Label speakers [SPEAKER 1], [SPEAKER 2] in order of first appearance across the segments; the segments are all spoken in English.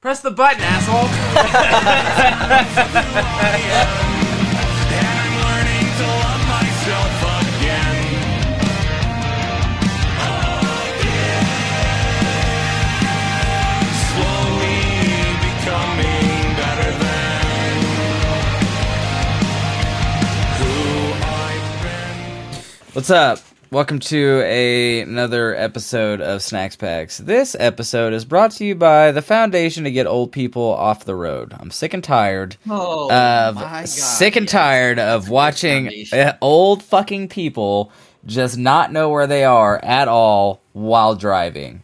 [SPEAKER 1] Press the button, asshole.
[SPEAKER 2] And I'm learning to love myself again. Again. Slowly becoming better than who I've been.
[SPEAKER 3] What's up? Welcome to a, another episode of Snacks Packs. This episode is brought to you by the Foundation to Get Old People Off the Road. I'm sick and tired
[SPEAKER 1] Oh,
[SPEAKER 3] of
[SPEAKER 1] my God,
[SPEAKER 3] sick and
[SPEAKER 1] yes.
[SPEAKER 3] tired of watching
[SPEAKER 1] foundation.
[SPEAKER 3] uh, old fucking people just not know where they are at all while driving.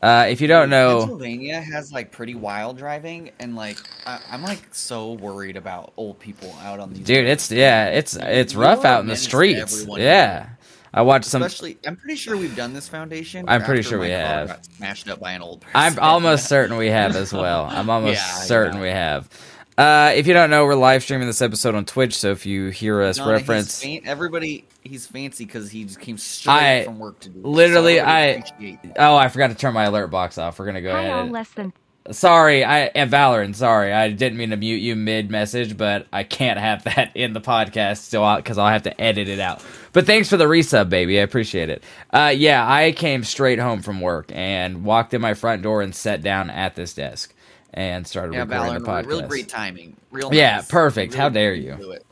[SPEAKER 3] Uh, if you don't know,
[SPEAKER 4] Pennsylvania has like pretty wild driving, and like I- I'm like so worried about old people out on these.
[SPEAKER 3] dude, it's yeah, it's it's
[SPEAKER 4] You
[SPEAKER 3] rough
[SPEAKER 4] are a
[SPEAKER 3] out in the
[SPEAKER 4] menace to
[SPEAKER 3] streets.
[SPEAKER 4] everyone.
[SPEAKER 3] Yeah, I watched some.
[SPEAKER 4] especially. I'm pretty sure we've done this foundation.
[SPEAKER 3] I'm
[SPEAKER 4] where
[SPEAKER 3] pretty
[SPEAKER 4] after
[SPEAKER 3] sure
[SPEAKER 4] my
[SPEAKER 3] we
[SPEAKER 4] car
[SPEAKER 3] have.
[SPEAKER 4] Got smashed up by an old person.
[SPEAKER 3] I'm almost certain we have as well. I'm almost
[SPEAKER 4] Yeah,
[SPEAKER 3] certain
[SPEAKER 4] yeah.
[SPEAKER 3] we have. Uh, if you don't know, we're live streaming this episode on Twitch, so if you hear us
[SPEAKER 4] No, he's
[SPEAKER 3] reference,
[SPEAKER 4] fan- everybody. He's fancy because he just came straight
[SPEAKER 3] I-
[SPEAKER 4] from work to do. this,
[SPEAKER 3] literally,
[SPEAKER 4] so
[SPEAKER 3] I-
[SPEAKER 4] really appreciate that.
[SPEAKER 3] oh, I forgot to turn my alert box off. We're gonna go
[SPEAKER 5] Hi, all
[SPEAKER 3] ahead.
[SPEAKER 5] less than
[SPEAKER 3] And, sorry, I and Valorant. Sorry, I didn't mean to mute you mid message, but I can't have that in the podcast, so because I'll have to edit it out. But thanks for the resub, baby. I appreciate it. Uh, yeah, I came straight home from work and walked in my front door and sat down at this desk and started
[SPEAKER 4] yeah,
[SPEAKER 3] recording
[SPEAKER 4] Valor,
[SPEAKER 3] the podcast.
[SPEAKER 4] really great timing. Real
[SPEAKER 3] Yeah,
[SPEAKER 4] nice.
[SPEAKER 3] perfect. How dare
[SPEAKER 4] beat
[SPEAKER 3] you.
[SPEAKER 4] to it.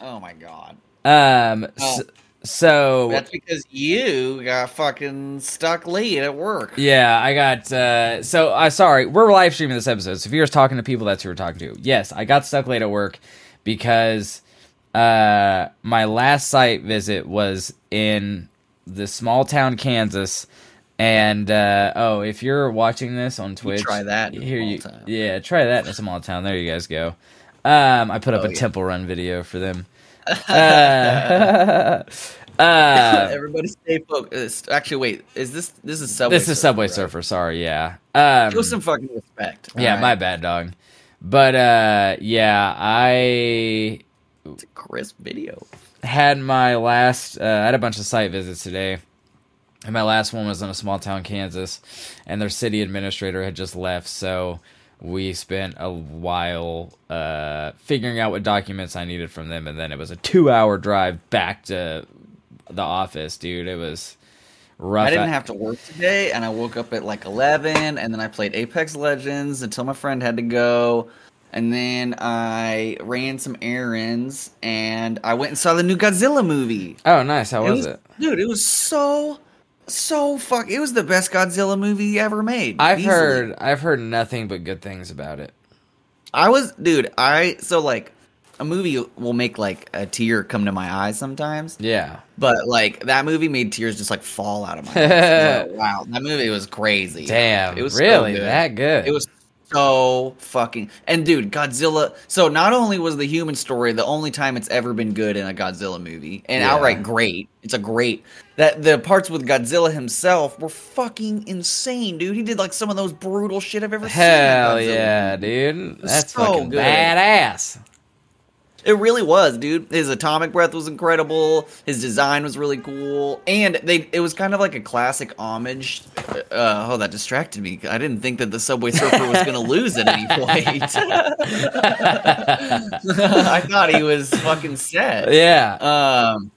[SPEAKER 4] Oh my god.
[SPEAKER 3] Um.
[SPEAKER 4] Oh.
[SPEAKER 3] s- So,
[SPEAKER 4] That's because you got fucking stuck late at work.
[SPEAKER 3] yeah, I got. Uh, so uh, sorry, we're live streaming this episode. So if you're talking to people, that's who we're talking to. Yes, I got stuck late at work because uh, my last site visit was in the small town Kansas. And uh, oh, if you're watching this on Twitch,
[SPEAKER 4] try that in a
[SPEAKER 3] Here
[SPEAKER 4] small
[SPEAKER 3] you,
[SPEAKER 4] town.
[SPEAKER 3] yeah, try that in a small town. There you guys go. Um, I put up
[SPEAKER 4] Oh,
[SPEAKER 3] a
[SPEAKER 4] yeah.
[SPEAKER 3] Temple Run video for them. Uh, uh,
[SPEAKER 4] Everybody stay focused. Actually, wait. Is this this is subway?
[SPEAKER 3] this is Subway Surfer.
[SPEAKER 4] Surfer,
[SPEAKER 3] Sorry, yeah.
[SPEAKER 4] right?
[SPEAKER 3] Um,
[SPEAKER 4] Show some fucking respect.
[SPEAKER 3] yeah, my bad, dog. But uh, yeah, I
[SPEAKER 4] It's a crisp video.
[SPEAKER 3] had my last. Uh, I had a bunch of site visits today, and my last one was in a small town, Kansas, and their city administrator had just left. So we spent a while uh, figuring out what documents I needed from them, and then it was a two-hour drive back to the office, dude. It was rough.
[SPEAKER 4] I didn't have to work today, and I woke up at like eleven, and then I played Apex Legends until my friend had to go, and then I ran some errands, and I went and saw the new Godzilla movie.
[SPEAKER 3] Oh, nice. How was it?
[SPEAKER 4] dude? It was so so fuck. It was the best Godzilla movie ever made.
[SPEAKER 3] I've
[SPEAKER 4] easily.
[SPEAKER 3] heard I've heard nothing but good things about it.
[SPEAKER 4] I was, dude. I so like a movie will make like a tear come to my eyes sometimes,
[SPEAKER 3] Yeah.
[SPEAKER 4] but like that movie made tears just like fall out of my eyes. I was like, wow, that movie was crazy.
[SPEAKER 3] Damn.
[SPEAKER 4] it was so
[SPEAKER 3] really
[SPEAKER 4] good.
[SPEAKER 3] that good.
[SPEAKER 4] It was so fucking and dude, Godzilla. So not only was the human story the only time it's ever been good in a Godzilla movie, and
[SPEAKER 3] Yeah.
[SPEAKER 4] outright great. It's a great that the parts with Godzilla himself were fucking insane, dude. He did like some of those brutal shit I've ever seen. in
[SPEAKER 3] Hell
[SPEAKER 4] Godzilla
[SPEAKER 3] yeah, dude.
[SPEAKER 4] was
[SPEAKER 3] That's
[SPEAKER 4] so
[SPEAKER 3] fucking
[SPEAKER 4] good. Oh,
[SPEAKER 3] badass.
[SPEAKER 4] It really was, dude. His atomic breath was incredible. His design was really cool, and they it was kind of like a classic homage. Uh, oh, that distracted me. I didn't think that the Subway Surfer was going to lose at any point. I thought he was fucking set.
[SPEAKER 3] Yeah.
[SPEAKER 4] Um.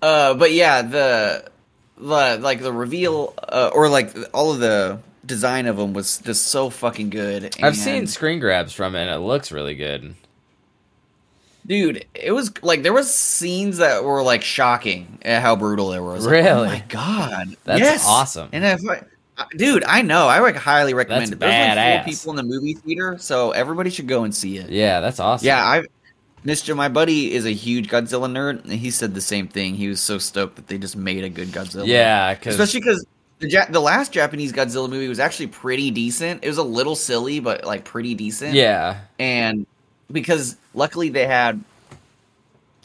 [SPEAKER 4] Uh, but yeah, the the like the reveal uh, or like all of the design of him was just so fucking good.
[SPEAKER 3] I've seen
[SPEAKER 4] and-
[SPEAKER 3] screen grabs from it and it looks really good.
[SPEAKER 4] dude it was like there was scenes that were like shocking at how brutal they were I was like, oh
[SPEAKER 3] Really?
[SPEAKER 4] my god
[SPEAKER 3] That's
[SPEAKER 4] Yes!
[SPEAKER 3] awesome.
[SPEAKER 4] and if I, I- dude i know i like highly recommend
[SPEAKER 3] That's
[SPEAKER 4] it there's like
[SPEAKER 3] badass.
[SPEAKER 4] four people in the movie theater so everybody should go and see it
[SPEAKER 3] Yeah, that's awesome.
[SPEAKER 4] yeah i mr my buddy is a huge godzilla nerd and he said the same thing he was so stoked that they just made a good godzilla
[SPEAKER 3] Yeah, cuz
[SPEAKER 4] especially because the, ja- the last japanese godzilla movie was actually pretty decent it was a little silly but like pretty decent
[SPEAKER 3] yeah.
[SPEAKER 4] and because luckily they had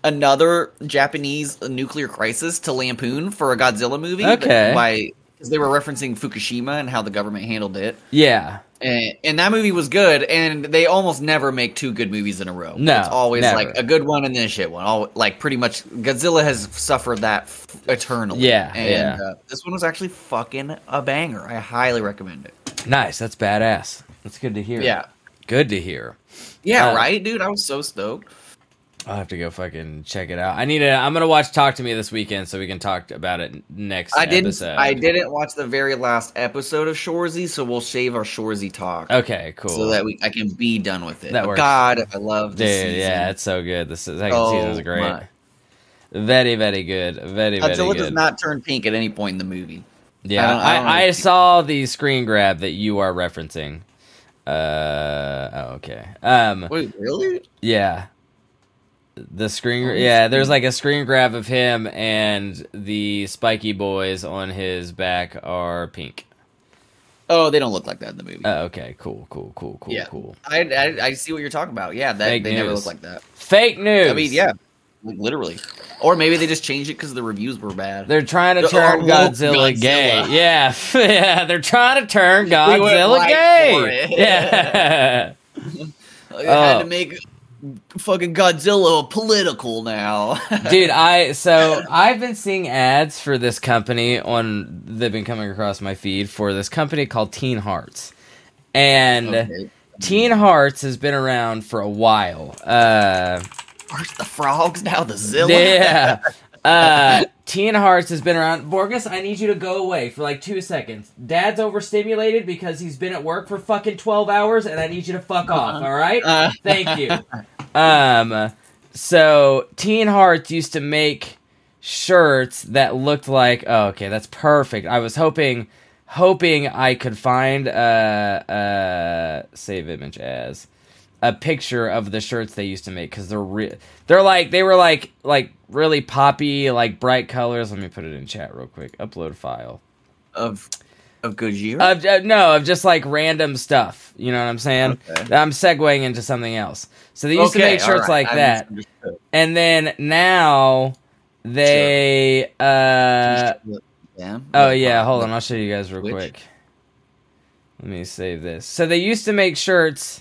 [SPEAKER 4] another Japanese nuclear crisis to lampoon for a Godzilla movie.
[SPEAKER 3] Okay.
[SPEAKER 4] by because they were referencing Fukushima and how the government handled it,
[SPEAKER 3] Yeah.
[SPEAKER 4] and, and that movie was good. And they almost never make two good movies in a row.
[SPEAKER 3] No,
[SPEAKER 4] it's always
[SPEAKER 3] never.
[SPEAKER 4] like a good one and then a shit one. All like pretty much Godzilla has suffered that f- eternally.
[SPEAKER 3] Yeah,
[SPEAKER 4] and
[SPEAKER 3] yeah.
[SPEAKER 4] Uh, this one was actually fucking a banger. I highly recommend it.
[SPEAKER 3] Nice. That's badass. That's good to hear.
[SPEAKER 4] Yeah.
[SPEAKER 3] Good to hear.
[SPEAKER 4] Yeah,
[SPEAKER 3] Uh,
[SPEAKER 4] right, dude. I was so stoked.
[SPEAKER 3] I'll have to go fucking check it out. I need to. I'm gonna watch Talk to Me this weekend so we can talk about it next.
[SPEAKER 4] I didn't.
[SPEAKER 3] Episode.
[SPEAKER 4] I didn't watch the very last episode of Shorzy, so we'll shave our Shorzy talk
[SPEAKER 3] Okay. Oh, Cool.
[SPEAKER 4] so that we I can be done with it.
[SPEAKER 3] That
[SPEAKER 4] But
[SPEAKER 3] works.
[SPEAKER 4] God, I love
[SPEAKER 3] Dude,
[SPEAKER 4] this season.
[SPEAKER 3] yeah, it's so good. The se- second
[SPEAKER 4] Oh
[SPEAKER 3] season is great.
[SPEAKER 4] my.
[SPEAKER 3] Very, very good. Very, very
[SPEAKER 4] Godzilla
[SPEAKER 3] good.
[SPEAKER 4] does not turn pink at any point in the movie.
[SPEAKER 3] yeah,
[SPEAKER 4] I don't-
[SPEAKER 3] I,
[SPEAKER 4] I don't
[SPEAKER 3] I,
[SPEAKER 4] really-
[SPEAKER 3] saw the screen grab that you are referencing. Uh, oh, okay. Um,
[SPEAKER 4] Wait, really?
[SPEAKER 3] yeah. The screen,
[SPEAKER 4] Oh,
[SPEAKER 3] yeah.
[SPEAKER 4] he's-
[SPEAKER 3] There's like a screen grab of him and the spiky boys on his back are pink.
[SPEAKER 4] Oh, they don't look like that in the movie.
[SPEAKER 3] Oh, okay, cool, cool, cool, cool,
[SPEAKER 4] yeah,
[SPEAKER 3] cool.
[SPEAKER 4] I, I I see what you're talking about. Yeah, that
[SPEAKER 3] Fake
[SPEAKER 4] they never
[SPEAKER 3] news.
[SPEAKER 4] look like that.
[SPEAKER 3] Fake news.
[SPEAKER 4] I mean, yeah, like, literally. Or maybe they just changed it because the reviews were bad.
[SPEAKER 3] They're trying to
[SPEAKER 4] The-
[SPEAKER 3] turn
[SPEAKER 4] oh,
[SPEAKER 3] Godzilla,
[SPEAKER 4] Godzilla.
[SPEAKER 3] gay. Yeah, yeah. They're trying to turn Godzilla
[SPEAKER 4] went right for
[SPEAKER 3] gay.
[SPEAKER 4] it.
[SPEAKER 3] Yeah.
[SPEAKER 4] They had
[SPEAKER 3] oh.
[SPEAKER 4] to make fucking Godzilla political now.
[SPEAKER 3] Dude, I so I've been seeing ads for this company on they've been coming across my feed for this company called Teen Hearts. And
[SPEAKER 4] Okay.
[SPEAKER 3] Teen Hearts has been around for a while. Uh
[SPEAKER 4] Where's the frogs now? The Zilla.
[SPEAKER 3] Yeah. Uh, Teen Hearts has been around. Borges, I need you to go away for like two seconds. Dad's overstimulated because he's been at work for fucking 12 hours, and I need you to fuck off, all right?
[SPEAKER 4] Uh,
[SPEAKER 3] Thank you. Um, so, Teen Hearts used to make shirts that looked like. Oh, okay, that's perfect. I was hoping. Hoping I could find uh uh save image as a picture of the shirts they used to make because they're re- they're like they were like like really poppy like bright colors. Let me put it in chat real quick. Upload file.
[SPEAKER 4] of of Goodyear.
[SPEAKER 3] Of uh, no of just like random stuff. You know what I'm saying?
[SPEAKER 4] Okay.
[SPEAKER 3] I'm segueing into something else. So they used to make shirts
[SPEAKER 4] alright,
[SPEAKER 3] like
[SPEAKER 4] I
[SPEAKER 3] that,
[SPEAKER 4] misunderstood.
[SPEAKER 3] and then now they uh
[SPEAKER 4] yeah.
[SPEAKER 3] oh
[SPEAKER 4] uh,
[SPEAKER 3] yeah. Hold on, I'll show you guys real
[SPEAKER 4] Which?
[SPEAKER 3] quick. Let me save this. So they used to make shirts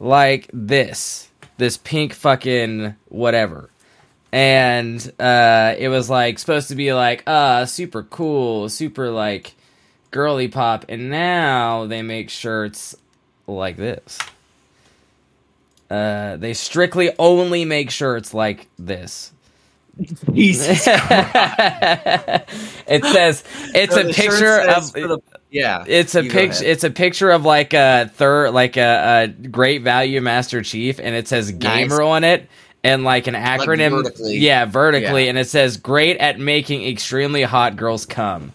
[SPEAKER 3] like this, this pink fucking whatever. And uh, it was like supposed to be like uh super cool, super like girly pop, and now they make shirts like this. Uh, they strictly only make shirts like this.
[SPEAKER 4] Jesus.
[SPEAKER 3] it says it's
[SPEAKER 4] So
[SPEAKER 3] a
[SPEAKER 4] the shirt
[SPEAKER 3] picture of
[SPEAKER 4] says for the- yeah.
[SPEAKER 3] it's a
[SPEAKER 4] You go
[SPEAKER 3] picture.
[SPEAKER 4] ahead.
[SPEAKER 3] It's a picture of like a third, like a, a great value Master Chief, and it says gamer on it, and like an acronym.
[SPEAKER 4] vertically.
[SPEAKER 3] Yeah, vertically,
[SPEAKER 4] Yeah.
[SPEAKER 3] and it says great at making extremely hot girls come.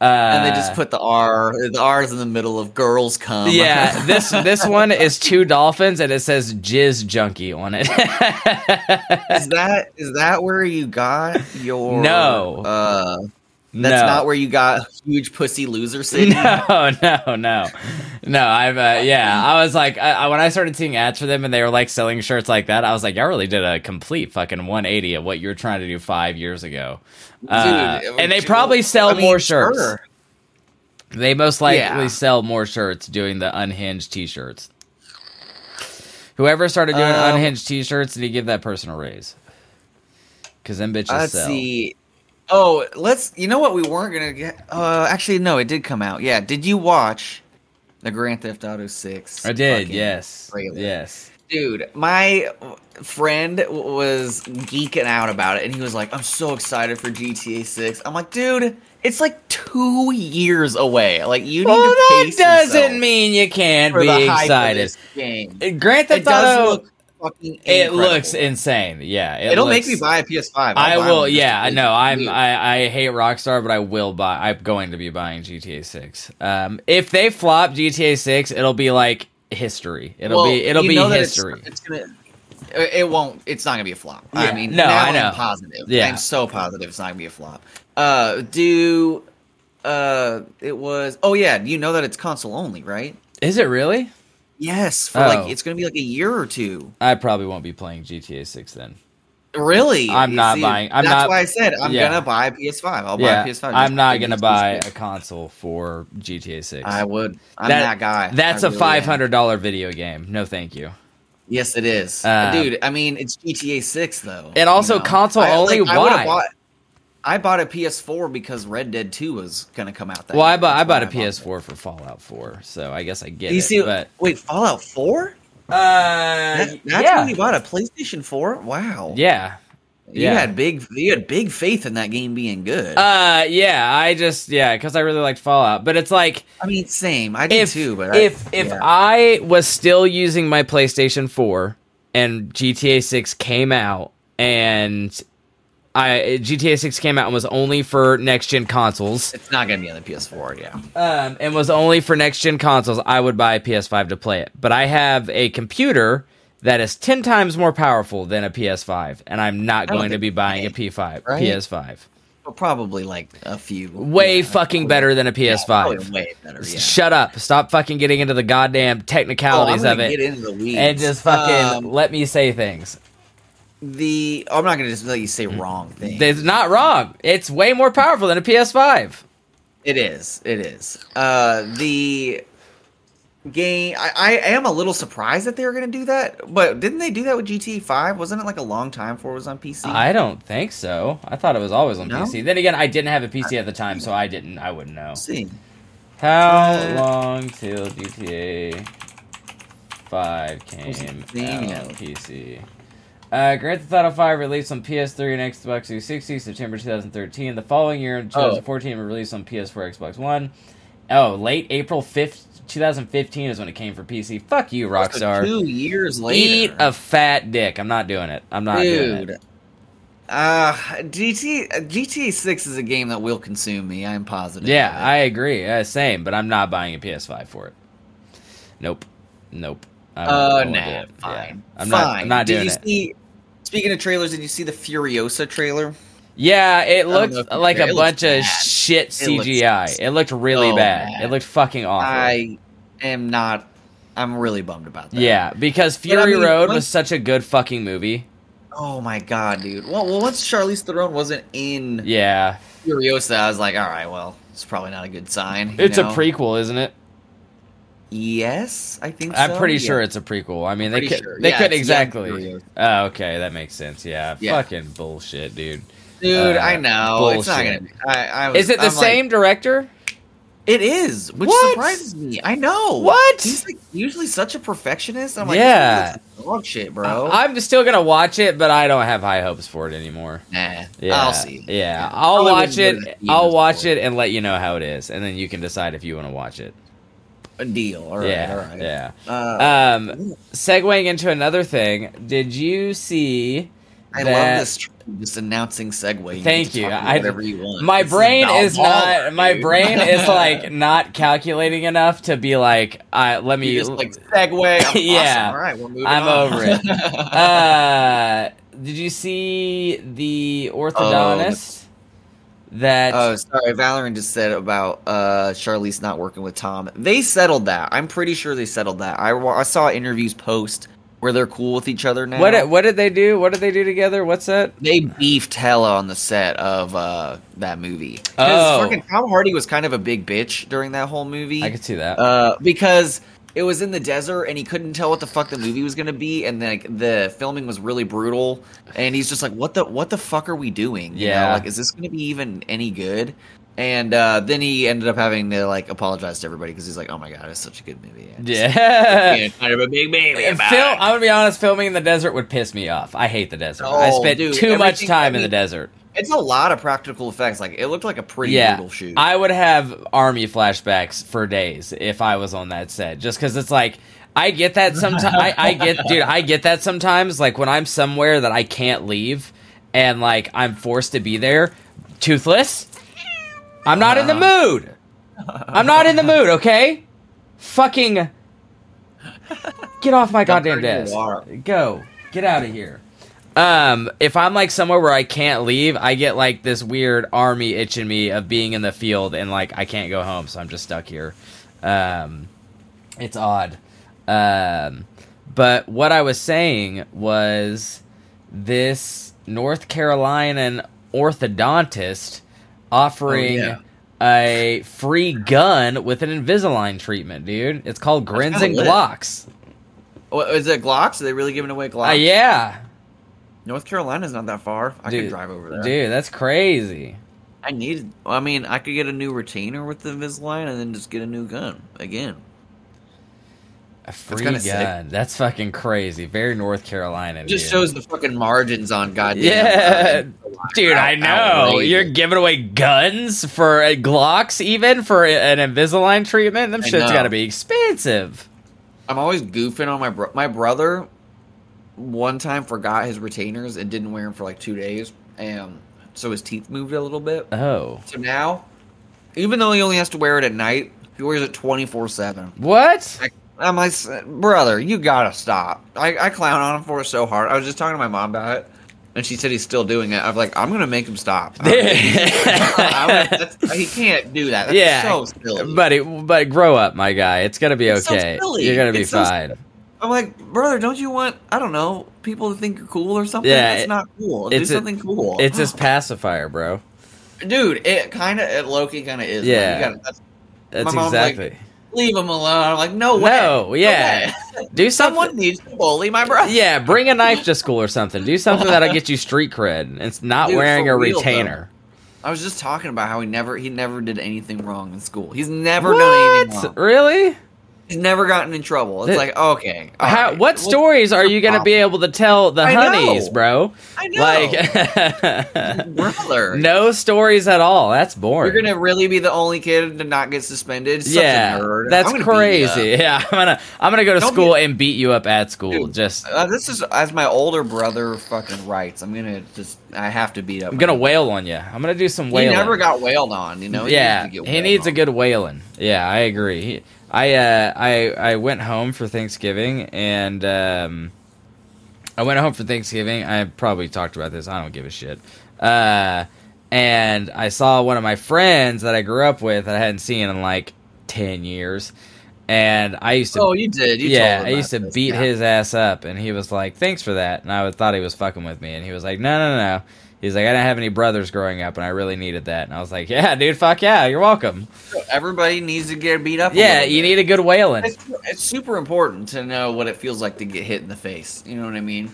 [SPEAKER 3] Uh,
[SPEAKER 4] and they just put the R. The R is in the middle of girls come.
[SPEAKER 3] Yeah, this this one is two dolphins, and it says jizz junkie on it.
[SPEAKER 4] is that is that where you got your
[SPEAKER 3] No.
[SPEAKER 4] Uh,
[SPEAKER 3] no.
[SPEAKER 4] that's not where you got huge pussy loser city.
[SPEAKER 3] No, no, no, no. I've uh, yeah. I was like, I, I- when I started seeing ads for them, and they were like selling shirts like that. I was like, y'all really did a complete fucking 180 of what you were trying to do five years ago. Uh,
[SPEAKER 4] Dude,
[SPEAKER 3] and they
[SPEAKER 4] Jill-
[SPEAKER 3] probably sell
[SPEAKER 4] I mean,
[SPEAKER 3] more shirts.
[SPEAKER 4] sure.
[SPEAKER 3] They most likely
[SPEAKER 4] Yeah.
[SPEAKER 3] sell more shirts doing the unhinged t-shirts. Whoever started doing
[SPEAKER 4] Um,
[SPEAKER 3] unhinged t-shirts, need to give that person a raise. Because them bitches
[SPEAKER 4] Let's
[SPEAKER 3] sell.
[SPEAKER 4] see. Oh, let's. You know what? We weren't gonna get. Uh, actually, no, it did come out. Yeah. Did you watch the Grand Theft Auto Six?
[SPEAKER 3] I did,
[SPEAKER 4] fucking
[SPEAKER 3] yes,
[SPEAKER 4] trailer?
[SPEAKER 3] yes.
[SPEAKER 4] Dude, my friend w- was geeking out about it, and he was like, "I'm so excited for GTA 6." I'm like, "Dude, it's like two years away. Like, you need
[SPEAKER 3] Well,
[SPEAKER 4] to
[SPEAKER 3] that
[SPEAKER 4] pace
[SPEAKER 3] doesn't
[SPEAKER 4] yourself
[SPEAKER 3] mean you can't
[SPEAKER 4] for the
[SPEAKER 3] be
[SPEAKER 4] hype of
[SPEAKER 3] excited.
[SPEAKER 4] this game.
[SPEAKER 3] Uh, Grand
[SPEAKER 4] It
[SPEAKER 3] Theft
[SPEAKER 4] does
[SPEAKER 3] Auto.
[SPEAKER 4] look fucking.
[SPEAKER 3] it
[SPEAKER 4] incredible.
[SPEAKER 3] looks insane. Yeah, it
[SPEAKER 4] It'll
[SPEAKER 3] looks-
[SPEAKER 4] make me buy a PS5. I'll
[SPEAKER 3] I
[SPEAKER 4] buy
[SPEAKER 3] will.
[SPEAKER 4] one just
[SPEAKER 3] Yeah,
[SPEAKER 4] to
[SPEAKER 3] I
[SPEAKER 4] play
[SPEAKER 3] know. I'm.
[SPEAKER 4] GTA.
[SPEAKER 3] I, I hate Rockstar, but I will buy. I'm going to be buying GTA Six. Um, if they flop GTA Six, it'll be like history. It'll
[SPEAKER 4] Well,
[SPEAKER 3] be. It'll
[SPEAKER 4] you
[SPEAKER 3] be
[SPEAKER 4] know that it's-
[SPEAKER 3] history.
[SPEAKER 4] It's, gonna. it- It won't. It's not gonna be a flop.
[SPEAKER 3] Yeah.
[SPEAKER 4] I mean,
[SPEAKER 3] No,
[SPEAKER 4] now
[SPEAKER 3] I know.
[SPEAKER 4] am positive.
[SPEAKER 3] Yeah.
[SPEAKER 4] I'm so positive it's not gonna be a flop. Uh, do. Uh, it was. Oh yeah, you know that it's console only, right?
[SPEAKER 3] Is it really?
[SPEAKER 4] Yes, for
[SPEAKER 3] Oh.
[SPEAKER 4] like it's gonna be like a year or two.
[SPEAKER 3] I probably won't be playing GTA Six then.
[SPEAKER 4] Really?
[SPEAKER 3] I'm
[SPEAKER 4] You
[SPEAKER 3] not buying- I'm
[SPEAKER 4] that's
[SPEAKER 3] not-
[SPEAKER 4] why I said I'm
[SPEAKER 3] Yeah.
[SPEAKER 4] gonna buy a PS5. I'll
[SPEAKER 3] yeah,
[SPEAKER 4] buy a PS5.
[SPEAKER 3] I'm
[SPEAKER 4] just
[SPEAKER 3] not
[SPEAKER 4] for
[SPEAKER 3] gonna
[SPEAKER 4] these
[SPEAKER 3] buy a
[SPEAKER 4] games.
[SPEAKER 3] console for GTA Six.
[SPEAKER 4] I would. I'm
[SPEAKER 3] That-
[SPEAKER 4] that, guy.
[SPEAKER 3] That's
[SPEAKER 4] a
[SPEAKER 3] a five hundred dollar video game. No, thank you.
[SPEAKER 4] Yes, it is,
[SPEAKER 3] Uh,
[SPEAKER 4] dude. I mean, it's GTA Six though,
[SPEAKER 3] And also console only,
[SPEAKER 4] I would've
[SPEAKER 3] why?
[SPEAKER 4] bought- I bought a PS4 because Red Dead 2 was gonna come out. That
[SPEAKER 3] Well, I
[SPEAKER 4] year.
[SPEAKER 3] bought I
[SPEAKER 4] That's
[SPEAKER 3] bought
[SPEAKER 4] why
[SPEAKER 3] a
[SPEAKER 4] it.
[SPEAKER 3] PS4 for Fallout 4, so I guess I get
[SPEAKER 4] You
[SPEAKER 3] it.
[SPEAKER 4] see, uh,
[SPEAKER 3] but
[SPEAKER 4] wait, Fallout 4? That,
[SPEAKER 3] uh,
[SPEAKER 4] that's when
[SPEAKER 3] yeah,
[SPEAKER 4] you bought a PlayStation 4. Wow.
[SPEAKER 3] yeah,
[SPEAKER 4] You
[SPEAKER 3] yeah.
[SPEAKER 4] had big. You had big faith in that game being good.
[SPEAKER 3] uh, yeah. I just yeah, because I really liked Fallout, but it's like
[SPEAKER 4] I mean, same. I did
[SPEAKER 3] if
[SPEAKER 4] too. But
[SPEAKER 3] if
[SPEAKER 4] I,
[SPEAKER 3] if
[SPEAKER 4] yeah.
[SPEAKER 3] I was still using my PlayStation 4 and GTA 6 came out and I GTA 6 came out and was only for next gen consoles
[SPEAKER 4] it's not gonna be on the PS4. Yeah.
[SPEAKER 3] um, and was only for next gen consoles, I would buy a PS5 to play it. But I have a computer that is ten times more powerful than a PS5, and I'm not
[SPEAKER 4] don't
[SPEAKER 3] going to
[SPEAKER 4] think
[SPEAKER 3] be buying a
[SPEAKER 4] they-
[SPEAKER 3] P5
[SPEAKER 4] right?
[SPEAKER 3] PS5.
[SPEAKER 4] Well, probably like a few.
[SPEAKER 3] Way
[SPEAKER 4] yeah,
[SPEAKER 3] fucking better than a PS5.
[SPEAKER 4] Probably way better. Yeah.
[SPEAKER 3] Shut up! Stop fucking getting into the goddamn
[SPEAKER 4] Oh, I'm
[SPEAKER 3] technicalities
[SPEAKER 4] gonna
[SPEAKER 3] of it.
[SPEAKER 4] Get into the weeds.
[SPEAKER 3] and just fucking
[SPEAKER 4] Um,
[SPEAKER 3] let me say things.
[SPEAKER 4] the. oh, I'm not gonna just let you say wrong things.
[SPEAKER 3] It's not wrong. It's way more powerful than a PS5.
[SPEAKER 4] It is. It is. Uh, the game. I, I am a little surprised that they were going to do that, but didn't they do that with GTA Five? Wasn't it like a long time before it was on PC?
[SPEAKER 3] I don't think so. I thought it was always on
[SPEAKER 4] No?
[SPEAKER 3] PC. Then again, I didn't have a PC at the time, so I didn't. I wouldn't know.
[SPEAKER 4] see.
[SPEAKER 3] How
[SPEAKER 4] Uh,
[SPEAKER 3] long till GTA 5 came out
[SPEAKER 4] thing
[SPEAKER 3] on
[SPEAKER 4] out?
[SPEAKER 3] PC? Uh, Grand Theft Auto 5 released on PS3 and Xbox 360 September 2013. The following year, in
[SPEAKER 4] Oh.
[SPEAKER 3] 2014, it released on PS4, Xbox One. Oh, late April 5th, 2015 is when it came for PC. Fuck you,
[SPEAKER 4] So
[SPEAKER 3] Rockstar.
[SPEAKER 4] two years
[SPEAKER 3] Eat
[SPEAKER 4] later,
[SPEAKER 3] a fat dick. I'm not doing it. I'm not doing
[SPEAKER 4] dude.
[SPEAKER 3] it.
[SPEAKER 4] Uh, GT uh, GTA Six is a game that will consume me. I'm positive.
[SPEAKER 3] Yeah,
[SPEAKER 4] of it.
[SPEAKER 3] I agree. Uh, same, but I'm not buying a PS5 for it. Nope. Nope. I won't- I
[SPEAKER 4] Uh,
[SPEAKER 3] won't do
[SPEAKER 4] nah,
[SPEAKER 3] it. Yeah.
[SPEAKER 4] fine.
[SPEAKER 3] I'm
[SPEAKER 4] fine.
[SPEAKER 3] not. I'm not doing
[SPEAKER 4] did you
[SPEAKER 3] it.
[SPEAKER 4] See, speaking of trailers, did you see the Furiosa trailer?
[SPEAKER 3] Yeah, it
[SPEAKER 4] don't know if
[SPEAKER 3] looked
[SPEAKER 4] you
[SPEAKER 3] like
[SPEAKER 4] care.
[SPEAKER 3] a
[SPEAKER 4] Oh, It looks
[SPEAKER 3] bunch of
[SPEAKER 4] bad.
[SPEAKER 3] shit
[SPEAKER 4] It looks
[SPEAKER 3] CGI. It looked really
[SPEAKER 4] so
[SPEAKER 3] bad.
[SPEAKER 4] bad.
[SPEAKER 3] It looked fucking awful.
[SPEAKER 4] I am not. I'm really bummed about that.
[SPEAKER 3] yeah, because
[SPEAKER 4] I
[SPEAKER 3] Fury
[SPEAKER 4] mean,
[SPEAKER 3] Road
[SPEAKER 4] once-
[SPEAKER 3] was such a good fucking movie.
[SPEAKER 4] Oh my god, dude. Well, well once Charlize Theron wasn't in
[SPEAKER 3] Yeah,
[SPEAKER 4] Furiosa, I was like, all right, well, it's probably not a good sign. you
[SPEAKER 3] it's
[SPEAKER 4] know?
[SPEAKER 3] a prequel, isn't it?
[SPEAKER 4] Yes, I think.
[SPEAKER 3] I'm
[SPEAKER 4] so,
[SPEAKER 3] pretty
[SPEAKER 4] yeah.
[SPEAKER 3] sure it's a prequel. I mean, they
[SPEAKER 4] Pretty
[SPEAKER 3] could
[SPEAKER 4] sure.
[SPEAKER 3] they
[SPEAKER 4] Yeah,
[SPEAKER 3] could
[SPEAKER 4] it's Young
[SPEAKER 3] exactly.
[SPEAKER 4] Fury
[SPEAKER 3] Oh, okay, that makes sense. Yeah,
[SPEAKER 4] Yeah.
[SPEAKER 3] fucking bullshit, dude.
[SPEAKER 4] Dude,
[SPEAKER 3] uh,
[SPEAKER 4] I know it's not gonna.
[SPEAKER 3] bullshit.
[SPEAKER 4] Be, I, I was,
[SPEAKER 3] Is it the
[SPEAKER 4] I'm like,
[SPEAKER 3] same director?
[SPEAKER 4] it is, which
[SPEAKER 3] What?
[SPEAKER 4] surprises me. I know.
[SPEAKER 3] What?
[SPEAKER 4] He's like usually such a perfectionist. I'm like,
[SPEAKER 3] Yeah.
[SPEAKER 4] yeah, dog shit, bro.
[SPEAKER 3] Uh, I'm still gonna watch it, but I don't have high hopes for it anymore.
[SPEAKER 4] nah,
[SPEAKER 3] Yeah,
[SPEAKER 4] I'll see.
[SPEAKER 3] Yeah, I'll
[SPEAKER 4] Probably
[SPEAKER 3] watch
[SPEAKER 4] wouldn't go
[SPEAKER 3] it.
[SPEAKER 4] to the
[SPEAKER 3] I'll
[SPEAKER 4] theaters
[SPEAKER 3] watch
[SPEAKER 4] for it.
[SPEAKER 3] it and let you know how it is, and then you can decide if you want to watch it.
[SPEAKER 4] A deal. All right.
[SPEAKER 3] yeah,
[SPEAKER 4] all right.
[SPEAKER 3] yeah.
[SPEAKER 4] Uh,
[SPEAKER 3] Um, segueing into another thing, did you see?
[SPEAKER 4] I
[SPEAKER 3] that-
[SPEAKER 4] love this. tr- Just announcing segue.
[SPEAKER 3] Thank
[SPEAKER 4] get to
[SPEAKER 3] you.
[SPEAKER 4] talk about
[SPEAKER 3] I-
[SPEAKER 4] whatever you want.
[SPEAKER 3] My
[SPEAKER 4] This
[SPEAKER 3] brain
[SPEAKER 4] Val
[SPEAKER 3] is
[SPEAKER 4] Waller,
[SPEAKER 3] not. My
[SPEAKER 4] dude.
[SPEAKER 3] brain is like not calculating enough to be like. I let me.
[SPEAKER 4] You just like segue. I'm
[SPEAKER 3] Yeah.
[SPEAKER 4] Awesome. All right, we're moving
[SPEAKER 3] I'm
[SPEAKER 4] on.
[SPEAKER 3] over it. uh, did you see the
[SPEAKER 4] Um,
[SPEAKER 3] orthodontist that?
[SPEAKER 4] oh, sorry. Valerian just said about uh, Charlize not working with Tom. They settled that. I'm pretty sure they settled that. I, wa- I saw interviews post where they're cool with each other now.
[SPEAKER 3] what did- what did they do? What did they do together? What's that?
[SPEAKER 4] they beefed hella on the set of uh, that movie. 'Cause
[SPEAKER 3] Oh.
[SPEAKER 4] fucking Tom Hardy was kind of a big bitch during that whole movie.
[SPEAKER 3] I could see that.
[SPEAKER 4] Uh, because it was in the desert and he couldn't tell what the fuck the movie was gonna be, and like the filming was really brutal, and he's just like, "What the what the fuck are we doing? You know,
[SPEAKER 3] Yeah.
[SPEAKER 4] like is this gonna be even any good?" And uh, then he ended up having to like apologize to everybody because he's like, "Oh my god, it's such a good movie." I just-
[SPEAKER 3] yeah.
[SPEAKER 4] Yeah, kind of a big baby.
[SPEAKER 3] Film,
[SPEAKER 4] about it."
[SPEAKER 3] I'm gonna be honest. Filming in the desert would piss me off. I hate the desert. I
[SPEAKER 4] Oh,
[SPEAKER 3] spent
[SPEAKER 4] dude,
[SPEAKER 3] too much
[SPEAKER 4] everything-
[SPEAKER 3] time
[SPEAKER 4] I
[SPEAKER 3] in the
[SPEAKER 4] mean,
[SPEAKER 3] desert.
[SPEAKER 4] It's a lot of practical effects. Like it looked like a pretty
[SPEAKER 3] Yeah,
[SPEAKER 4] brutal shoot.
[SPEAKER 3] I would have army flashbacks for days if I was on that set, just because it's like I get that sometimes. I, I get, dude, I get that sometimes. Like when I'm somewhere that I can't leave, and like I'm forced to be there, toothless. I'm not in the
[SPEAKER 4] Uh-huh.
[SPEAKER 3] mood. I'm not in the mood. Okay, fucking get off my goddamn
[SPEAKER 4] turn you
[SPEAKER 3] desk.
[SPEAKER 4] are.
[SPEAKER 3] Go get out of here. Um, if I'm like somewhere where I can't leave, I get like this weird army itch in me of being in the field and like I can't go home, so I'm just stuck here. Um, it's odd. Um, but what I was saying was this North Carolinian orthodontist offering
[SPEAKER 4] Oh,
[SPEAKER 3] a free gun with an Invisalign treatment, dude. It's called Grins
[SPEAKER 4] kinda
[SPEAKER 3] and
[SPEAKER 4] lit.
[SPEAKER 3] Glocks.
[SPEAKER 4] What, is it Glocks? Are they really giving away Glocks?
[SPEAKER 3] Uh, yeah.
[SPEAKER 4] North Carolina's not that far. I
[SPEAKER 3] dude,
[SPEAKER 4] could drive over there.
[SPEAKER 3] Dude, that's crazy.
[SPEAKER 4] I need. I mean, I could get a new retainer with the Invisalign, and then just get a new gun again.
[SPEAKER 3] A free
[SPEAKER 4] kinda
[SPEAKER 3] gun.
[SPEAKER 4] sick.
[SPEAKER 3] That's fucking crazy. Very North Carolina.
[SPEAKER 4] It just
[SPEAKER 3] dude.
[SPEAKER 4] shows the fucking margins on goddamn.
[SPEAKER 3] Yeah, dude,
[SPEAKER 4] Out-
[SPEAKER 3] I know.
[SPEAKER 4] outrageous.
[SPEAKER 3] You're giving away guns for uh, Glocks, even for a- an Invisalign treatment. Them
[SPEAKER 4] I
[SPEAKER 3] shit's
[SPEAKER 4] know.
[SPEAKER 3] got to be expensive.
[SPEAKER 4] I'm always goofing on my bro. My brother one time forgot his retainers and didn't wear them for like two days, and so his teeth moved a little bit.
[SPEAKER 3] Oh,
[SPEAKER 4] So now, even though he only has to wear it at night, he wears it 24 seven.
[SPEAKER 3] what?
[SPEAKER 4] I- I'm like, brother, you gotta stop. I, I clown on him for it so hard. I was just talking to my mom about it, and she said he's still doing it. I'm like, I'm gonna make him stop. I'm- that's- he can't do that. That's
[SPEAKER 3] yeah,
[SPEAKER 4] so silly.
[SPEAKER 3] buddy, but grow up, my guy. It's gonna be
[SPEAKER 4] It's so
[SPEAKER 3] okay.
[SPEAKER 4] silly.
[SPEAKER 3] You're gonna be
[SPEAKER 4] It's so
[SPEAKER 3] fine.
[SPEAKER 4] I'm like, brother, don't you want I don't know people to think you're cool or something?
[SPEAKER 3] Yeah,
[SPEAKER 4] that's
[SPEAKER 3] it-
[SPEAKER 4] not cool.
[SPEAKER 3] it's a-
[SPEAKER 4] do something cool.
[SPEAKER 3] it's his pacifier, bro.
[SPEAKER 4] dude. It kind of it Loki kind of is. Like,
[SPEAKER 3] Yeah.
[SPEAKER 4] you gotta, that's,
[SPEAKER 3] That's
[SPEAKER 4] mom's like,
[SPEAKER 3] exactly.
[SPEAKER 4] leave him alone. I'm like, no way.
[SPEAKER 3] No, yeah.
[SPEAKER 4] way.
[SPEAKER 3] Do something.
[SPEAKER 4] Someone needs to bully my brother.
[SPEAKER 3] yeah, bring a knife to school or something. Do something that'll get you street cred. It's not
[SPEAKER 4] Dude,
[SPEAKER 3] wearing
[SPEAKER 4] for
[SPEAKER 3] a
[SPEAKER 4] real, though.
[SPEAKER 3] retainer.
[SPEAKER 4] I was just talking about how he never he never did anything wrong in school. He's never done anything
[SPEAKER 3] What?
[SPEAKER 4] wrong.
[SPEAKER 3] Really?
[SPEAKER 4] He's never gotten in trouble. It's
[SPEAKER 3] Th-
[SPEAKER 4] like okay, all
[SPEAKER 3] How,
[SPEAKER 4] right.
[SPEAKER 3] what
[SPEAKER 4] Uh, Well,
[SPEAKER 3] stories are you going to be able to tell the
[SPEAKER 4] I
[SPEAKER 3] honeys,
[SPEAKER 4] know.
[SPEAKER 3] bro?
[SPEAKER 4] I know.
[SPEAKER 3] Like,
[SPEAKER 4] brother?
[SPEAKER 3] no stories at all. That's
[SPEAKER 4] You're
[SPEAKER 3] boring.
[SPEAKER 4] gonna really be the only kid to not get suspended. Such
[SPEAKER 3] yeah,
[SPEAKER 4] a nerd.
[SPEAKER 3] that's
[SPEAKER 4] I'm gonna uh, beat you up.
[SPEAKER 3] crazy. Yeah, I'm gonna I'm gonna go to
[SPEAKER 4] Don't
[SPEAKER 3] school and beat you up at school.
[SPEAKER 4] Dude,
[SPEAKER 3] just
[SPEAKER 4] Uh, this is as my older brother fucking writes. I'm gonna just. I have to beat up.
[SPEAKER 3] I'm gonna wail on you. I'm gonna do some
[SPEAKER 4] He
[SPEAKER 3] wailing.
[SPEAKER 4] never got wailed on. You know. He
[SPEAKER 3] yeah,
[SPEAKER 4] needs to get
[SPEAKER 3] he
[SPEAKER 4] wailed
[SPEAKER 3] needs a
[SPEAKER 4] on.
[SPEAKER 3] good whaling. Yeah, I agree. He, I uh, I I went home for Thanksgiving and um, I went home for Thanksgiving. I probably talked about this. I don't give a shit. Uh, and I saw one of my friends that I grew up with that I hadn't seen in like ten years, and I used to
[SPEAKER 4] Oh, you did. You
[SPEAKER 3] yeah,
[SPEAKER 4] told
[SPEAKER 3] I
[SPEAKER 4] him
[SPEAKER 3] used to
[SPEAKER 4] about this.
[SPEAKER 3] beat
[SPEAKER 4] Yeah.
[SPEAKER 3] his ass up, and he was like, "Thanks for that." And I was- thought he was fucking with me, and he was like, "No, no, no." He's like, "I didn't have any brothers growing up, and I really needed that." And I was like, "Yeah, dude, fuck yeah, you're welcome."
[SPEAKER 4] Everybody needs to get beat up. a
[SPEAKER 3] Yeah,
[SPEAKER 4] little
[SPEAKER 3] you
[SPEAKER 4] bit.
[SPEAKER 3] need a good whaling.
[SPEAKER 4] It's, it's super important to know what it feels like to get hit in the face. You know what I mean?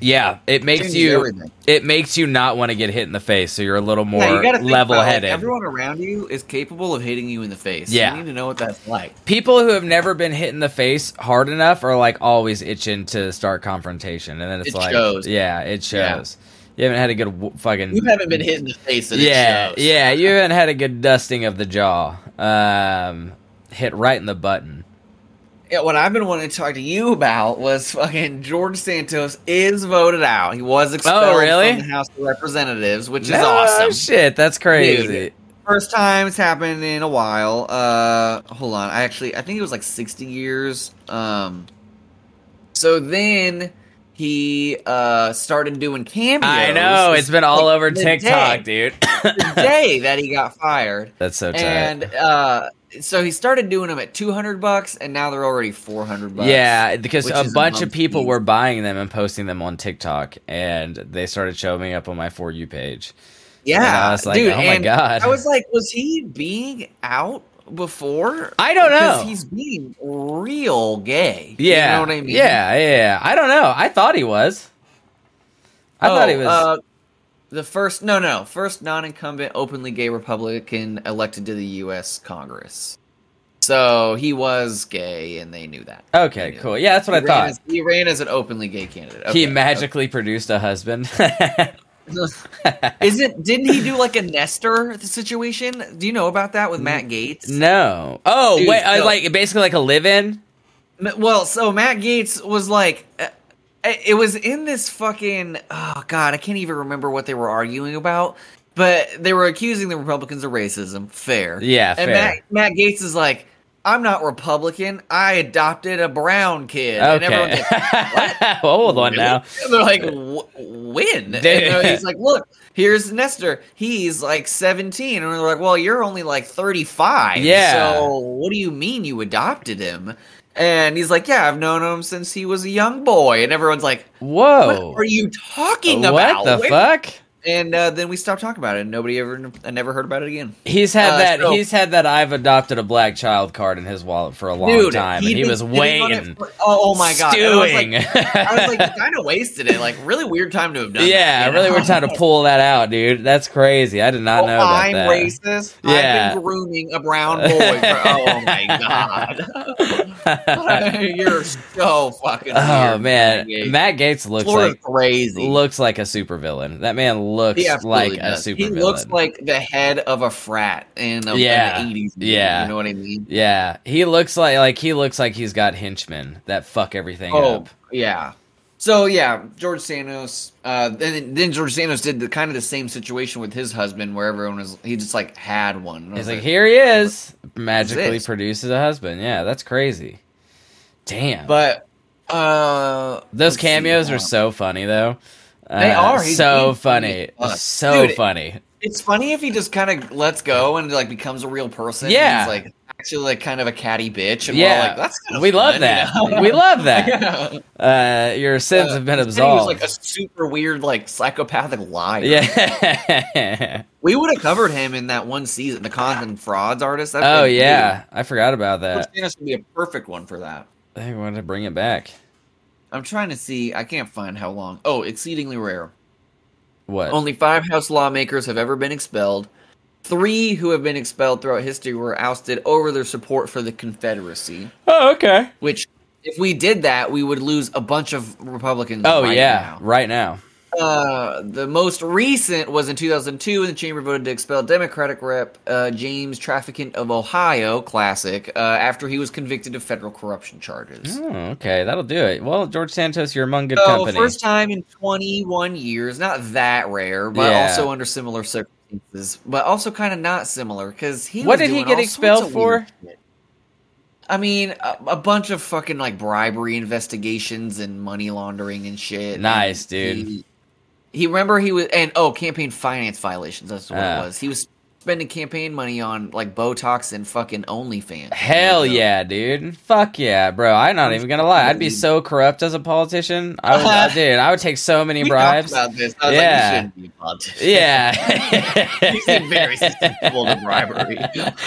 [SPEAKER 3] Yeah, it makes
[SPEAKER 4] Changes
[SPEAKER 3] you
[SPEAKER 4] everything.
[SPEAKER 3] it makes you not want to get hit in the face, so you're a little more
[SPEAKER 4] you gotta think about, like,
[SPEAKER 3] level headed.
[SPEAKER 4] everyone around you is capable of hitting you in the face.
[SPEAKER 3] Yeah.
[SPEAKER 4] you need to know what that's like.
[SPEAKER 3] People who have never been hit in the face hard enough are like always itching to start confrontation, and then it's
[SPEAKER 4] It
[SPEAKER 3] like,
[SPEAKER 4] shows.
[SPEAKER 3] yeah, it
[SPEAKER 4] Yeah.
[SPEAKER 3] shows. You haven't had a good w- fucking.
[SPEAKER 4] You haven't been hit in the face. And
[SPEAKER 3] yeah,
[SPEAKER 4] it shows.
[SPEAKER 3] yeah, you haven't had a good dusting of the jaw. Um, hit right in the button.
[SPEAKER 4] Yeah, what I've been wanting to talk to you about was fucking George Santos is voted out. He was expelled
[SPEAKER 3] Oh, really?
[SPEAKER 4] from the House of Representatives, which is
[SPEAKER 3] No
[SPEAKER 4] awesome.
[SPEAKER 3] shit, that's crazy.
[SPEAKER 4] Dude. First time it's happened in a while. Uh, hold on, I actually I think it was like sixty years. Um, so then he uh started doing cameos.
[SPEAKER 3] I know it's been all
[SPEAKER 4] Like,
[SPEAKER 3] over
[SPEAKER 4] the
[SPEAKER 3] TikTok, dude.
[SPEAKER 4] day- the day that he got fired,
[SPEAKER 3] that's so tight.
[SPEAKER 4] and uh, so he started doing them at two hundred bucks, and now they're already four hundred bucks.
[SPEAKER 3] yeah, because
[SPEAKER 4] which
[SPEAKER 3] a
[SPEAKER 4] is a
[SPEAKER 3] bunch of
[SPEAKER 4] month's
[SPEAKER 3] people
[SPEAKER 4] fee.
[SPEAKER 3] were buying them and posting them on TikTok, and they started showing up on my for you page.
[SPEAKER 4] Yeah,
[SPEAKER 3] And I was like,
[SPEAKER 4] dude,
[SPEAKER 3] oh my
[SPEAKER 4] and
[SPEAKER 3] God.
[SPEAKER 4] I was like, was he being out before?
[SPEAKER 3] I don't
[SPEAKER 4] Because
[SPEAKER 3] know.
[SPEAKER 4] He's being real gay.
[SPEAKER 3] Yeah,
[SPEAKER 4] you know what I mean.
[SPEAKER 3] Yeah, yeah. I don't know. I thought he was. I thought he
[SPEAKER 4] Oh,
[SPEAKER 3] was.
[SPEAKER 4] uh, the first, no, no, first non-incumbent openly gay Republican elected to the U.S. Congress. So he was gay, and they knew that.
[SPEAKER 3] okay, cool. Yeah, that's what
[SPEAKER 4] he
[SPEAKER 3] I thought.
[SPEAKER 4] Ran as, he ran as an openly gay candidate.
[SPEAKER 3] he
[SPEAKER 4] Okay,
[SPEAKER 3] magically produced a husband.
[SPEAKER 4] okay. Isn't? Didn't he do like a Nestor situation? Do you know about that with Matt Gates?
[SPEAKER 3] No. Oh,
[SPEAKER 4] Dude,
[SPEAKER 3] wait. uh,
[SPEAKER 4] no.
[SPEAKER 3] Like basically like a live-in.
[SPEAKER 4] M- Well, so Matt Gates was like, uh, it was in this fucking. Oh God, I can't even remember what they were arguing about. But they were accusing the Republicans of racism. Fair,
[SPEAKER 3] Yeah,
[SPEAKER 4] And
[SPEAKER 3] fair.
[SPEAKER 4] Matt, Matt Gates is like, I'm not Republican. I adopted a brown kid. And everyone's
[SPEAKER 3] Okay.
[SPEAKER 4] like, what?
[SPEAKER 3] Hold on
[SPEAKER 4] Really?
[SPEAKER 3] now.
[SPEAKER 4] And they're like, "Wh- when? And they're- he's like, look, here's Nestor. He's like 17. And they're like, well, you're only like 35.
[SPEAKER 3] Yeah.
[SPEAKER 4] So what do you mean you adopted him? And he's like, yeah, I've known him since he was a young boy. And everyone's like, what
[SPEAKER 3] Whoa.
[SPEAKER 4] are you talking
[SPEAKER 3] Oh. what
[SPEAKER 4] about?
[SPEAKER 3] the
[SPEAKER 4] Where-
[SPEAKER 3] fuck?
[SPEAKER 4] and uh, then we stopped talking about it. And nobody ever, I never heard about it again.
[SPEAKER 3] He's had
[SPEAKER 4] Uh,
[SPEAKER 3] that.
[SPEAKER 4] so-
[SPEAKER 3] he's had that. I've adopted a black child card in his wallet for a long time, and he
[SPEAKER 4] been
[SPEAKER 3] was
[SPEAKER 4] sitting on it
[SPEAKER 3] waiting,
[SPEAKER 4] for- oh, oh my god, And
[SPEAKER 3] stewing.
[SPEAKER 4] I was like, I was like kind of wasted it. Like, really weird time to have done.
[SPEAKER 3] yeah,
[SPEAKER 4] that, you
[SPEAKER 3] really,
[SPEAKER 4] know?
[SPEAKER 3] we're trying to pull that out, dude. That's crazy. I did not
[SPEAKER 4] Oh,
[SPEAKER 3] know about
[SPEAKER 4] I'm
[SPEAKER 3] that.
[SPEAKER 4] racist.
[SPEAKER 3] Yeah.
[SPEAKER 4] I've been grooming a brown boy. For, oh my god, you're so fucking.
[SPEAKER 3] oh
[SPEAKER 4] weird,
[SPEAKER 3] man,
[SPEAKER 4] Gates.
[SPEAKER 3] Matt Gates looks
[SPEAKER 4] You're
[SPEAKER 3] like
[SPEAKER 4] crazy.
[SPEAKER 3] looks like a supervillain. That man looks
[SPEAKER 4] He
[SPEAKER 3] like
[SPEAKER 4] absolutely
[SPEAKER 3] a
[SPEAKER 4] does.
[SPEAKER 3] supervillain.
[SPEAKER 4] He looks like the head of a frat in a,
[SPEAKER 3] Yeah.
[SPEAKER 4] an 80s movie,
[SPEAKER 3] Yeah.
[SPEAKER 4] You know what I mean?
[SPEAKER 3] yeah, he looks like like he looks like he's got henchmen that fuck everything
[SPEAKER 4] Oh,
[SPEAKER 3] up.
[SPEAKER 4] yeah. So yeah, George Santos. Uh, then then George Santos did the kind of the same situation with his husband, where everyone was he just like had one. And I
[SPEAKER 3] He's
[SPEAKER 4] was
[SPEAKER 3] like, here he is, magically
[SPEAKER 4] this?
[SPEAKER 3] produces a husband. Yeah, that's crazy. Damn.
[SPEAKER 4] but uh,
[SPEAKER 3] Those
[SPEAKER 4] let's see,
[SPEAKER 3] cameos are
[SPEAKER 4] um,
[SPEAKER 3] so funny though. Uh,
[SPEAKER 4] They are. He's
[SPEAKER 3] so
[SPEAKER 4] being
[SPEAKER 3] funny,
[SPEAKER 4] funny as fuck.
[SPEAKER 3] so
[SPEAKER 4] Dude,
[SPEAKER 3] funny.
[SPEAKER 4] It's funny if he just kind of lets go and like becomes a real person.
[SPEAKER 3] Yeah.
[SPEAKER 4] he's like actually like kind of a catty bitch. And yeah,
[SPEAKER 3] Yeah,
[SPEAKER 4] like, that's kinda
[SPEAKER 3] we love
[SPEAKER 4] fun,
[SPEAKER 3] that.
[SPEAKER 4] you know?
[SPEAKER 3] We love that.
[SPEAKER 4] Yeah.
[SPEAKER 3] Uh, your sins have been
[SPEAKER 4] He said He
[SPEAKER 3] absolved.
[SPEAKER 4] was like a super weird, like psychopathic liar.
[SPEAKER 3] yeah.
[SPEAKER 4] we would have covered him in that one season, the cons and frauds artist. That'd
[SPEAKER 3] oh
[SPEAKER 4] been great.
[SPEAKER 3] yeah, I forgot about
[SPEAKER 4] George
[SPEAKER 3] that.
[SPEAKER 4] Santos would be a perfect one for that.
[SPEAKER 3] I wanted to bring it back.
[SPEAKER 4] I'm trying to see. I can't find how long. Oh, exceedingly rare.
[SPEAKER 3] What?
[SPEAKER 4] Only five House lawmakers have ever been expelled. Three who have been expelled throughout history were ousted over their support for the Confederacy.
[SPEAKER 3] oh okay.
[SPEAKER 4] Which, if we did that, we would lose a bunch of Republicans.
[SPEAKER 3] Oh
[SPEAKER 4] right
[SPEAKER 3] yeah,
[SPEAKER 4] now.
[SPEAKER 3] right now.
[SPEAKER 4] Uh, the most recent was in 2002 when the chamber voted to expel Democratic Rep uh, James Trafficant of Ohio, classic, uh, after he was convicted of federal corruption charges.
[SPEAKER 3] Oh, okay, that'll do it. Well, George Santos, you're among good
[SPEAKER 4] So,
[SPEAKER 3] company.
[SPEAKER 4] first time in 21 years, not that rare, but
[SPEAKER 3] Yeah.
[SPEAKER 4] also under similar circumstances, but also kind of not similar because he.
[SPEAKER 3] What did
[SPEAKER 4] was
[SPEAKER 3] he
[SPEAKER 4] doing
[SPEAKER 3] get
[SPEAKER 4] all sorts
[SPEAKER 3] expelled
[SPEAKER 4] of
[SPEAKER 3] for?
[SPEAKER 4] weird shit. I mean, a, a bunch of fucking like bribery investigations and money laundering and shit.
[SPEAKER 3] Nice,
[SPEAKER 4] And
[SPEAKER 3] dude.
[SPEAKER 4] He, he remember he was and oh, campaign finance violations. That's what
[SPEAKER 3] Ah.
[SPEAKER 4] it was. He was spending campaign money on like Botox and fucking OnlyFans.
[SPEAKER 3] Hell
[SPEAKER 4] So-
[SPEAKER 3] yeah, dude. Fuck yeah, bro. I'm not even gonna lie. I'd be so corrupt as a politician. I would, dude. I would take so many
[SPEAKER 4] We talked
[SPEAKER 3] bribes.
[SPEAKER 4] about this. I was
[SPEAKER 3] Yeah.
[SPEAKER 4] like, you shouldn't be a politician.
[SPEAKER 3] Yeah.
[SPEAKER 4] you seem very susceptible to bribery.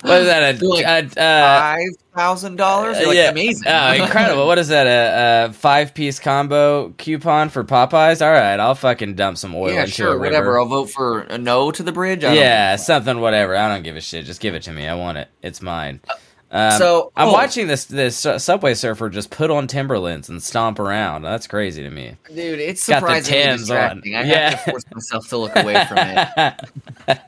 [SPEAKER 3] What is that? A,
[SPEAKER 4] You're like,
[SPEAKER 3] a- uh,
[SPEAKER 4] Five thousand dollars? You're like
[SPEAKER 3] yeah.
[SPEAKER 4] amazing.
[SPEAKER 3] Oh, incredible. What is that? A, a five piece combo coupon for Popeyes? All right, I'll fucking dump some oil
[SPEAKER 4] yeah,
[SPEAKER 3] into
[SPEAKER 4] sure,
[SPEAKER 3] a river.
[SPEAKER 4] whatever. I'll vote for a no to the bridge. I don't
[SPEAKER 3] yeah,
[SPEAKER 4] know.
[SPEAKER 3] something, whatever. I don't give a shit. Just give it to me. I want it. It's mine. Um,
[SPEAKER 4] Uh, so-
[SPEAKER 3] I'm
[SPEAKER 4] oh.
[SPEAKER 3] watching this this su- subway surfer just put on Timberlands and stomp around. That's crazy to me.
[SPEAKER 4] dude, it's
[SPEAKER 3] Got the
[SPEAKER 4] surprisingly
[SPEAKER 3] Timbs
[SPEAKER 4] distracting.
[SPEAKER 3] on.
[SPEAKER 4] I
[SPEAKER 3] Yeah.
[SPEAKER 4] have to force myself to look away from it.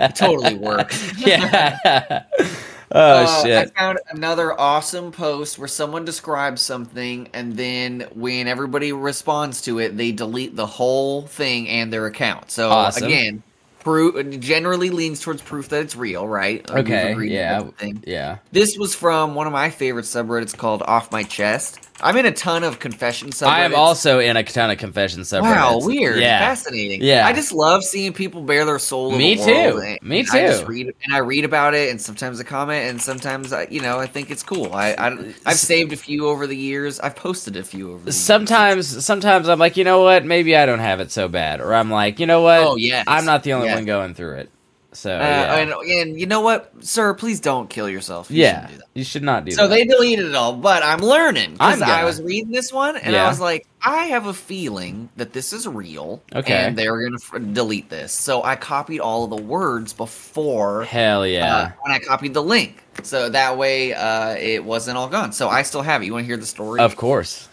[SPEAKER 4] It totally works.
[SPEAKER 3] yeah. oh
[SPEAKER 4] Uh, I
[SPEAKER 3] shit.
[SPEAKER 4] found another awesome post where someone describes something, and then when everybody responds to it, they delete the whole thing and their account. So
[SPEAKER 3] Awesome.
[SPEAKER 4] again, proof generally leans towards proof that it's real, right? Like, we've
[SPEAKER 3] okay.
[SPEAKER 4] agreed with
[SPEAKER 3] Yeah.
[SPEAKER 4] everything.
[SPEAKER 3] Yeah.
[SPEAKER 4] This was from one of my favorite subreddits called Off My Chest. I'm in a ton of confession subreddits.
[SPEAKER 3] I am also in a ton of confession subreddits.
[SPEAKER 4] Wow, weird,
[SPEAKER 3] Yeah.
[SPEAKER 4] fascinating.
[SPEAKER 3] Yeah.
[SPEAKER 4] I just love seeing people bare their soul. to
[SPEAKER 3] Me
[SPEAKER 4] the world,
[SPEAKER 3] too.
[SPEAKER 4] and-
[SPEAKER 3] Me
[SPEAKER 4] and I just
[SPEAKER 3] too.
[SPEAKER 4] read and I read about it, and sometimes I comment, and sometimes I, you know, I think it's cool. I, I I've saved a few over the years. I've posted a few over. The
[SPEAKER 3] Sometimes, sometimes I'm like, you know what? Maybe I don't have it so bad, or I'm like, you know what?
[SPEAKER 4] Oh, yes.
[SPEAKER 3] I'm not the only
[SPEAKER 4] Yes.
[SPEAKER 3] one going through it. So
[SPEAKER 4] years. Uh,
[SPEAKER 3] yeah,
[SPEAKER 4] and, and you know what, sir? Please don't kill yourself. You
[SPEAKER 3] yeah,
[SPEAKER 4] shouldn't do that.
[SPEAKER 3] you should not do
[SPEAKER 4] So
[SPEAKER 3] that.
[SPEAKER 4] they deleted it all, but I'm learning
[SPEAKER 3] I'm
[SPEAKER 4] because
[SPEAKER 3] gonna.
[SPEAKER 4] I was reading this one and
[SPEAKER 3] Yeah.
[SPEAKER 4] I was like, I have a feeling that this is real.
[SPEAKER 3] Okay.
[SPEAKER 4] and they're gonna f- delete this. So I copied all of the words before
[SPEAKER 3] Hell
[SPEAKER 4] uh,
[SPEAKER 3] yeah.
[SPEAKER 4] when I copied the link, so that way uh, it wasn't all gone. So I still have it. You want to hear the story?
[SPEAKER 3] of course.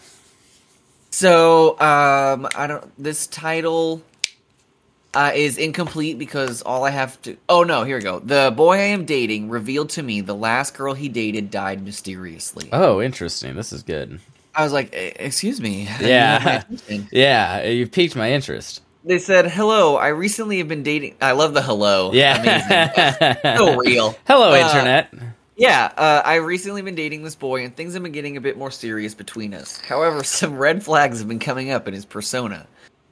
[SPEAKER 4] So um, I don't. This title uh, is incomplete because all I have to. Oh no, here we go. The boy I am dating revealed to me the last girl he dated died mysteriously.
[SPEAKER 3] Oh, interesting. This is good.
[SPEAKER 4] I was like, "E- excuse me. You
[SPEAKER 3] Yeah.
[SPEAKER 4] have my attention.
[SPEAKER 3] Yeah, you piqued my interest.
[SPEAKER 4] They said, hello, I recently have been dating. I love the hello. Amazing.
[SPEAKER 3] Yeah.
[SPEAKER 4] so real.
[SPEAKER 3] Hello,
[SPEAKER 4] Uh,
[SPEAKER 3] internet.
[SPEAKER 4] Yeah, uh, I recently been dating this boy, and things have been getting a bit more serious between us. However, some red flags have been coming up in his persona.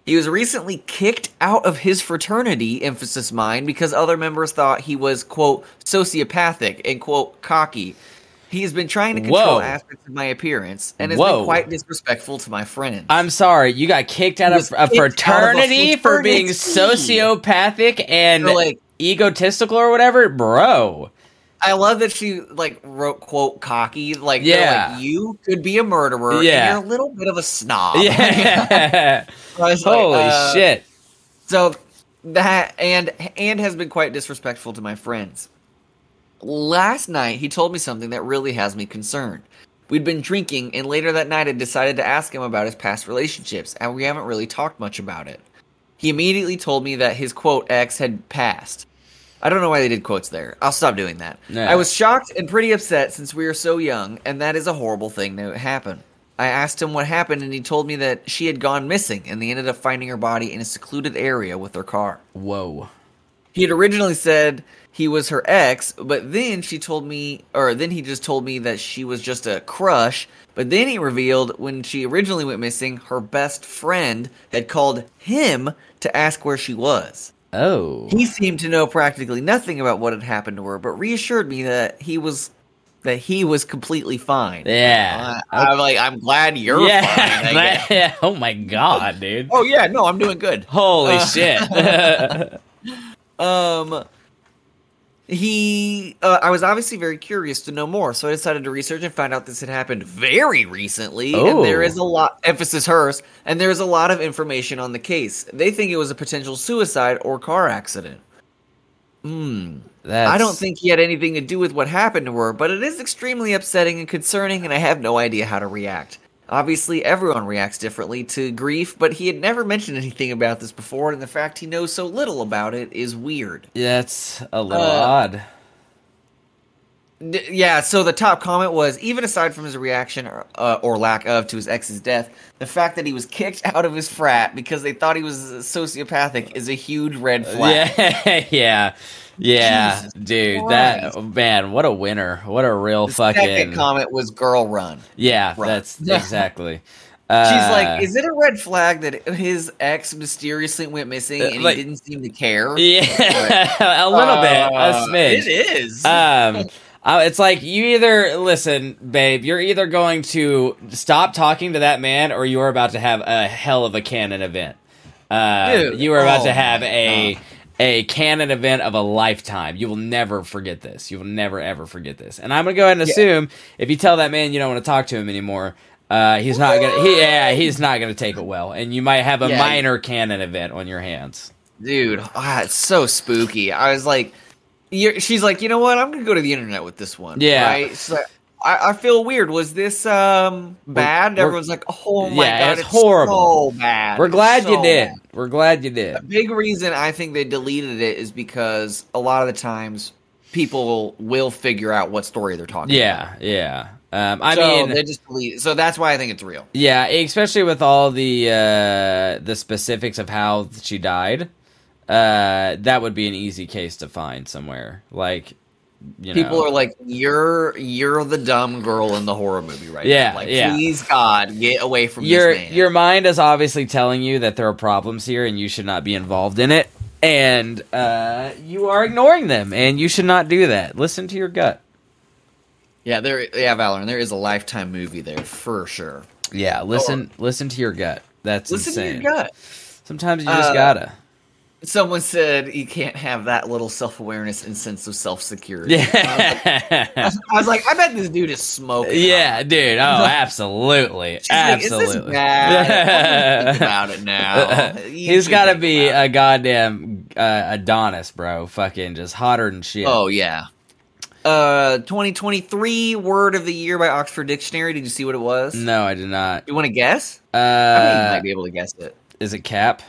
[SPEAKER 4] He was recently kicked out of his fraternity, emphasis mine, because other members thought he was, quote, sociopathic and, quote, cocky. He has been trying to control
[SPEAKER 3] Whoa.
[SPEAKER 4] aspects of my appearance and has
[SPEAKER 3] Whoa.
[SPEAKER 4] been quite disrespectful to my friends.
[SPEAKER 3] I'm sorry, you got kicked out of
[SPEAKER 4] was
[SPEAKER 3] a
[SPEAKER 4] kicked out of a
[SPEAKER 3] fraternity for being
[SPEAKER 4] fraternity.
[SPEAKER 3] sociopathic and
[SPEAKER 4] You're like-
[SPEAKER 3] egotistical or whatever, bro.
[SPEAKER 4] I love that she like wrote quote cocky like they're
[SPEAKER 3] Yeah.
[SPEAKER 4] like, you could be a murderer. and
[SPEAKER 3] Yeah.
[SPEAKER 4] you're a little bit of a snob.
[SPEAKER 3] yeah.
[SPEAKER 4] I was like,
[SPEAKER 3] Holy
[SPEAKER 4] uh,
[SPEAKER 3] shit.
[SPEAKER 4] So that and and has been quite disrespectful to my friends. Last night he told me something that really has me concerned. We'd been drinking and later that night I decided to ask him about his past relationships and we haven't really talked much about it. He immediately told me that his quote ex had passed. I don't know why they did quotes there. I'll stop doing that.
[SPEAKER 3] Yeah.
[SPEAKER 4] I was shocked and pretty upset since we were so young, and that is a horrible thing to happen. I asked him what happened, and he told me that she had gone missing, and they ended up finding her body in a secluded area with her car.
[SPEAKER 3] Whoa.
[SPEAKER 4] He had originally said he was her ex, but then she told me, or then he just told me that she was just a crush. But then he revealed when she originally went missing, her best friend had called him to ask where she was.
[SPEAKER 3] Oh.
[SPEAKER 4] He seemed to know practically nothing about what had happened to her, but reassured me that he was that he was completely fine.
[SPEAKER 3] Yeah.
[SPEAKER 4] I, am like, Uh, I'm glad you're
[SPEAKER 3] yeah.
[SPEAKER 4] fine. I
[SPEAKER 3] that-
[SPEAKER 4] guess.
[SPEAKER 3] yeah. Oh my god, dude.
[SPEAKER 4] Oh yeah, no, I'm doing good.
[SPEAKER 3] Holy
[SPEAKER 4] Uh,
[SPEAKER 3] shit.
[SPEAKER 4] Um, he, uh, I was obviously very curious to know more, so I decided to research and found out this had happened very recently.
[SPEAKER 3] Oh.
[SPEAKER 4] And there is a lot, emphasis hers, and there is a lot of information on the case. They think it was a potential suicide or car accident. Hmm.
[SPEAKER 3] That's,
[SPEAKER 4] I don't think he had anything to do with what happened to her, but it is extremely upsetting and concerning, and I have no idea how to react. Obviously, everyone reacts differently to grief, but he had never mentioned anything about this before, and the fact he knows so little about it is weird.
[SPEAKER 3] that's a little
[SPEAKER 4] Uh,
[SPEAKER 3] odd.
[SPEAKER 4] D- yeah so the top comment was even aside from his reaction or, uh, or lack of to his ex's death the fact that he was kicked out of his frat because they thought he was sociopathic is a huge red flag
[SPEAKER 3] Yeah, yeah, yeah,
[SPEAKER 4] Jesus
[SPEAKER 3] dude.
[SPEAKER 4] Christ.
[SPEAKER 3] That oh, man, what a winner! What a real fucking
[SPEAKER 4] second comment was girl run
[SPEAKER 3] yeah.
[SPEAKER 4] Right.
[SPEAKER 3] That's exactly.
[SPEAKER 4] she's
[SPEAKER 3] Uh,
[SPEAKER 4] like is it a red flag that his ex mysteriously went missing
[SPEAKER 3] Uh,
[SPEAKER 4] and
[SPEAKER 3] like-
[SPEAKER 4] he didn't seem to care
[SPEAKER 3] yeah, a little
[SPEAKER 4] Uh,
[SPEAKER 3] bit, a smidge.
[SPEAKER 4] it is
[SPEAKER 3] um, uh, it's like you either listen, babe. You're either going to stop talking to that man, or you are about to have a hell of a cannon event. Uh,
[SPEAKER 4] Dude,
[SPEAKER 3] you are about
[SPEAKER 4] oh
[SPEAKER 3] to have
[SPEAKER 4] my
[SPEAKER 3] a
[SPEAKER 4] God.
[SPEAKER 3] a cannon event of a lifetime. You will never forget this. You will never ever forget this. And I'm gonna go ahead and assume if you tell that man you don't want to talk to him anymore. Uh, he's not gonna. He, yeah, he's not gonna take it well, and you might have a
[SPEAKER 4] Yeah, you-
[SPEAKER 3] minor cannon event on your hands.
[SPEAKER 4] dude ah, it's so spooky i was like you're, she's like you know what i'm gonna go to the internet with this one
[SPEAKER 3] Yeah.
[SPEAKER 4] right She's like, I, I feel weird was this um bad
[SPEAKER 3] we're-
[SPEAKER 4] everyone's like oh my
[SPEAKER 3] Yeah,
[SPEAKER 4] god
[SPEAKER 3] it's
[SPEAKER 4] it's,
[SPEAKER 3] horrible.
[SPEAKER 4] so bad
[SPEAKER 3] We're
[SPEAKER 4] It's
[SPEAKER 3] glad you
[SPEAKER 4] so
[SPEAKER 3] did.
[SPEAKER 4] bad."
[SPEAKER 3] We're glad you did.
[SPEAKER 4] a big reason i think they deleted it is because a lot of the times people will figure out what story they're talking
[SPEAKER 3] Yeah, yeah. Um, I
[SPEAKER 4] about. so
[SPEAKER 3] mean,
[SPEAKER 4] they just delete so that's why i think it's real
[SPEAKER 3] yeah, especially with all the uh, the specifics of how she died, uh, that would be an easy case to find somewhere. Like, you
[SPEAKER 4] People
[SPEAKER 3] know.
[SPEAKER 4] are like, "You're you're the dumb girl in the horror movie right
[SPEAKER 3] Yeah,
[SPEAKER 4] now." Like,
[SPEAKER 3] yeah.
[SPEAKER 4] please God, get away from
[SPEAKER 3] your
[SPEAKER 4] this man.
[SPEAKER 3] your mind is obviously telling you that there are problems here and you should not be involved in it, and uh, you are ignoring them, and you should not do that. Listen to your gut.
[SPEAKER 4] Yeah, there. Yeah, Valorant. There is a lifetime movie there for sure.
[SPEAKER 3] Yeah, listen, listen to your gut. That's
[SPEAKER 4] Listen
[SPEAKER 3] insane.
[SPEAKER 4] to your gut.
[SPEAKER 3] Sometimes you just
[SPEAKER 4] Uh,
[SPEAKER 3] gotta.
[SPEAKER 4] Someone said you can't have that little self awareness and sense of self security.
[SPEAKER 3] Yeah.
[SPEAKER 4] I was like, I bet this dude is smoking.
[SPEAKER 3] Yeah, dude. Oh, absolutely,
[SPEAKER 4] She's like, "Is this
[SPEAKER 3] absolutely.
[SPEAKER 4] bad? I'm gonna think about it now. You
[SPEAKER 3] He's
[SPEAKER 4] should
[SPEAKER 3] got to
[SPEAKER 4] think
[SPEAKER 3] be
[SPEAKER 4] about
[SPEAKER 3] a goddamn uh, Adonis, bro. Fucking just hotter than shit.
[SPEAKER 4] it. Oh yeah. Uh, 2023 word of the year by Oxford Dictionary. Did you see what it was?
[SPEAKER 3] no, I did not.
[SPEAKER 4] You want to guess? I think you
[SPEAKER 3] Uh,
[SPEAKER 4] might be able to guess it.
[SPEAKER 3] is it Cap?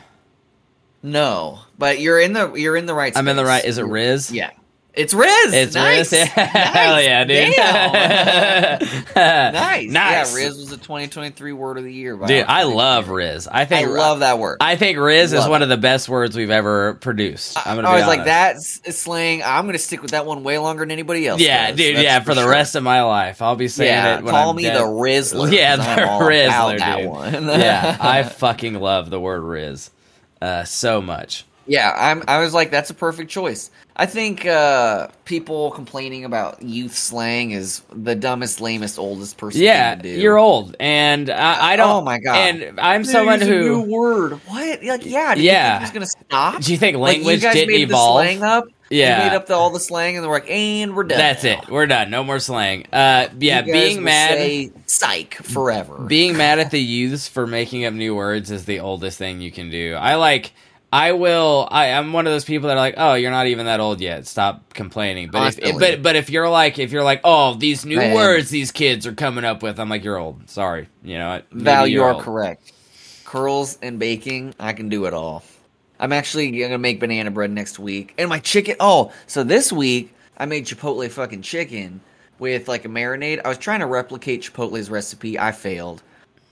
[SPEAKER 4] No, but you're in the you're in the right.
[SPEAKER 3] I'm in the right.
[SPEAKER 4] space.
[SPEAKER 3] Is it Riz?
[SPEAKER 4] Yeah. It's Riz.
[SPEAKER 3] It's
[SPEAKER 4] nice.
[SPEAKER 3] Riz. Yeah.
[SPEAKER 4] Nice.
[SPEAKER 3] Hell yeah, dude.
[SPEAKER 4] Damn.
[SPEAKER 3] nice.
[SPEAKER 4] nice.
[SPEAKER 3] Nice.
[SPEAKER 4] Yeah, Riz was the 2023 word of the year. by
[SPEAKER 3] Dude, I
[SPEAKER 4] Oxford.
[SPEAKER 3] love Riz. I
[SPEAKER 4] I
[SPEAKER 3] think
[SPEAKER 4] love that word.
[SPEAKER 3] I think Riz is
[SPEAKER 4] Love
[SPEAKER 3] one of the best words we've ever produced. I'm gonna
[SPEAKER 4] I
[SPEAKER 3] be
[SPEAKER 4] was like
[SPEAKER 3] honest.
[SPEAKER 4] that s- slang. I'm going to stick with that one way longer than anybody else.
[SPEAKER 3] Yeah,
[SPEAKER 4] does.
[SPEAKER 3] dude.
[SPEAKER 4] That's
[SPEAKER 3] yeah, for, the
[SPEAKER 4] sure.
[SPEAKER 3] rest of my life, I'll be saying
[SPEAKER 4] yeah,
[SPEAKER 3] it. When
[SPEAKER 4] call
[SPEAKER 3] I'm
[SPEAKER 4] me
[SPEAKER 3] dead.
[SPEAKER 4] the Rizzler.
[SPEAKER 3] Yeah,
[SPEAKER 4] 'cause I'm
[SPEAKER 3] the
[SPEAKER 4] all about
[SPEAKER 3] Rizzler,
[SPEAKER 4] that
[SPEAKER 3] dude.
[SPEAKER 4] one.
[SPEAKER 3] yeah, I fucking love the word Riz uh, so much.
[SPEAKER 4] Yeah, I'm. I was like, that's a perfect choice. I think uh, people complaining about youth slang is the dumbest, lamest, oldest person.
[SPEAKER 3] Yeah,
[SPEAKER 4] thing to do.
[SPEAKER 3] you're old, and I, I don't.
[SPEAKER 4] Oh my God.
[SPEAKER 3] And I'm
[SPEAKER 4] There's
[SPEAKER 3] someone
[SPEAKER 4] a new
[SPEAKER 3] who.
[SPEAKER 4] word. What? Like, yeah. Do
[SPEAKER 3] Yeah.
[SPEAKER 4] You think it was gonna stop?
[SPEAKER 3] Do you think
[SPEAKER 4] Like,
[SPEAKER 3] language
[SPEAKER 4] you guys
[SPEAKER 3] didn't
[SPEAKER 4] made
[SPEAKER 3] evolve?
[SPEAKER 4] The slang up.
[SPEAKER 3] Yeah.
[SPEAKER 4] You made up the, all the slang, and they're like, and we're done.
[SPEAKER 3] That's
[SPEAKER 4] now.
[SPEAKER 3] it. We're done. No more slang. Uh, yeah,
[SPEAKER 4] You guys
[SPEAKER 3] being
[SPEAKER 4] will
[SPEAKER 3] mad.
[SPEAKER 4] say psych forever.
[SPEAKER 3] being mad at the youths for making up new words is the oldest thing you can do. I like. I will. I, I'm one of those people that are like, "Oh, you're not even that old yet. Stop complaining." But if,
[SPEAKER 4] Constantly.
[SPEAKER 3] but but if you're like, if you're like, "Oh, these new
[SPEAKER 4] Man.
[SPEAKER 3] words these kids are coming up with," I'm like, "You're old. Sorry, you know." what? Maybe
[SPEAKER 4] Val, you
[SPEAKER 3] you're
[SPEAKER 4] are
[SPEAKER 3] old."
[SPEAKER 4] correct. Curls and baking, I can do it all. I'm actually gonna make banana bread next week, and my chicken. Oh, so this week I made chipotle fucking chicken with like a marinade. I was trying to replicate Chipotle's recipe. I failed,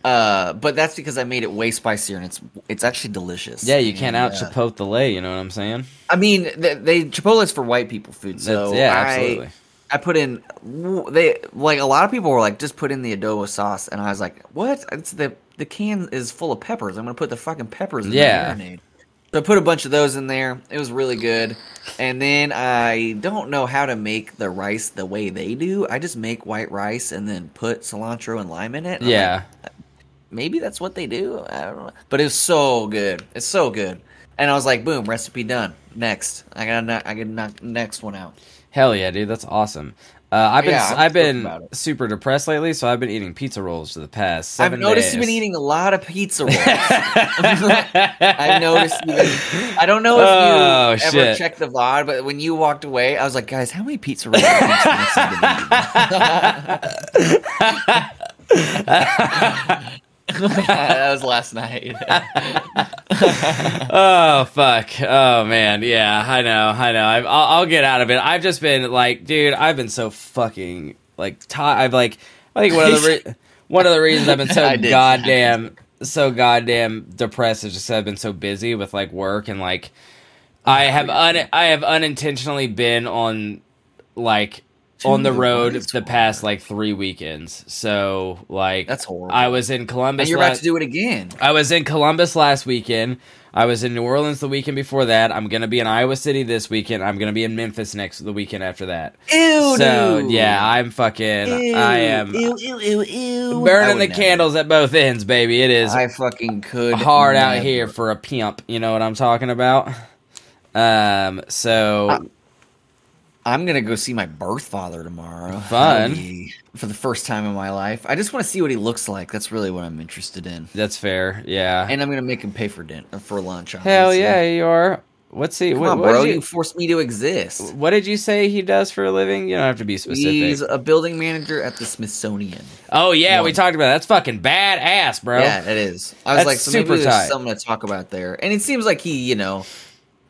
[SPEAKER 4] uh, but that's because I made it way spicier, and it's it's actually delicious.
[SPEAKER 3] Yeah, you can't out
[SPEAKER 4] And, uh,
[SPEAKER 3] chipotle the lay. You know what I'm saying?
[SPEAKER 4] I mean, they, they Chipotle's for white people food, so
[SPEAKER 3] That's- yeah,
[SPEAKER 4] I-
[SPEAKER 3] absolutely.
[SPEAKER 4] I put in they like a lot of people were like just put in the adobo sauce, and I was like, what? It's the the can is full of peppers. I'm gonna put the fucking peppers in
[SPEAKER 3] Yeah.
[SPEAKER 4] the marinade. So I put a bunch of those in there. It was really good. And then I don't know how to make the rice the way they do. I just make white rice and then put cilantro and lime in it. I'm like,
[SPEAKER 3] Yeah.
[SPEAKER 4] maybe that's what they do. I don't know. But it's so good. It's so good. And I was like, boom, recipe done. Next, I gotta knock, I gotta knock next one out.
[SPEAKER 3] Hell yeah, dude, that's awesome. Uh, I've been
[SPEAKER 4] Yeah, I'm
[SPEAKER 3] I've
[SPEAKER 4] stoked about
[SPEAKER 3] been
[SPEAKER 4] it.
[SPEAKER 3] super depressed lately, so I've been eating pizza rolls for the past.
[SPEAKER 4] I've
[SPEAKER 3] Seven
[SPEAKER 4] noticed you've been
[SPEAKER 3] days.
[SPEAKER 4] eating a lot of pizza rolls. I noticed. You I don't know if
[SPEAKER 3] Oh,
[SPEAKER 4] you ever
[SPEAKER 3] shit.
[SPEAKER 4] checked the VOD, but when you walked away, I was like, guys, how many pizza rolls? have these guys been eating?" that was last night.
[SPEAKER 3] Oh fuck! Oh man, yeah, I know, I know. I've, I'll, I'll get out of it. I've just been like, dude, I've been so fucking like tired. I've like, I think one of the re- one of the reasons I've been so
[SPEAKER 4] I did.
[SPEAKER 3] goddamn so goddamn depressed is just I've been so busy with like work and like I have un- I have unintentionally been on like on the
[SPEAKER 4] Dude,
[SPEAKER 3] road
[SPEAKER 4] what is
[SPEAKER 3] the
[SPEAKER 4] wrong?
[SPEAKER 3] past like three weekends. So like
[SPEAKER 4] That's horrible.
[SPEAKER 3] I was in Columbus.
[SPEAKER 4] and you're about
[SPEAKER 3] last-
[SPEAKER 4] to do it again.
[SPEAKER 3] I was in Columbus last weekend. I was in New Orleans the weekend before that. I'm gonna be in Iowa City this weekend. I'm gonna be in Memphis next the weekend after that.
[SPEAKER 4] Ew,
[SPEAKER 3] so
[SPEAKER 4] dude.
[SPEAKER 3] yeah, I'm fucking.
[SPEAKER 4] Ew,
[SPEAKER 3] I am
[SPEAKER 4] ew, ew, ew, ew. I
[SPEAKER 3] burning
[SPEAKER 4] would
[SPEAKER 3] the
[SPEAKER 4] never.
[SPEAKER 3] candles at both ends, baby. It is
[SPEAKER 4] I fucking could
[SPEAKER 3] hard out
[SPEAKER 4] never.
[SPEAKER 3] here for a pimp. You know what I'm talking about. Um. So
[SPEAKER 4] Uh, I'm gonna go see my birth father tomorrow.
[SPEAKER 3] Fun.
[SPEAKER 4] Howdy. For the first time in my life, I just want to see what he looks like. That's really what I'm interested in.
[SPEAKER 3] that's fair. Yeah.
[SPEAKER 4] And I'm gonna make him pay for dinner for lunch.
[SPEAKER 3] Hell
[SPEAKER 4] obviously.
[SPEAKER 3] yeah, you are. Let's see.
[SPEAKER 4] Come
[SPEAKER 3] What,
[SPEAKER 4] on,
[SPEAKER 3] what
[SPEAKER 4] bro!
[SPEAKER 3] did
[SPEAKER 4] You,
[SPEAKER 3] you,
[SPEAKER 4] forced me to exist.
[SPEAKER 3] what did you say he does for a living? You don't have to be specific.
[SPEAKER 4] He's a building manager at the Smithsonian.
[SPEAKER 3] oh yeah, we
[SPEAKER 4] one.
[SPEAKER 3] talked about that. that's fucking badass, bro.
[SPEAKER 4] Yeah, it is. I was
[SPEAKER 3] That's
[SPEAKER 4] like, so maybe
[SPEAKER 3] super
[SPEAKER 4] there's
[SPEAKER 3] tight.
[SPEAKER 4] something to talk about there. And it seems like he, you know,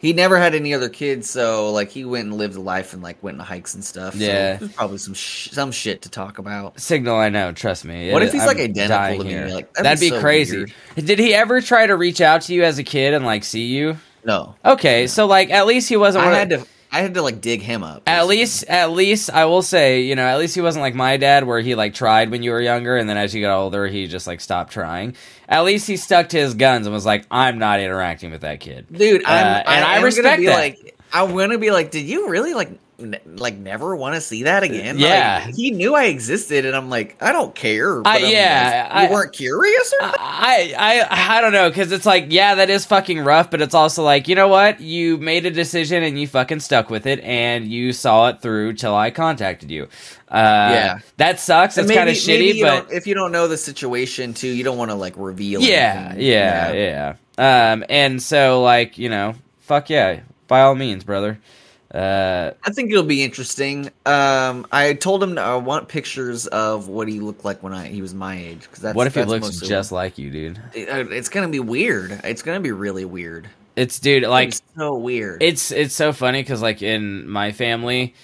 [SPEAKER 4] he never had any other kids, so like he went and lived a life and like went on hikes and stuff. so
[SPEAKER 3] Yeah.
[SPEAKER 4] there's probably some sh- some shit to talk about.
[SPEAKER 3] Signal, I know. Trust me.
[SPEAKER 4] What
[SPEAKER 3] It-
[SPEAKER 4] if he's,
[SPEAKER 3] I'm
[SPEAKER 4] like, identical
[SPEAKER 3] dying
[SPEAKER 4] to me? Like, that'd
[SPEAKER 3] that'd
[SPEAKER 4] be
[SPEAKER 3] be,
[SPEAKER 4] so
[SPEAKER 3] crazy.
[SPEAKER 4] weird.
[SPEAKER 3] Did he ever try to reach out to you as a kid and like see you?
[SPEAKER 4] No,
[SPEAKER 3] Okay, so like at least he wasn't.
[SPEAKER 4] I
[SPEAKER 3] one of-
[SPEAKER 4] had to. I had to like dig him up.
[SPEAKER 3] At least, at least I will say, you know, at least he wasn't like my dad, where he like tried when you were younger, and then as you got older, he just like stopped trying. At least he stuck to his guns and was like, "I'm not interacting with that kid."
[SPEAKER 4] dude. I'm,
[SPEAKER 3] Uh, and I
[SPEAKER 4] am gonna
[SPEAKER 3] respect
[SPEAKER 4] be
[SPEAKER 3] that.
[SPEAKER 4] Like, I want to be like, did you really like, ne- like never want to see that again? Like,
[SPEAKER 3] Uh, Yeah.
[SPEAKER 4] he knew I existed, and I'm like, I don't care.
[SPEAKER 3] I-
[SPEAKER 4] I'm like,
[SPEAKER 3] yeah, I-
[SPEAKER 4] you weren't curious. Or
[SPEAKER 3] I I I don't know because it's like yeah that is fucking rough, but it's also like you know what you made a decision and you fucking stuck with it and you saw it through till I contacted you. Uh,
[SPEAKER 4] Yeah.
[SPEAKER 3] that sucks. It's
[SPEAKER 4] Maybe-
[SPEAKER 3] kind of
[SPEAKER 4] maybe
[SPEAKER 3] shitty,
[SPEAKER 4] you
[SPEAKER 3] but
[SPEAKER 4] don't- if you don't know the situation too, you don't want to like reveal.
[SPEAKER 3] yeah,
[SPEAKER 4] anything.
[SPEAKER 3] yeah, yeah, Um, and so like you know, fuck yeah, by all means, brother. Uh,
[SPEAKER 4] I think it'll be interesting. Um, I told him I want pictures of what he looked like when I he was my age. Because that's
[SPEAKER 3] what if he
[SPEAKER 4] that's
[SPEAKER 3] looks
[SPEAKER 4] mostly
[SPEAKER 3] just like you, dude?
[SPEAKER 4] It- uh, it's gonna be weird. It's gonna be really weird.
[SPEAKER 3] It's dude, like
[SPEAKER 4] It's so weird.
[SPEAKER 3] It's it's so funny because like in my family,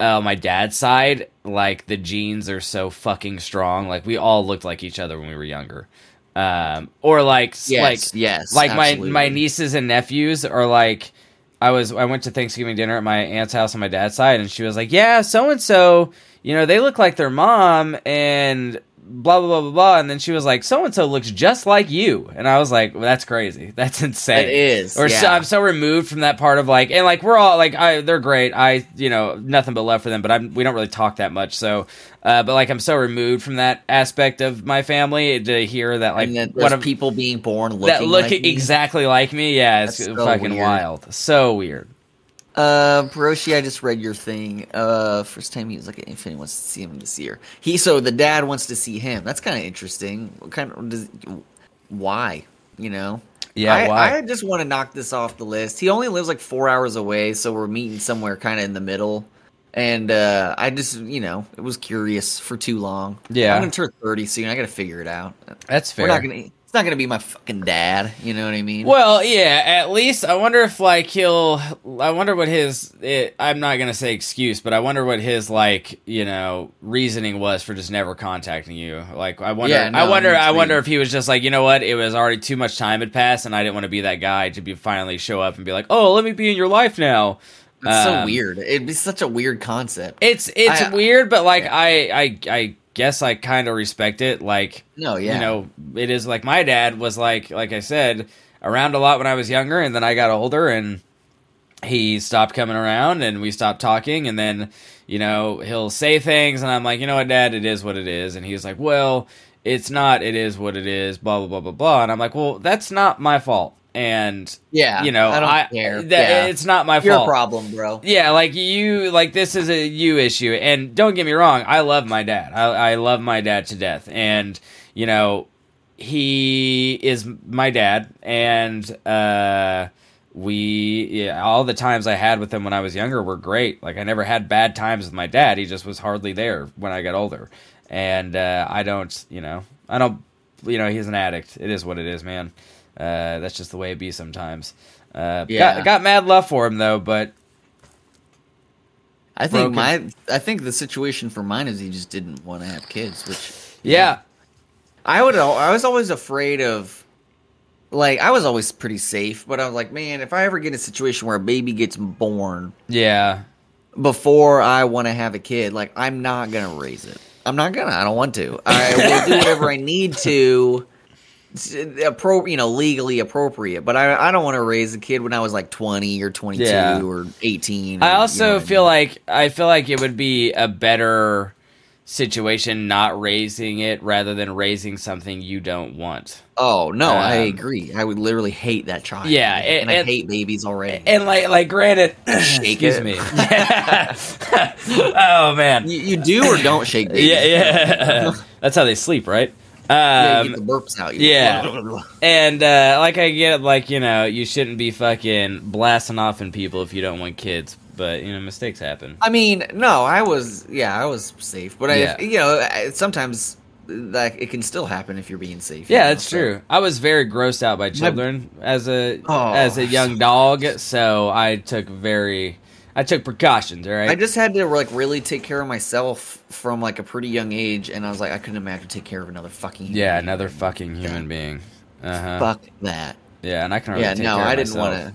[SPEAKER 3] uh, my dad's side, like the genes are so fucking strong. Like we all looked like each other when we were younger, um, or like s-
[SPEAKER 4] yes,
[SPEAKER 3] like
[SPEAKER 4] yes,
[SPEAKER 3] like
[SPEAKER 4] absolutely.
[SPEAKER 3] my my nieces and nephews are like. I was I went to Thanksgiving dinner at my aunt's house on my dad's side, and she was like, "Yeah, so and so, you know, they look like their mom, and blah blah blah blah blah and then she was like so and so looks just like you and i was like well, that's crazy that's insane
[SPEAKER 4] That is,
[SPEAKER 3] or so,
[SPEAKER 4] yeah.
[SPEAKER 3] i'm so removed from that part of like and like we're all like i they're great i you know nothing but love for them but i'm we don't really talk that much so uh but like i'm so removed from that aspect of my family to hear that like
[SPEAKER 4] and then
[SPEAKER 3] one
[SPEAKER 4] there's
[SPEAKER 3] of
[SPEAKER 4] people being born looking
[SPEAKER 3] that look
[SPEAKER 4] like me.
[SPEAKER 3] exactly like me yeah it's
[SPEAKER 4] That's so
[SPEAKER 3] fucking
[SPEAKER 4] weird.
[SPEAKER 3] wild so weird
[SPEAKER 4] Uh, Peroshi, I just read your thing. Uh, first time he was like an infant, he wants to see him this year. He so the dad wants to see him. That's kind of interesting. What kind of does why you know?
[SPEAKER 3] Yeah,
[SPEAKER 4] I,
[SPEAKER 3] why?
[SPEAKER 4] I just want to knock this off the list. He only lives like four hours away, so we're meeting somewhere kind of in the middle. And uh, I just you know it was curious for too long.
[SPEAKER 3] Yeah.
[SPEAKER 4] I'm gonna turn thirty soon. I gotta figure it out.
[SPEAKER 3] that's fair
[SPEAKER 4] We're not gonna. It's not gonna be my fucking dad. You know what I mean?
[SPEAKER 3] Well, yeah, at least I wonder if like he'll I wonder what his it, I'm not going to say excuse, but I wonder what his like, you know, reasoning was for just never contacting you. Like I wonder
[SPEAKER 4] Yeah, no,
[SPEAKER 3] I wonder
[SPEAKER 4] me
[SPEAKER 3] I
[SPEAKER 4] too.
[SPEAKER 3] wonder if he was just like, you know what, it was already too much time had passed and I didn't want to be that guy to be finally show up and be like, "Oh, let me be in your life now."
[SPEAKER 4] It's so
[SPEAKER 3] Um,
[SPEAKER 4] weird. It'd be such a weird concept.
[SPEAKER 3] It's it's
[SPEAKER 4] I-
[SPEAKER 3] weird, but like I I I guess I kind of respect it like
[SPEAKER 4] no, yeah.
[SPEAKER 3] you know, it is like my dad was like, like I said, around a lot when I was younger, and then I got older, and he stopped coming around, and we stopped talking, and then, you know, he'll say things, and I'm like, you know what, Dad, it is what it is, and he's like, well, it's not, it is what it is, blah blah blah blah blah, and I'm like, well, that's not my fault, and
[SPEAKER 4] Yeah,
[SPEAKER 3] you know,
[SPEAKER 4] I uh, don't care.
[SPEAKER 3] that-
[SPEAKER 4] Yeah.
[SPEAKER 3] it's not my
[SPEAKER 4] Your
[SPEAKER 3] fault.
[SPEAKER 4] problem, bro.
[SPEAKER 3] Yeah, like you, like this is a you issue, and don't get me wrong, I love my dad. I, I love my dad to death, and you know, he is my dad, and uh, we yeah, all the times I had with him when I was younger were great. Like I never had bad times with my dad. He just was hardly there when I got older, and uh, I don't, you know, I don't, you know, he's an addict. It is what it is, man. Uh, that's just the way it be sometimes. Uh,
[SPEAKER 4] Yeah.
[SPEAKER 3] got, got mad love for him though, but
[SPEAKER 4] I
[SPEAKER 3] broken.
[SPEAKER 4] think my I think the situation for mine is he just didn't want to have kids, which
[SPEAKER 3] Yeah.
[SPEAKER 4] I would al- I was always afraid of like I was always pretty safe, but I was like, man, if I ever get in a situation where a baby gets born
[SPEAKER 3] Yeah.
[SPEAKER 4] before I want to have a kid, like I'm not going to raise it. I'm not going to. I don't want to. I will do whatever I need to s- appro- you know, legally appropriate, but I I don't want to raise a kid when I was like 20 or 22
[SPEAKER 3] Yeah.
[SPEAKER 4] or 18.
[SPEAKER 3] I also feel like I feel like it would be a better situation not raising it rather than raising something you don't want.
[SPEAKER 4] Oh no, I
[SPEAKER 3] Um,
[SPEAKER 4] agree. I would literally hate that child.
[SPEAKER 3] Yeah,
[SPEAKER 4] and,
[SPEAKER 3] and-
[SPEAKER 4] I
[SPEAKER 3] and-
[SPEAKER 4] hate babies already.
[SPEAKER 3] And like like granted excuse
[SPEAKER 4] it.
[SPEAKER 3] me. oh man.
[SPEAKER 4] you, you do or don't shake babies.
[SPEAKER 3] Yeah, yeah. That's how they sleep, right?
[SPEAKER 4] Yeah,
[SPEAKER 3] Um,
[SPEAKER 4] you get the burps out. You
[SPEAKER 3] yeah. and uh, like I get, it, like you know, you shouldn't be fucking blasting off in people if you don't want kids. But you know, mistakes happen.
[SPEAKER 4] I mean, no, I was. Yeah, I was safe, but I,
[SPEAKER 3] Yeah.
[SPEAKER 4] you know, I, sometimes like it can still happen if you're being safe. you
[SPEAKER 3] Yeah,
[SPEAKER 4] know,
[SPEAKER 3] that's
[SPEAKER 4] so-
[SPEAKER 3] true. I was very grossed out by children as a
[SPEAKER 4] Oh.
[SPEAKER 3] as a young dog, so I took very I took precautions. All right.
[SPEAKER 4] I just had to like really take care of myself from like a pretty young age, and I was like, I couldn't imagine take care of another fucking. human
[SPEAKER 3] yeah,
[SPEAKER 4] being.
[SPEAKER 3] another fucking human being. Uh huh.
[SPEAKER 4] Fuck that.
[SPEAKER 3] Yeah, and I can. Really
[SPEAKER 4] yeah
[SPEAKER 3] take
[SPEAKER 4] no
[SPEAKER 3] care of
[SPEAKER 4] i didn't
[SPEAKER 3] myself.
[SPEAKER 4] want to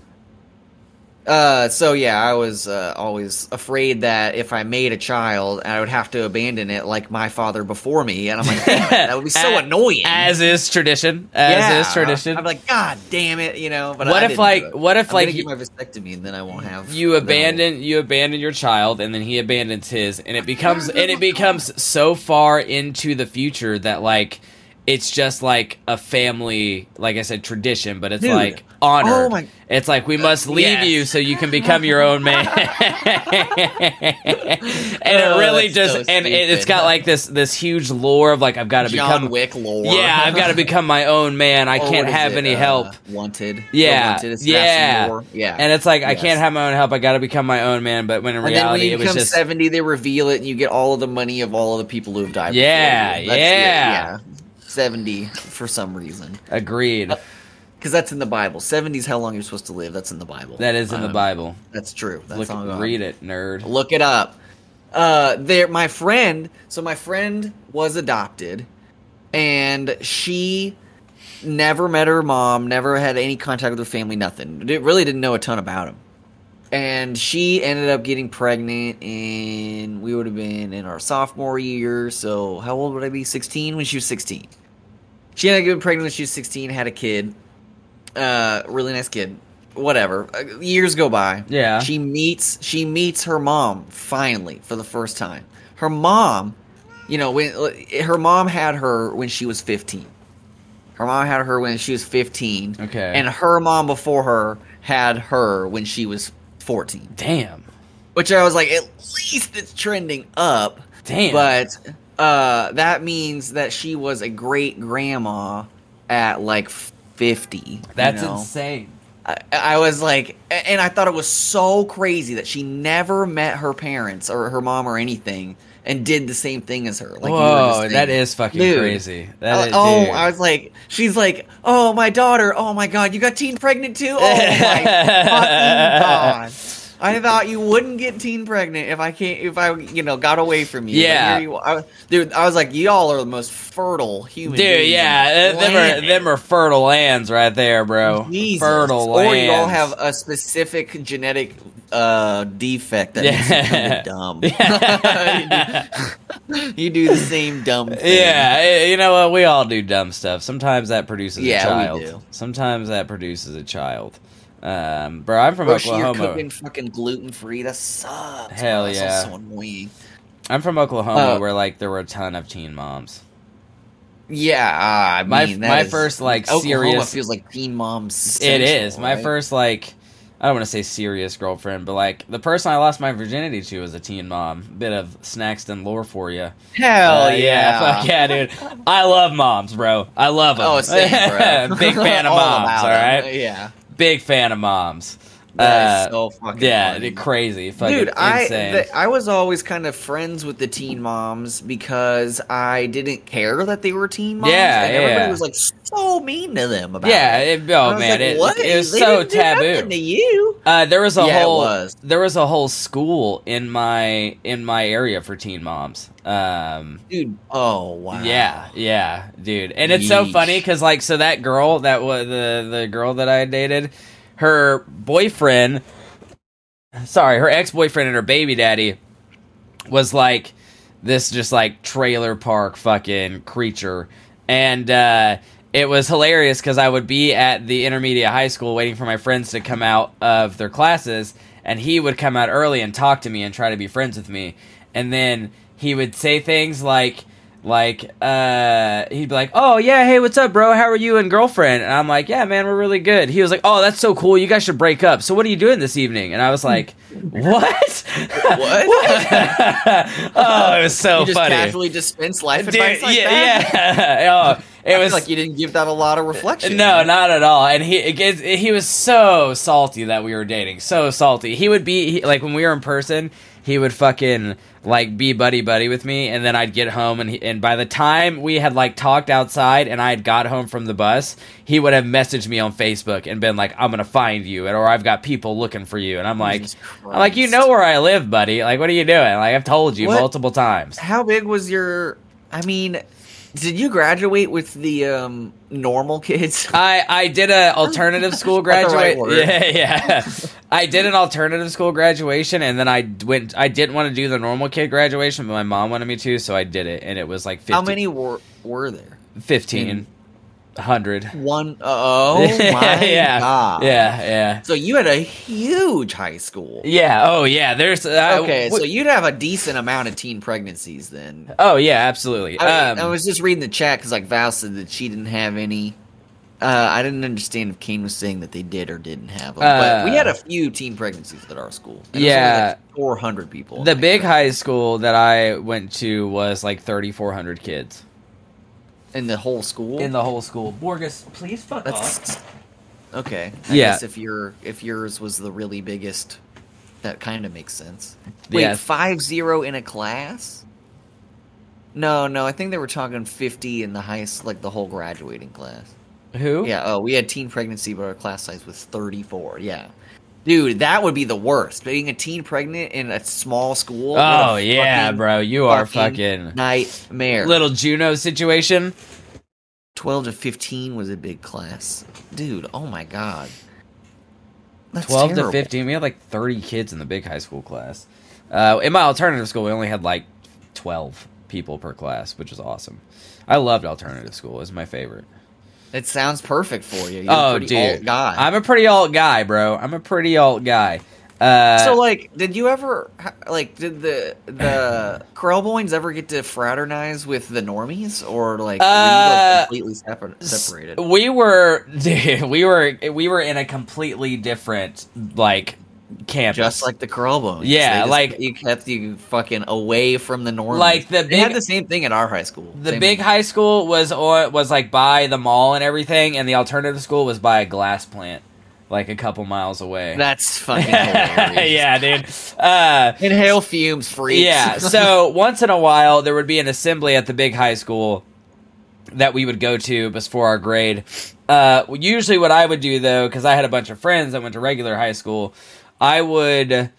[SPEAKER 4] uh so yeah i was uh, always afraid that if i made a child i would have to abandon it like my father before me and i'm like "Damn it, that would be so
[SPEAKER 3] As-
[SPEAKER 4] annoying
[SPEAKER 3] As is tradition. As is tradition.
[SPEAKER 4] i'm like god damn it you know but
[SPEAKER 3] What
[SPEAKER 4] I
[SPEAKER 3] if,
[SPEAKER 4] didn't do
[SPEAKER 3] like-
[SPEAKER 4] it.
[SPEAKER 3] what if,
[SPEAKER 4] I'm gonna
[SPEAKER 3] like,
[SPEAKER 4] get my vasectomy and then i won't have
[SPEAKER 3] you
[SPEAKER 4] no-
[SPEAKER 3] abandon you abandon your child and then he abandons his and it becomes and it becomes so far into the future that like it's just like a family like i said tradition but it's
[SPEAKER 4] Dude.
[SPEAKER 3] like honor
[SPEAKER 4] Oh my-
[SPEAKER 3] it's like we must leave
[SPEAKER 4] yes.
[SPEAKER 3] you so you can become your own man and it
[SPEAKER 4] Oh,
[SPEAKER 3] really
[SPEAKER 4] that's
[SPEAKER 3] just
[SPEAKER 4] so
[SPEAKER 3] and it, it's
[SPEAKER 4] stupid.
[SPEAKER 3] got like this this huge lore of like i've got to
[SPEAKER 4] john
[SPEAKER 3] become
[SPEAKER 4] wick lore
[SPEAKER 3] yeah i've got to become my own man i
[SPEAKER 4] Or
[SPEAKER 3] can't
[SPEAKER 4] what is
[SPEAKER 3] have
[SPEAKER 4] it,
[SPEAKER 3] any
[SPEAKER 4] uh,
[SPEAKER 3] help
[SPEAKER 4] wanted
[SPEAKER 3] Yeah,
[SPEAKER 4] Or wanted, Assassin
[SPEAKER 3] yeah.
[SPEAKER 4] Lore. yeah
[SPEAKER 3] and it's like I
[SPEAKER 4] Yes.
[SPEAKER 3] can't have my own help. I got to become my own man. But when in
[SPEAKER 4] And then when
[SPEAKER 3] reality,
[SPEAKER 4] you
[SPEAKER 3] it was
[SPEAKER 4] become
[SPEAKER 3] just
[SPEAKER 4] seventy, they reveal it, and you get all of the money of all of the people who've died. before
[SPEAKER 3] Yeah,
[SPEAKER 4] you.
[SPEAKER 3] yeah.
[SPEAKER 4] Seventy for some reason,
[SPEAKER 3] agreed.
[SPEAKER 4] Uh, because that's in the Bible. Seventy is how long you're supposed to live. That's in the Bible.
[SPEAKER 3] That is in the
[SPEAKER 4] Um,
[SPEAKER 3] Bible.
[SPEAKER 4] That's true. That's
[SPEAKER 3] Look,
[SPEAKER 4] all gone.
[SPEAKER 3] read it, nerd.
[SPEAKER 4] Look it up. Uh, there, my friend. So my friend was adopted, and she never met her mom. Never had any contact with her family. Nothing. Did- Really didn't know a ton about him. and she ended up getting pregnant, and we would have been in our sophomore year. So how old would I be? Sixteen when she was sixteen. She ended up getting pregnant when she was sixteen. Had a kid. Uh, really nice kid. Whatever. Uh, years go by.
[SPEAKER 3] Yeah.
[SPEAKER 4] She meets she meets her mom finally for the first time. Her mom, you know, when uh, her mom had her when she was fifteen. Her mom had her when she was 15.
[SPEAKER 3] Okay.
[SPEAKER 4] And her mom before her had her when she was 14.
[SPEAKER 3] Damn.
[SPEAKER 4] Which I was like, at least it's trending up.
[SPEAKER 3] Damn.
[SPEAKER 4] But uh, that means that she was a great grandma at like 50.
[SPEAKER 3] That's
[SPEAKER 4] you know?
[SPEAKER 3] insane.
[SPEAKER 4] I, I was like, a- and I thought it was so crazy that she never met her parents or her mom or anything and did the same thing as her. Like, you were just
[SPEAKER 3] Whoa,
[SPEAKER 4] saying.
[SPEAKER 3] that is fucking
[SPEAKER 4] Dude.
[SPEAKER 3] crazy. That
[SPEAKER 4] Uh,
[SPEAKER 3] is,
[SPEAKER 4] oh,
[SPEAKER 3] dude.
[SPEAKER 4] I was like, she's like, oh my daughter, oh my god, you got teen pregnant too. Oh my fucking god! I thought you wouldn't get teen pregnant if I can't, if I, you know, got away from you. But
[SPEAKER 3] Yeah.
[SPEAKER 4] here you are. dude. I was like, y'all are the most fertile human.
[SPEAKER 3] Dude,
[SPEAKER 4] beings
[SPEAKER 3] yeah,
[SPEAKER 4] on
[SPEAKER 3] uh,
[SPEAKER 4] the
[SPEAKER 3] them are
[SPEAKER 4] planet.
[SPEAKER 3] them are fertile lands right there, bro.
[SPEAKER 4] Jesus.
[SPEAKER 3] Fertile
[SPEAKER 4] or
[SPEAKER 3] lands.
[SPEAKER 4] you all have a specific genetic uh, defect that makes you kind
[SPEAKER 3] Yeah.
[SPEAKER 4] of dumb.
[SPEAKER 3] Yeah.
[SPEAKER 4] you, do, you do the same dumb thing.
[SPEAKER 3] Yeah, eh, you know what? We all do dumb stuff. Sometimes that produces
[SPEAKER 4] Yeah,
[SPEAKER 3] a
[SPEAKER 4] we
[SPEAKER 3] child.
[SPEAKER 4] do.
[SPEAKER 3] Sometimes that produces a child. Um, bro, I'm from
[SPEAKER 4] Or you're
[SPEAKER 3] Oklahoma.
[SPEAKER 4] cooking fucking gluten free. That sucks.
[SPEAKER 3] Hell
[SPEAKER 4] That's
[SPEAKER 3] yeah.
[SPEAKER 4] So annoying.
[SPEAKER 3] I'm from Oklahoma,
[SPEAKER 4] Uh,
[SPEAKER 3] where like there were a ton of teen moms.
[SPEAKER 4] Yeah, I
[SPEAKER 3] My-
[SPEAKER 4] mean, that
[SPEAKER 3] my
[SPEAKER 4] is-
[SPEAKER 3] first, like,
[SPEAKER 4] Oklahoma
[SPEAKER 3] serious-
[SPEAKER 4] feels like teen mom's.
[SPEAKER 3] It is
[SPEAKER 4] central,
[SPEAKER 3] my
[SPEAKER 4] right?
[SPEAKER 3] first like. I don't want to say serious girlfriend, but like the person I lost my virginity to was a teen mom. Bit of Snaxton lore for you.
[SPEAKER 4] Hell
[SPEAKER 3] Uh,
[SPEAKER 4] yeah!
[SPEAKER 3] Fuck yeah, dude. I love moms, bro. I love them.
[SPEAKER 4] Oh, same, bro.
[SPEAKER 3] Big fan of
[SPEAKER 4] All
[SPEAKER 3] moms,
[SPEAKER 4] about
[SPEAKER 3] all
[SPEAKER 4] it.
[SPEAKER 3] right?
[SPEAKER 4] Yeah,
[SPEAKER 3] Big fan of moms.
[SPEAKER 4] that is
[SPEAKER 3] Uh,
[SPEAKER 4] so fucking.
[SPEAKER 3] yeah,
[SPEAKER 4] funny.
[SPEAKER 3] crazy. Fucking
[SPEAKER 4] Dude, I
[SPEAKER 3] insane.
[SPEAKER 4] th- I was always kind of friends with the teen moms because I didn't care that they were teen moms.
[SPEAKER 3] Yeah,
[SPEAKER 4] and everybody
[SPEAKER 3] yeah.
[SPEAKER 4] was like so mean to them about.
[SPEAKER 3] yeah,
[SPEAKER 4] it.
[SPEAKER 3] it,
[SPEAKER 4] I
[SPEAKER 3] oh
[SPEAKER 4] was
[SPEAKER 3] man,
[SPEAKER 4] like,
[SPEAKER 3] it,
[SPEAKER 4] what?
[SPEAKER 3] it was
[SPEAKER 4] They
[SPEAKER 3] so
[SPEAKER 4] didn't do nothing
[SPEAKER 3] taboo.
[SPEAKER 4] to you.
[SPEAKER 3] Uh, there was a
[SPEAKER 4] Yeah, it
[SPEAKER 3] whole
[SPEAKER 4] was.
[SPEAKER 3] there was a whole school in my in my area for teen moms. Um,
[SPEAKER 4] dude. Oh wow.
[SPEAKER 3] Yeah, yeah, dude. And it's so
[SPEAKER 4] Yeesh.
[SPEAKER 3] funny because like so that girl that was the the girl that I dated, her boyfriend, sorry, her ex boyfriend and her baby daddy was like this just like trailer park fucking creature, and uh, it was hilarious because I would be at the intermediate high school waiting for my friends to come out of their classes, and he would come out early and talk to me and try to be friends with me, and then he would say things like like uh he'd be like oh yeah hey what's up bro how are you and girlfriend and i'm like yeah man we're really good he was like oh that's so cool you guys should break up so what are you doing this evening and i was like what
[SPEAKER 4] What?
[SPEAKER 3] oh it was so
[SPEAKER 4] you just
[SPEAKER 3] funny
[SPEAKER 4] casually dispense life
[SPEAKER 3] Dude,
[SPEAKER 4] advice like
[SPEAKER 3] yeah
[SPEAKER 4] that.
[SPEAKER 3] yeah oh, it
[SPEAKER 4] I feel
[SPEAKER 3] was
[SPEAKER 4] like you didn't give that a lot of reflection.
[SPEAKER 3] no, not at all. And he it gets- he was so salty that we were dating. So salty. He would be he, like when we were in person, he would fucking like be buddy buddy with me, and then I'd get home, and he, and by the time we had like talked outside, and I had got home from the bus, he would have messaged me on Facebook and been like, "I'm gonna find you," and or "I've got people looking for you," and I'm like,
[SPEAKER 4] Jesus
[SPEAKER 3] "I'm like you
[SPEAKER 4] Christ.
[SPEAKER 3] know where I live, buddy. Like what are you doing? Like I've told you
[SPEAKER 4] What?
[SPEAKER 3] multiple times."
[SPEAKER 4] How big was your? I mean, did you graduate with the um normal kids?
[SPEAKER 3] I I did a alternative school
[SPEAKER 4] Not the right
[SPEAKER 3] graduate.
[SPEAKER 4] word.
[SPEAKER 3] yeah, yeah. I did an alternative school graduation, and then I d- went. I didn't want to do the normal kid graduation, but my mom wanted me to, so I did it, and it was like 50,
[SPEAKER 4] How many were were there?
[SPEAKER 3] 15, 100.
[SPEAKER 4] One oh my
[SPEAKER 3] yeah,
[SPEAKER 4] god!
[SPEAKER 3] yeah, yeah,
[SPEAKER 4] So you had a huge high school.
[SPEAKER 3] yeah. Oh yeah, there's uh,
[SPEAKER 4] Okay,
[SPEAKER 3] w-
[SPEAKER 4] so you'd have a decent amount of teen pregnancies then.
[SPEAKER 3] oh yeah, absolutely.
[SPEAKER 4] I,
[SPEAKER 3] um,
[SPEAKER 4] I was just reading the chat because like Val said that she didn't have any. Uh, I didn't understand if Kane was saying that they did or didn't have them, but we
[SPEAKER 3] Uh,
[SPEAKER 4] had a few teen pregnancies at our school. And
[SPEAKER 3] Yeah.
[SPEAKER 4] four hundred people.
[SPEAKER 3] the big high school that I went to was like thirty four hundred kids
[SPEAKER 4] in the whole school.
[SPEAKER 3] in the whole school. Borges, please fuck off.
[SPEAKER 4] That's okay. I
[SPEAKER 3] Yeah.
[SPEAKER 4] guess if your if yours was the really biggest, that kind of makes sense. Wait,
[SPEAKER 3] Yeah.
[SPEAKER 4] five zero in a class? No, no. I think they were talking fifty in the highest, like the whole graduating class.
[SPEAKER 3] Who?
[SPEAKER 4] Yeah. Oh, we had teen pregnancy, but our class size was thirty four. Yeah. Dude, that would be the worst. Being a teen pregnant in a small school. what a
[SPEAKER 3] Oh yeah,
[SPEAKER 4] fucking-
[SPEAKER 3] bro, you are fucking
[SPEAKER 4] nightmare.
[SPEAKER 3] little Juno situation.
[SPEAKER 4] 12 to 15 was a big class. Dude, oh my god. That's
[SPEAKER 3] 12
[SPEAKER 4] terrible.
[SPEAKER 3] to 15 we had like 30 kids in the big high school class uh, in my alternative school we only had like 12 people per class which is awesome i loved alternative school it was my favorite
[SPEAKER 4] It sounds perfect for you. You're a
[SPEAKER 3] oh
[SPEAKER 4] pretty
[SPEAKER 3] dude
[SPEAKER 4] alt guy.
[SPEAKER 3] i'm a pretty alt guy bro i'm a pretty alt guy uh,
[SPEAKER 4] so like, did you ever ha- like did the the Krellboins ever get to fraternize with the normies or like were you, like,
[SPEAKER 3] Uh,
[SPEAKER 4] completely separ- separated?
[SPEAKER 3] We were, dude, we were, we were in a completely different like campus.
[SPEAKER 4] Just like the Krellboins.
[SPEAKER 3] Yeah,
[SPEAKER 4] They just-
[SPEAKER 3] like-
[SPEAKER 4] you kept you fucking away from the normies.
[SPEAKER 3] Like the
[SPEAKER 4] they had
[SPEAKER 3] big-
[SPEAKER 4] the same thing at our high school.
[SPEAKER 3] the
[SPEAKER 4] Same
[SPEAKER 3] big
[SPEAKER 4] thing.
[SPEAKER 3] high school was on, was like by the mall and everything, and the alternative school was by a glass plant, like a couple miles away.
[SPEAKER 4] That's fucking hilarious.
[SPEAKER 3] yeah, dude. Uh,
[SPEAKER 4] Inhale fumes, freaks.
[SPEAKER 3] yeah. So once in a while, there would be an assembly at the big high school that we would go to before our grade. Uh, usually, what I would do though, because I had a bunch of friends that went to regular high school, I would,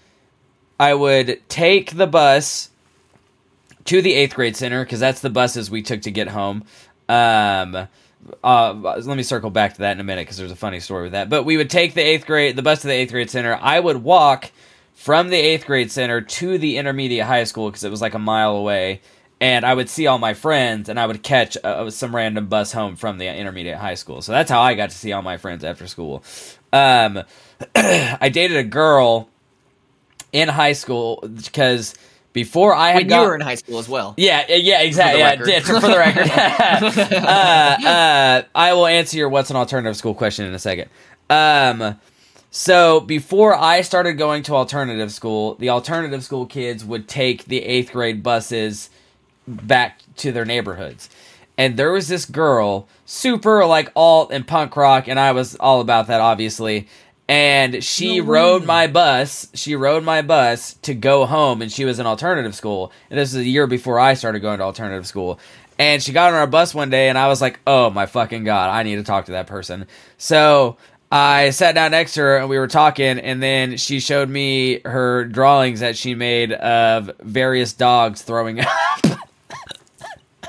[SPEAKER 3] I would take the bus to the eighth grade center because that's the buses we took to get home. Um, uh, let me circle back to that in a minute because there's a funny story with that. But we would take the eighth grade, the bus to the eighth grade center. I would walk from the eighth grade center to the intermediate high school because it was like a mile away. And I would see all my friends, and I would catch uh, some random bus home from the intermediate high school. So that's how I got to see all my friends after school. Um, I dated a girl in high school because before I had
[SPEAKER 4] when
[SPEAKER 3] got-
[SPEAKER 4] you were in high school as well.
[SPEAKER 3] yeah, yeah, yeah, exactly. yeah,
[SPEAKER 4] record.
[SPEAKER 3] yeah, for for the record. uh, uh, I will answer your what's an alternative school question in a second. Um, so before I started going to alternative school, the alternative school kids would take the eighth grade buses back to their neighborhoods. And there was this girl, super like alt and punk rock, and I was all about that, obviously. And she rode my bus. She rode my bus to go home, and she was in alternative school. And this is a year before I started going to alternative school. And she got on our bus one day, and I was like, oh my fucking God, I need to talk to that person. So I sat down next to her, and we were talking, and then she showed me her drawings that she made of various dogs throwing up.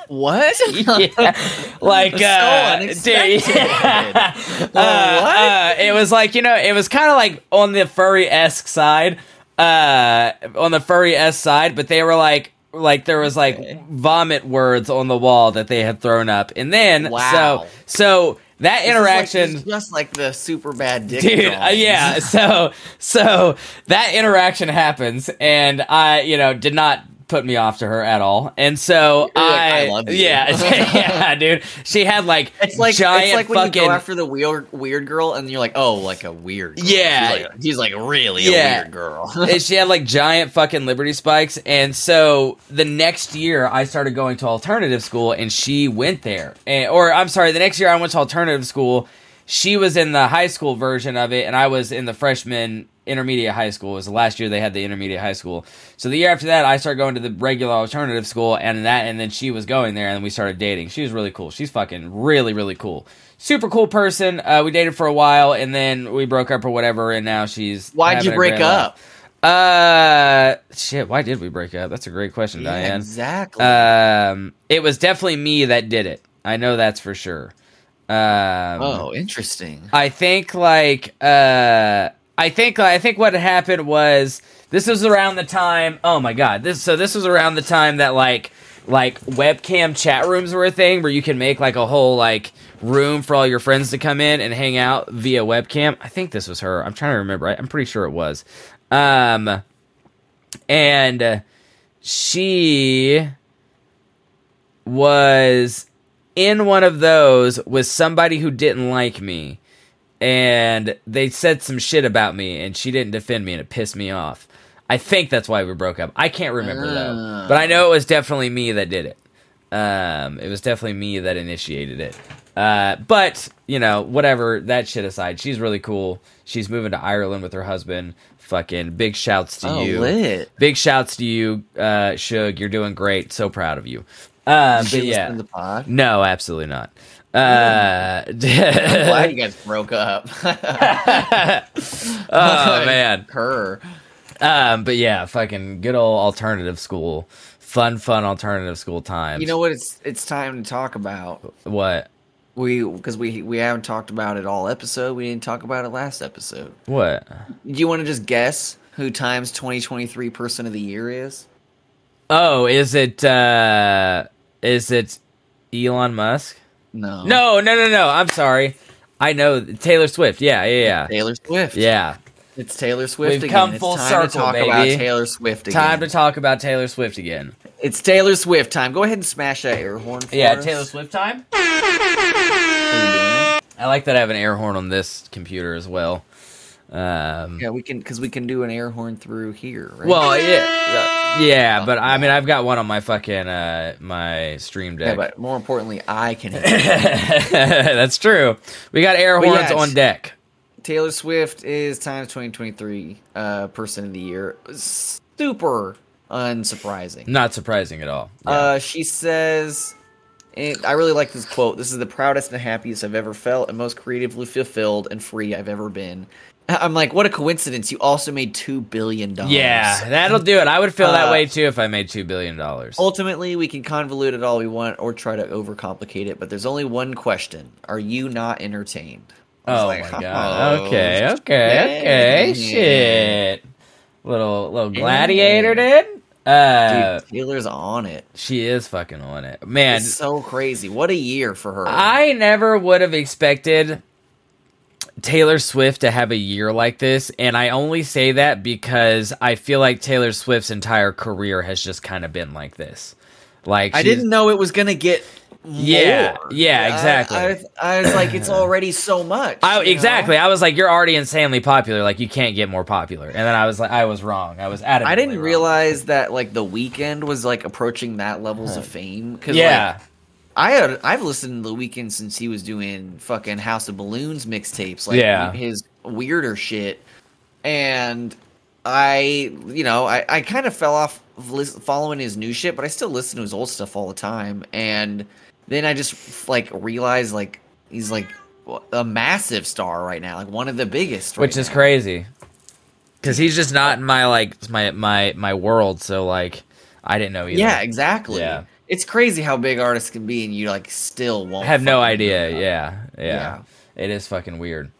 [SPEAKER 4] What?
[SPEAKER 3] yeah. like
[SPEAKER 4] So
[SPEAKER 3] uh,
[SPEAKER 4] unexpected.
[SPEAKER 3] dude, yeah.
[SPEAKER 4] Well,
[SPEAKER 3] Uh,
[SPEAKER 4] what?
[SPEAKER 3] uh, it was like you know, it was kind of like on the furry esque side, uh, on the furry esque side, but they were like. Like there was like vomit words on the wall that they had thrown up, and then
[SPEAKER 4] Wow.
[SPEAKER 3] so so that
[SPEAKER 4] This is like- this
[SPEAKER 3] interaction
[SPEAKER 4] is just like the super bad dick.
[SPEAKER 3] dude uh,
[SPEAKER 4] drawings.
[SPEAKER 3] yeah so so that interaction happens and i you know did not put me off to her at all and so
[SPEAKER 4] You're like,
[SPEAKER 3] I,
[SPEAKER 4] "I love you."
[SPEAKER 3] yeah yeah dude she had like
[SPEAKER 4] It's like
[SPEAKER 3] giant
[SPEAKER 4] it's like when
[SPEAKER 3] fucking
[SPEAKER 4] you go after the weird weird girl and you're like, oh, like a weird. Girl.
[SPEAKER 3] Yeah.
[SPEAKER 4] She's like, she's like really
[SPEAKER 3] Yeah.
[SPEAKER 4] a weird girl.
[SPEAKER 3] and she had like giant fucking liberty spikes and so the next year i started going to alternative school and she went there and, or i'm sorry the next year i went to alternative school she was in the high school version of it and i was in the freshman intermediate high school it was the last year they had the intermediate high school so the year after that i started going to the regular alternative school and that and then she was going there and we started dating she was really cool she's fucking really really cool super cool person uh, we dated for a while and then we broke up or whatever and now she's
[SPEAKER 4] Why'd
[SPEAKER 3] having
[SPEAKER 4] you
[SPEAKER 3] a
[SPEAKER 4] break
[SPEAKER 3] great life.
[SPEAKER 4] up?
[SPEAKER 3] Uh, shit. Why did we break up? That's a great question,
[SPEAKER 4] Yeah,
[SPEAKER 3] Diane.
[SPEAKER 4] exactly.
[SPEAKER 3] Um, it was definitely me that did it. I know that's for sure. Um,
[SPEAKER 4] oh, interesting.
[SPEAKER 3] I think like uh, I think I think what happened was this was around the time. Oh my god, this so this was around the time that like like webcam chat rooms were a thing where you can make like a whole like room for all your friends to come in and hang out via webcam. I think this was her. I'm trying to remember. I, I'm pretty sure it was. Um, and uh, she was in one of those with somebody who didn't like me and they said some shit about me and she didn't defend me and it pissed me off i think that's why we broke up i can't remember though
[SPEAKER 4] Ah.
[SPEAKER 3] but i know it was definitely me that did it um, it was definitely me that initiated it uh, but you know whatever that shit aside she's really cool she's moving to ireland with her husband fucking big shouts to
[SPEAKER 4] Oh,
[SPEAKER 3] you
[SPEAKER 4] lit.
[SPEAKER 3] big shouts to you, uh, Suge. You're doing great. So proud of you. Uh,
[SPEAKER 4] She
[SPEAKER 3] but
[SPEAKER 4] was
[SPEAKER 3] yeah,
[SPEAKER 4] in the pod.
[SPEAKER 3] no, absolutely not. Uh,
[SPEAKER 4] I'm glad you guys broke up.
[SPEAKER 3] oh man.
[SPEAKER 4] her.
[SPEAKER 3] Um, but yeah, fucking good old alternative school, fun, fun alternative school times.
[SPEAKER 4] You know what? It's it's time to talk about
[SPEAKER 3] what?
[SPEAKER 4] We because we we haven't talked about it all episode. We didn't talk about it last episode.
[SPEAKER 3] What?
[SPEAKER 4] Do you want to just guess who Time's 2023 Person of the Year is?
[SPEAKER 3] Oh, is it uh is it Elon Musk?
[SPEAKER 4] No.
[SPEAKER 3] No, no, no, no. I'm sorry. I know Taylor Swift. Yeah, yeah, yeah.
[SPEAKER 4] Taylor Swift.
[SPEAKER 3] Yeah.
[SPEAKER 4] It's Taylor Swift
[SPEAKER 3] We've
[SPEAKER 4] again.
[SPEAKER 3] come
[SPEAKER 4] It's
[SPEAKER 3] full
[SPEAKER 4] time to
[SPEAKER 3] circle,
[SPEAKER 4] talk
[SPEAKER 3] baby.
[SPEAKER 4] about Taylor Swift again.
[SPEAKER 3] Time to talk about Taylor Swift again.
[SPEAKER 4] it's Taylor Swift time. Go ahead and smash that air horn for
[SPEAKER 3] Yeah,
[SPEAKER 4] us.
[SPEAKER 3] Taylor Swift time.
[SPEAKER 4] Swift.
[SPEAKER 3] I like that I have an air horn on this computer as well. Um
[SPEAKER 4] Yeah, we can because we can do an air horn through here. Right?
[SPEAKER 3] Well, yeah, yeah, but I mean, I've got one on my fucking uh, my stream
[SPEAKER 4] yeah,
[SPEAKER 3] deck.
[SPEAKER 4] but more importantly, I can. hit it.
[SPEAKER 3] That's true. We got air
[SPEAKER 4] But yeah,
[SPEAKER 3] horns
[SPEAKER 4] it's-
[SPEAKER 3] on deck.
[SPEAKER 4] Taylor Swift is Time's 2023 uh, Person of the Year. Super unsurprising.
[SPEAKER 3] Not surprising at all. Yeah.
[SPEAKER 4] Uh, she says, and I really like this quote. This is the proudest and happiest I've ever felt, and most creatively fulfilled and free I've ever been. I'm like, what a coincidence! You also made two billion dollars.
[SPEAKER 3] yeah, that'll do it. I would feel that
[SPEAKER 4] Uh, Oh,
[SPEAKER 3] way too if I made two billion dollars.
[SPEAKER 4] Ultimately, we can convolute it all we want or try to overcomplicate it, but there's only one question: Are you not entertained? I was
[SPEAKER 3] Oh
[SPEAKER 4] like,
[SPEAKER 3] my god.
[SPEAKER 4] "Oh,
[SPEAKER 3] Okay, okay, okay.
[SPEAKER 4] yeah."
[SPEAKER 3] Shit. Little little gladiator did. Uh,
[SPEAKER 4] Dude, Taylor's on it.
[SPEAKER 3] she is fucking on it, man.
[SPEAKER 4] It's so crazy. What a year for her.
[SPEAKER 3] I never would have expected Taylor Swift to have a year like this, and I only say that because I feel like Taylor Swift's entire career has just kind of been like this. Like
[SPEAKER 4] I
[SPEAKER 3] she's-
[SPEAKER 4] didn't know it was gonna get.
[SPEAKER 3] Yeah,
[SPEAKER 4] more.
[SPEAKER 3] yeah,
[SPEAKER 4] I-
[SPEAKER 3] exactly.
[SPEAKER 4] I, was- I was like, it's already so much.
[SPEAKER 3] I,
[SPEAKER 4] you know?
[SPEAKER 3] exactly. I was like, "You're already insanely popular. Like, you can't get more popular." And then I was like, "I was wrong. I was out of."
[SPEAKER 4] I didn't realize that like the weekend was like approaching that levels of fame. 'cause,
[SPEAKER 3] Uh-huh. Yeah,
[SPEAKER 4] like, I had I've listened to the weekend since he was doing fucking House of Balloons mixtapes, like
[SPEAKER 3] Yeah.
[SPEAKER 4] his weirder shit. And I, you know, I, I kind of fell off of lis- following his new shit, but I still listen to his old stuff all the time. And then I just like realized like he's like a massive star right now, like one of the biggest, right
[SPEAKER 3] which is
[SPEAKER 4] now.
[SPEAKER 3] crazy because he's just not in my like my my my world. So like, I didn't know either.
[SPEAKER 4] Yeah, exactly.
[SPEAKER 3] Yeah.
[SPEAKER 4] It's crazy how big artists can be, and you like still won't
[SPEAKER 3] I have no
[SPEAKER 4] fucking
[SPEAKER 3] idea.
[SPEAKER 4] know.
[SPEAKER 3] Yeah, yeah,
[SPEAKER 4] Yeah.
[SPEAKER 3] It is fucking weird.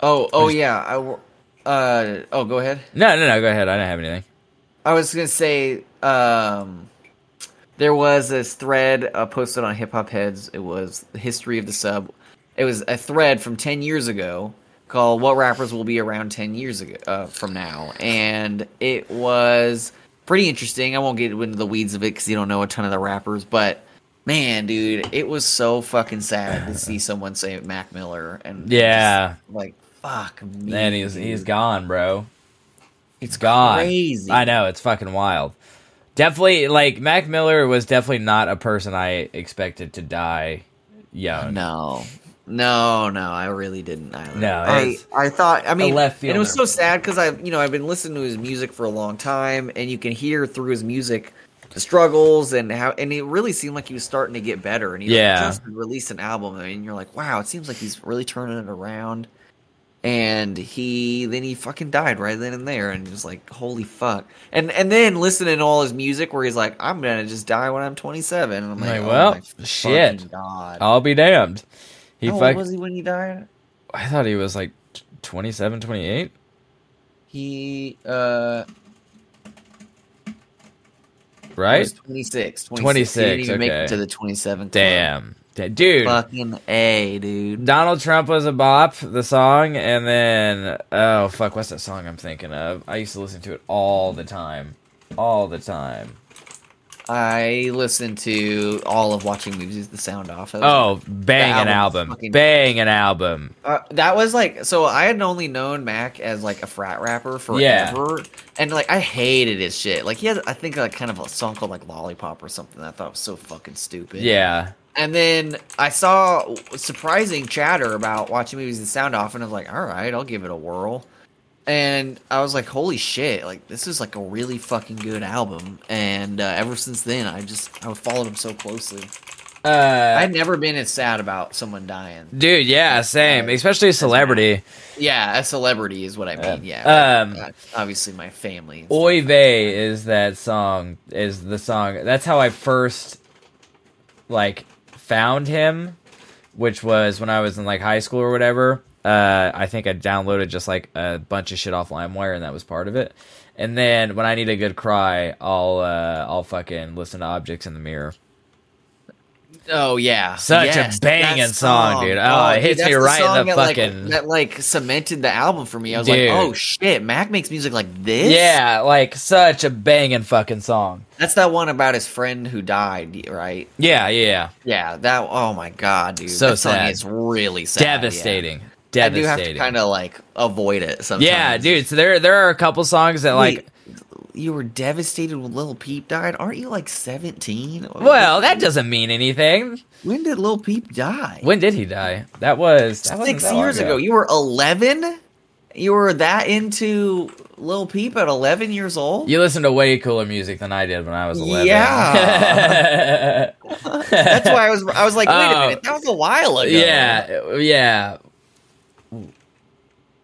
[SPEAKER 4] Oh, oh yeah. I, w- uh, oh, go ahead.
[SPEAKER 3] No, no, no. Go ahead. I don't have anything.
[SPEAKER 4] I was gonna say, um, there was this thread uh, posted on Hip Hop Heads. It was the history of the sub. It was a thread from ten years ago called "What Rappers Will Be Around Ten Years Ago uh, From Now," and it was pretty interesting. I won't get into the weeds of it because you don't know a ton of the rappers, but man, dude, it was so fucking sad to see someone say Mac Miller and
[SPEAKER 3] Yeah.
[SPEAKER 4] just, like fuck me.
[SPEAKER 3] And he's he's gone, bro.
[SPEAKER 4] It's
[SPEAKER 3] Gone.
[SPEAKER 4] Crazy.
[SPEAKER 3] I know. It's fucking wild. Definitely, like Mac Miller was definitely not a person I expected to die young.
[SPEAKER 4] No. No, no, I really didn't. Either.
[SPEAKER 3] No,
[SPEAKER 4] I,
[SPEAKER 3] it's
[SPEAKER 4] I thought. I mean,
[SPEAKER 3] left
[SPEAKER 4] and it was
[SPEAKER 3] fielder.
[SPEAKER 4] so sad because I, you know, I've been listening to his music for a long time, and you can hear through his music the struggles and how, and it really seemed like he was starting to get better. And he
[SPEAKER 3] Yeah.
[SPEAKER 4] just released an album, and you're like, wow, it seems like he's really turning it around. And he then he fucking died right then and there, and just like, holy fuck. And and then listening to all his music, where he's like, I'm gonna just die when I'm 27. And I'm like,
[SPEAKER 3] Like,
[SPEAKER 4] oh
[SPEAKER 3] well,
[SPEAKER 4] my
[SPEAKER 3] shit.
[SPEAKER 4] fucking God.
[SPEAKER 3] I'll be damned. He
[SPEAKER 4] How
[SPEAKER 3] fuck.
[SPEAKER 4] old was he when he died?
[SPEAKER 3] I thought he was like 27, 28.
[SPEAKER 4] He uh
[SPEAKER 3] Right?
[SPEAKER 4] was 26. 26.
[SPEAKER 3] 26,
[SPEAKER 4] He didn't even make
[SPEAKER 3] okay.
[SPEAKER 4] it to the 27th.
[SPEAKER 3] Damn. Da- Dude.
[SPEAKER 4] club. Fucking A, dude.
[SPEAKER 3] Donald Trump was a bop, the song, and then oh fuck, what's that song I'm thinking of? I used to listen to it all the time, all the time.
[SPEAKER 4] I listened to all of watching movies the sound off. That was-
[SPEAKER 3] Oh, bang an
[SPEAKER 4] album's
[SPEAKER 3] album,
[SPEAKER 4] fucking-
[SPEAKER 3] bang an album.
[SPEAKER 4] Uh, that was like so I had only known Mac as like a frat rapper forever.
[SPEAKER 3] Yeah.
[SPEAKER 4] And like I hated his shit. Like he had I think like kind of a song called like Lollipop or something that I thought was so fucking stupid.
[SPEAKER 3] Yeah,
[SPEAKER 4] And then I saw surprising chatter about watching movies and sound off, and I was like, all right, I'll give it a whirl. And I was like, holy shit, like this is like a really fucking good album. And uh, ever since then, I just I followed him so closely.
[SPEAKER 3] uh,
[SPEAKER 4] I'd never been as sad about someone dying.
[SPEAKER 3] dude, yeah, same. Especially a celebrity.
[SPEAKER 4] Yeah, a celebrity is what I mean. Yeah,
[SPEAKER 3] Um,
[SPEAKER 4] Uh, obviously my family. and
[SPEAKER 3] Oy vey is that song is the song. That's how I first like found him which was when I was in like high school or whatever. Uh, I think I downloaded just like a bunch of shit off LimeWire, and that was part of it. And then when I need a good cry, I'll uh, I'll fucking listen to Objects in the Mirror.
[SPEAKER 4] Oh yeah,
[SPEAKER 3] Such a banging
[SPEAKER 4] that
[SPEAKER 3] song, dude. Oh, it hits
[SPEAKER 4] that's
[SPEAKER 3] me right in
[SPEAKER 4] song
[SPEAKER 3] the
[SPEAKER 4] that, like-
[SPEAKER 3] fucking-
[SPEAKER 4] that like cemented the album for me. I was
[SPEAKER 3] Dude.
[SPEAKER 4] like, oh shit, Mac makes music like this.
[SPEAKER 3] Yeah, like such a banging fucking song.
[SPEAKER 4] that's that one about his friend who died, right?
[SPEAKER 3] Yeah, yeah, yeah.
[SPEAKER 4] Yeah, that. Oh my god, dude,
[SPEAKER 3] So
[SPEAKER 4] that song
[SPEAKER 3] sad.
[SPEAKER 4] is really sad. yeah.
[SPEAKER 3] Devastating.
[SPEAKER 4] I do
[SPEAKER 3] Devastating.
[SPEAKER 4] have to kind of like avoid it sometimes.
[SPEAKER 3] yeah, dude. So there, there are a couple songs that like.
[SPEAKER 4] Wait, you were devastated when Lil Peep died. Aren't you like seventeen?
[SPEAKER 3] Well, that doesn't mean anything.
[SPEAKER 4] when did Lil Peep die?
[SPEAKER 3] When did he die? That was that wasn't
[SPEAKER 4] six
[SPEAKER 3] that long
[SPEAKER 4] years ago. You were 11. You were that into Lil Peep at 11 years old.
[SPEAKER 3] You listened to way cooler music than I did when I was 11.
[SPEAKER 4] Yeah. That's why I was. I was like, wait
[SPEAKER 3] Oh.
[SPEAKER 4] a minute, that was a while ago.
[SPEAKER 3] yeah. Yeah.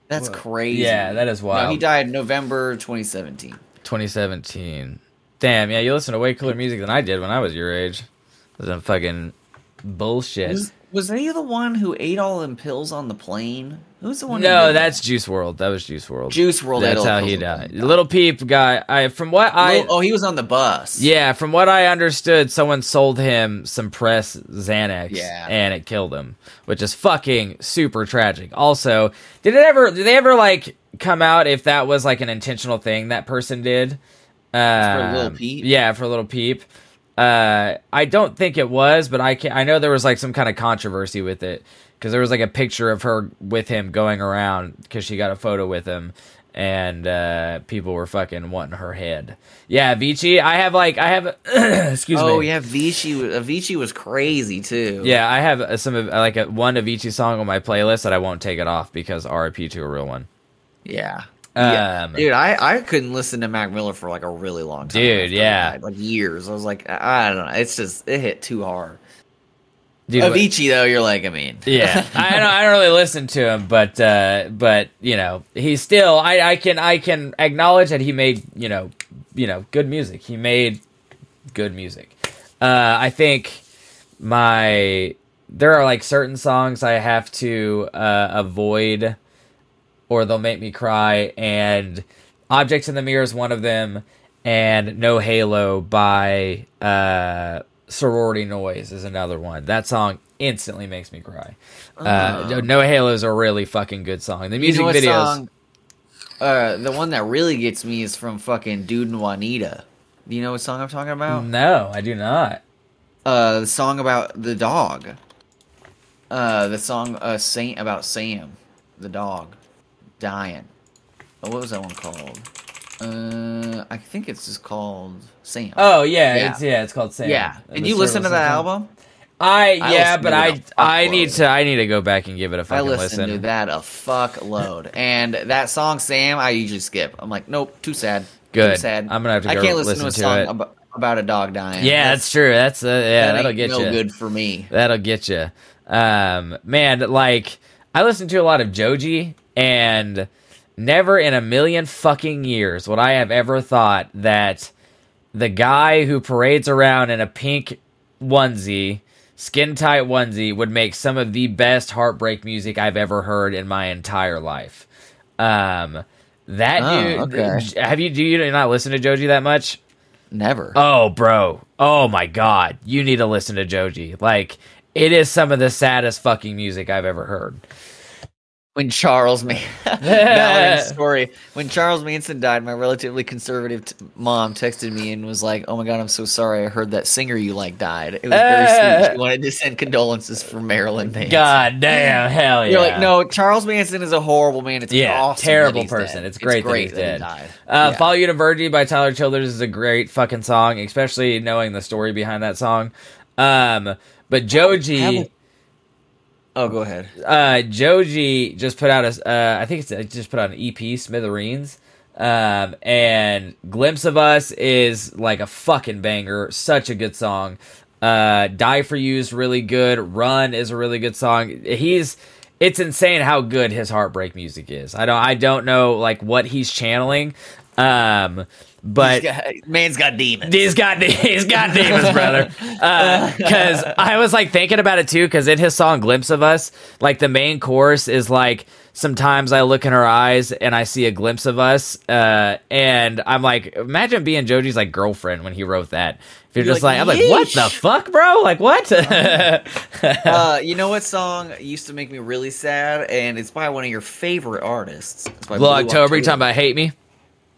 [SPEAKER 4] that's crazy.
[SPEAKER 3] Yeah, that is wild.
[SPEAKER 4] No, he died November 2017.
[SPEAKER 3] 2017. Damn, yeah, you listened to way cooler music than I did when I was your age. That's some fucking bullshit.
[SPEAKER 4] Was, was he the one who ate all them pills on the plane? Who's the one? who
[SPEAKER 3] No,
[SPEAKER 4] did that?
[SPEAKER 3] that's Juice World. That was Juice World.
[SPEAKER 4] Juice World.
[SPEAKER 3] That's how he died. Little Peep guy. I from what I
[SPEAKER 4] oh, he was on the bus.
[SPEAKER 3] yeah, from what I understood, someone sold him some press Xanax,
[SPEAKER 4] Yeah.
[SPEAKER 3] and it killed him, which is fucking super tragic. Also, did it ever? Did they ever like come out if that was like an intentional thing that person did? Um,
[SPEAKER 4] Little Peep?
[SPEAKER 3] Yeah, for little peep. Uh, I don't think it was, but I can I know there was like some kind of controversy with it because there was like a picture of her with him going around because she got a photo with him, and uh, people were fucking wanting her head. Yeah, Vici. I have like I have excuse me.
[SPEAKER 4] Oh yeah, Avicii. was- Avicii was crazy too.
[SPEAKER 3] Yeah, I have uh, some of like a, one Avicii song on my playlist that I won't take it off because RIP to a real one.
[SPEAKER 4] Yeah.
[SPEAKER 3] Yeah. Um,
[SPEAKER 4] dude, I, I couldn't listen to Mac Miller for like a really long time.
[SPEAKER 3] Dude,
[SPEAKER 4] after he
[SPEAKER 3] yeah.
[SPEAKER 4] died, like years. I was like, I I don't know. It's just it hit too hard.
[SPEAKER 3] Dude, what-
[SPEAKER 4] Avicii though, you're like, I mean,
[SPEAKER 3] yeah, I don't, I don't really listen to him, but uh, but you know, he's still I, I can I can acknowledge that he made you know you know good music. He made good music. Uh, I think my there are like certain songs I have to uh, avoid, or they'll make me cry. And Objects in the Mirror is one of them, and No Halo by uh, Sorority Noise is another one. That song instantly makes me cry. Uh, no Halo is a really fucking good song. The
[SPEAKER 4] Uh-huh. you
[SPEAKER 3] music
[SPEAKER 4] know what
[SPEAKER 3] videos.
[SPEAKER 4] song? Uh, the one that really gets me is from fucking Dude and Juanita. Do you know what song I'm talking about?
[SPEAKER 3] No, I do not.
[SPEAKER 4] Uh, the song about the dog. Uh, the song uh, Saint about Sam, the dog, dying. Oh, what was that one called? Uh, I think it's just called Sam.
[SPEAKER 3] Oh yeah,
[SPEAKER 4] Yeah.
[SPEAKER 3] it's yeah, it's called Sam.
[SPEAKER 4] Yeah.
[SPEAKER 3] Uh,
[SPEAKER 4] Did
[SPEAKER 3] the
[SPEAKER 4] you listen to
[SPEAKER 3] Service
[SPEAKER 4] that
[SPEAKER 3] of-
[SPEAKER 4] album?
[SPEAKER 3] I
[SPEAKER 4] I
[SPEAKER 3] yeah,
[SPEAKER 4] listened
[SPEAKER 3] but
[SPEAKER 4] to it a
[SPEAKER 3] I
[SPEAKER 4] fuckload.
[SPEAKER 3] I need to I need to go back and give it a
[SPEAKER 4] I
[SPEAKER 3] fucking
[SPEAKER 4] listened
[SPEAKER 3] listen.
[SPEAKER 4] to that a fuckload. and that song, Sam, I usually skip. I'm like, nope, too sad. Too
[SPEAKER 3] Good.
[SPEAKER 4] sad.
[SPEAKER 3] I'm gonna have to
[SPEAKER 4] I
[SPEAKER 3] go
[SPEAKER 4] can't listen,
[SPEAKER 3] listen
[SPEAKER 4] to a
[SPEAKER 3] to
[SPEAKER 4] song
[SPEAKER 3] it.
[SPEAKER 4] abo- about a dog dying.
[SPEAKER 3] yeah, that's, true. That's uh, yeah,
[SPEAKER 4] that
[SPEAKER 3] that will
[SPEAKER 4] ain't
[SPEAKER 3] get
[SPEAKER 4] no
[SPEAKER 3] you.
[SPEAKER 4] good for me.
[SPEAKER 3] That'll get you. Um, man, like I listened to a lot of Joji, and never in a million fucking years would I have ever thought that the guy who parades around in a pink onesie, skin tight onesie, would make some of the best heartbreak music I've ever heard in my entire life. Um, that
[SPEAKER 4] Oh,
[SPEAKER 3] dude,
[SPEAKER 4] okay.
[SPEAKER 3] have you do you not listen to Joji that much?
[SPEAKER 4] Never.
[SPEAKER 3] Oh, bro. Oh my god. You need to listen to Joji. Like it is some of the saddest fucking music I've ever heard.
[SPEAKER 4] when Charles Man, Mallory's story. When Charles Manson died, my relatively conservative t- mom texted me and was like, "Oh my god, I'm so sorry. I heard that singer you like died. It was very
[SPEAKER 3] Uh.
[SPEAKER 4] sweet. She wanted to send condolences for Marilyn Manson."
[SPEAKER 3] God damn, hell yeah.
[SPEAKER 4] You're like, no, Charles Manson is a horrible man. It's
[SPEAKER 3] Yeah,
[SPEAKER 4] awesome that
[SPEAKER 3] terrible
[SPEAKER 4] he's
[SPEAKER 3] person.
[SPEAKER 4] dead.
[SPEAKER 3] It's great, that he's
[SPEAKER 4] he
[SPEAKER 3] dead.
[SPEAKER 4] died.
[SPEAKER 3] Uh,
[SPEAKER 4] Yeah.
[SPEAKER 3] Follow You to Vergy by Tyler Childers is a great fucking song, especially knowing the story behind that song. Um, but Joji,
[SPEAKER 4] Oh, go ahead.
[SPEAKER 3] uh, Joji just put out a, s- uh, I think it's uh, just put out an EP, Smithereens. Um, and Glimpse of Us is like a fucking banger. Such a good song. Uh, Die for You is really good. Run is a really good song. He's, it's insane how good his heartbreak music is. I don't, I don't know like what he's channeling. Um, But
[SPEAKER 4] man's got demons.
[SPEAKER 3] He's got de- he's got demons, brother. Because I was like thinking about it too. Because in his song "Glimpse of Us," like the main chorus is like, "Sometimes I look in her eyes and I see a glimpse of us," uh, and I'm like, imagine being Joji's like girlfriend when he wrote that. If you're,
[SPEAKER 4] You're
[SPEAKER 3] just like,
[SPEAKER 4] like,
[SPEAKER 3] I'm like, what the
[SPEAKER 4] "Yeesh."
[SPEAKER 3] fuck, bro? Like what?
[SPEAKER 4] uh, you know what song used to make me really sad, and it's by one of your favorite artists. It's by
[SPEAKER 3] Blue
[SPEAKER 4] Blue
[SPEAKER 3] October, you talking about hate me?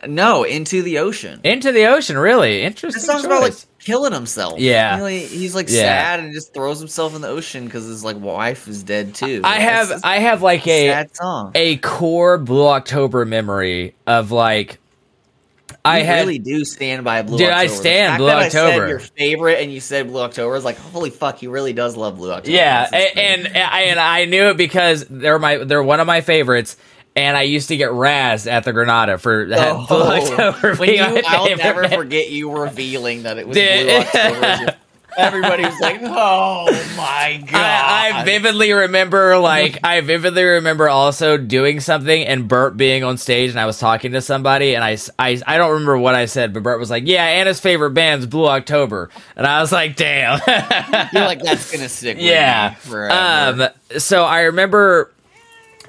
[SPEAKER 4] No, Into the Ocean.
[SPEAKER 3] Into the ocean, really interesting.
[SPEAKER 4] This song's about like
[SPEAKER 3] choice.
[SPEAKER 4] killing himself.
[SPEAKER 3] Yeah.
[SPEAKER 4] He, like- he's like
[SPEAKER 3] Yeah.
[SPEAKER 4] sad and just throws himself in the ocean because his like wife is dead too.
[SPEAKER 3] I have
[SPEAKER 4] It's
[SPEAKER 3] I have like
[SPEAKER 4] a
[SPEAKER 3] a
[SPEAKER 4] sad song.
[SPEAKER 3] a core Blue October memory of like I
[SPEAKER 4] You
[SPEAKER 3] had
[SPEAKER 4] really do stand by Blue
[SPEAKER 3] Dude, I
[SPEAKER 4] October.
[SPEAKER 3] stand
[SPEAKER 4] the fact
[SPEAKER 3] Blue
[SPEAKER 4] that I
[SPEAKER 3] October.
[SPEAKER 4] said your favorite, and you said Blue October. I was like, holy fuck, he really does love Blue October.
[SPEAKER 3] yeah,
[SPEAKER 4] This is
[SPEAKER 3] a- and, and I and I knew it because they're my they're one of my favorites. And I used to get razzed at the Granada for
[SPEAKER 4] Oh.
[SPEAKER 3] Blue October
[SPEAKER 4] When
[SPEAKER 3] being
[SPEAKER 4] you,
[SPEAKER 3] my
[SPEAKER 4] I'll
[SPEAKER 3] favorite
[SPEAKER 4] never
[SPEAKER 3] band.
[SPEAKER 4] forget you revealing that it was
[SPEAKER 3] Dude.
[SPEAKER 4] Blue October. Everybody was like, "Oh my god!"
[SPEAKER 3] I, I vividly remember, like, I vividly remember also doing something and Bert being on stage and I was talking to somebody and I, s- I, I don't remember what I said, but Bert was like, "Yeah, Anna's favorite band's Blue October," and I was like, "Damn."
[SPEAKER 4] You're like, "That's gonna stick." With
[SPEAKER 3] yeah.
[SPEAKER 4] me forever."
[SPEAKER 3] Um, so I remember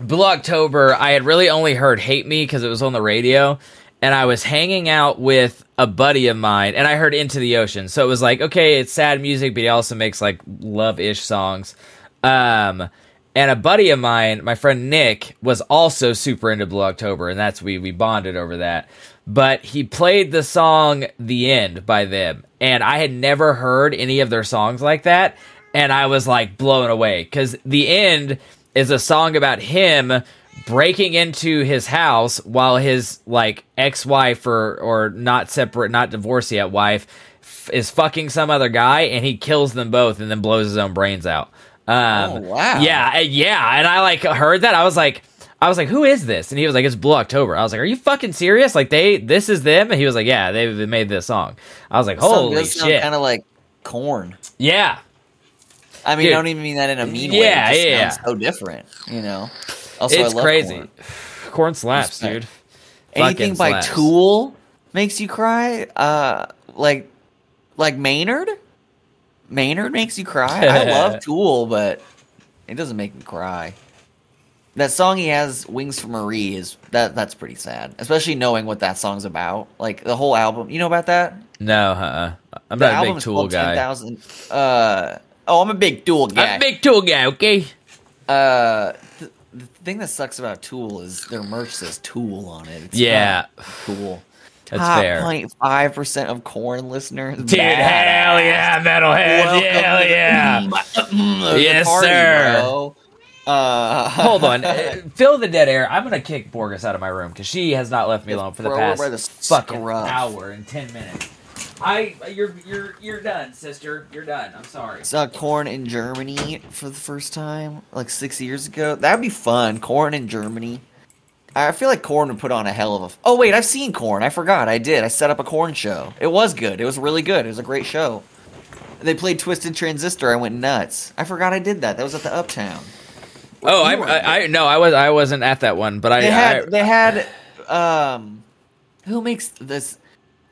[SPEAKER 3] Blue October, I had really only heard Hate Me because it was on the radio. And I was hanging out with a buddy of mine, and I heard Into the Ocean. So it was like, okay, it's sad music, but he also makes like love ish songs. Um, and a buddy of mine, my friend Nick, was also super into Blue October, and that's we we bonded over that. But he played the song "The End" by them, and I had never heard any of their songs like that, and I was like blown away because "The End" is a song about him breaking into his house while his like ex-wife or or not separate, not divorced yet wife f- is fucking some other guy, and he kills them both, and then blows his own brains out. Um,
[SPEAKER 4] Oh, wow.
[SPEAKER 3] Yeah, yeah, uh, yeah. And I like heard that. I was like, I was like, who is this? And he was like, it's Blue October. I was like, are you fucking serious? Like they, this is them. And he was like, yeah, they they made this song. I was like, holy shit,
[SPEAKER 4] Kind of like corn.
[SPEAKER 3] yeah.
[SPEAKER 4] I mean,
[SPEAKER 3] Dude.
[SPEAKER 4] I don't even mean that in a mean
[SPEAKER 3] Yeah,
[SPEAKER 4] way. It just
[SPEAKER 3] yeah,
[SPEAKER 4] sounds So different, you know. Also,
[SPEAKER 3] it's
[SPEAKER 4] I love
[SPEAKER 3] crazy.
[SPEAKER 4] corn.
[SPEAKER 3] Corn slaps,
[SPEAKER 4] Respect.
[SPEAKER 3] dude. Fucking
[SPEAKER 4] Anything by
[SPEAKER 3] slaps.
[SPEAKER 4] Tool makes you cry. Uh, like, like Maynard. Maynard makes you cry. I love Tool, but it doesn't make me cry. That song he has, "Wings for Marie," is that that's pretty sad, especially knowing what that song's about. Like the whole album. You know about that?
[SPEAKER 3] No, uh, I'm
[SPEAKER 4] The
[SPEAKER 3] not a big
[SPEAKER 4] album's
[SPEAKER 3] tool
[SPEAKER 4] called
[SPEAKER 3] guy.
[SPEAKER 4] 10,000, uh, oh, I'm a big Tool guy.
[SPEAKER 3] I'm a big tool guy. Okay.
[SPEAKER 4] Uh, th- the thing that sucks about Tool is their merch says Tool on it. It's
[SPEAKER 3] Yeah.
[SPEAKER 4] not Tool.
[SPEAKER 3] That's fair.
[SPEAKER 4] 0.5 percent of corn listeners.
[SPEAKER 3] Dude, hell yeah, metalhead. Hell yeah. Yes,
[SPEAKER 4] yes, mm, party,
[SPEAKER 3] sir.
[SPEAKER 4] Bro. Uh,
[SPEAKER 3] Hold on, Uh, fill the dead air. I'm gonna kick Borges out of my room because she has not left me
[SPEAKER 4] Just
[SPEAKER 3] alone for the
[SPEAKER 4] throw her
[SPEAKER 3] past
[SPEAKER 4] by the
[SPEAKER 3] fucking
[SPEAKER 4] scruff.
[SPEAKER 3] hour and ten minutes. I, you're, you're, you're done, sister. You're done. I'm sorry.
[SPEAKER 4] Saw corn in Germany for the first time like six years ago. That'd be fun. Corn in Germany. I feel like corn would put on a hell of a. oh wait, I've seen corn. I forgot. I did. I set up a corn show. It was good. It was really good. It was a great show. They played Twisted Transistor. I went nuts. I forgot I did that. That was at the Uptown.
[SPEAKER 3] Oh, I,
[SPEAKER 4] You were-
[SPEAKER 3] I, I, no, I was, I wasn't at that one, but I,
[SPEAKER 4] They
[SPEAKER 3] I
[SPEAKER 4] had. They had. Um, who makes this?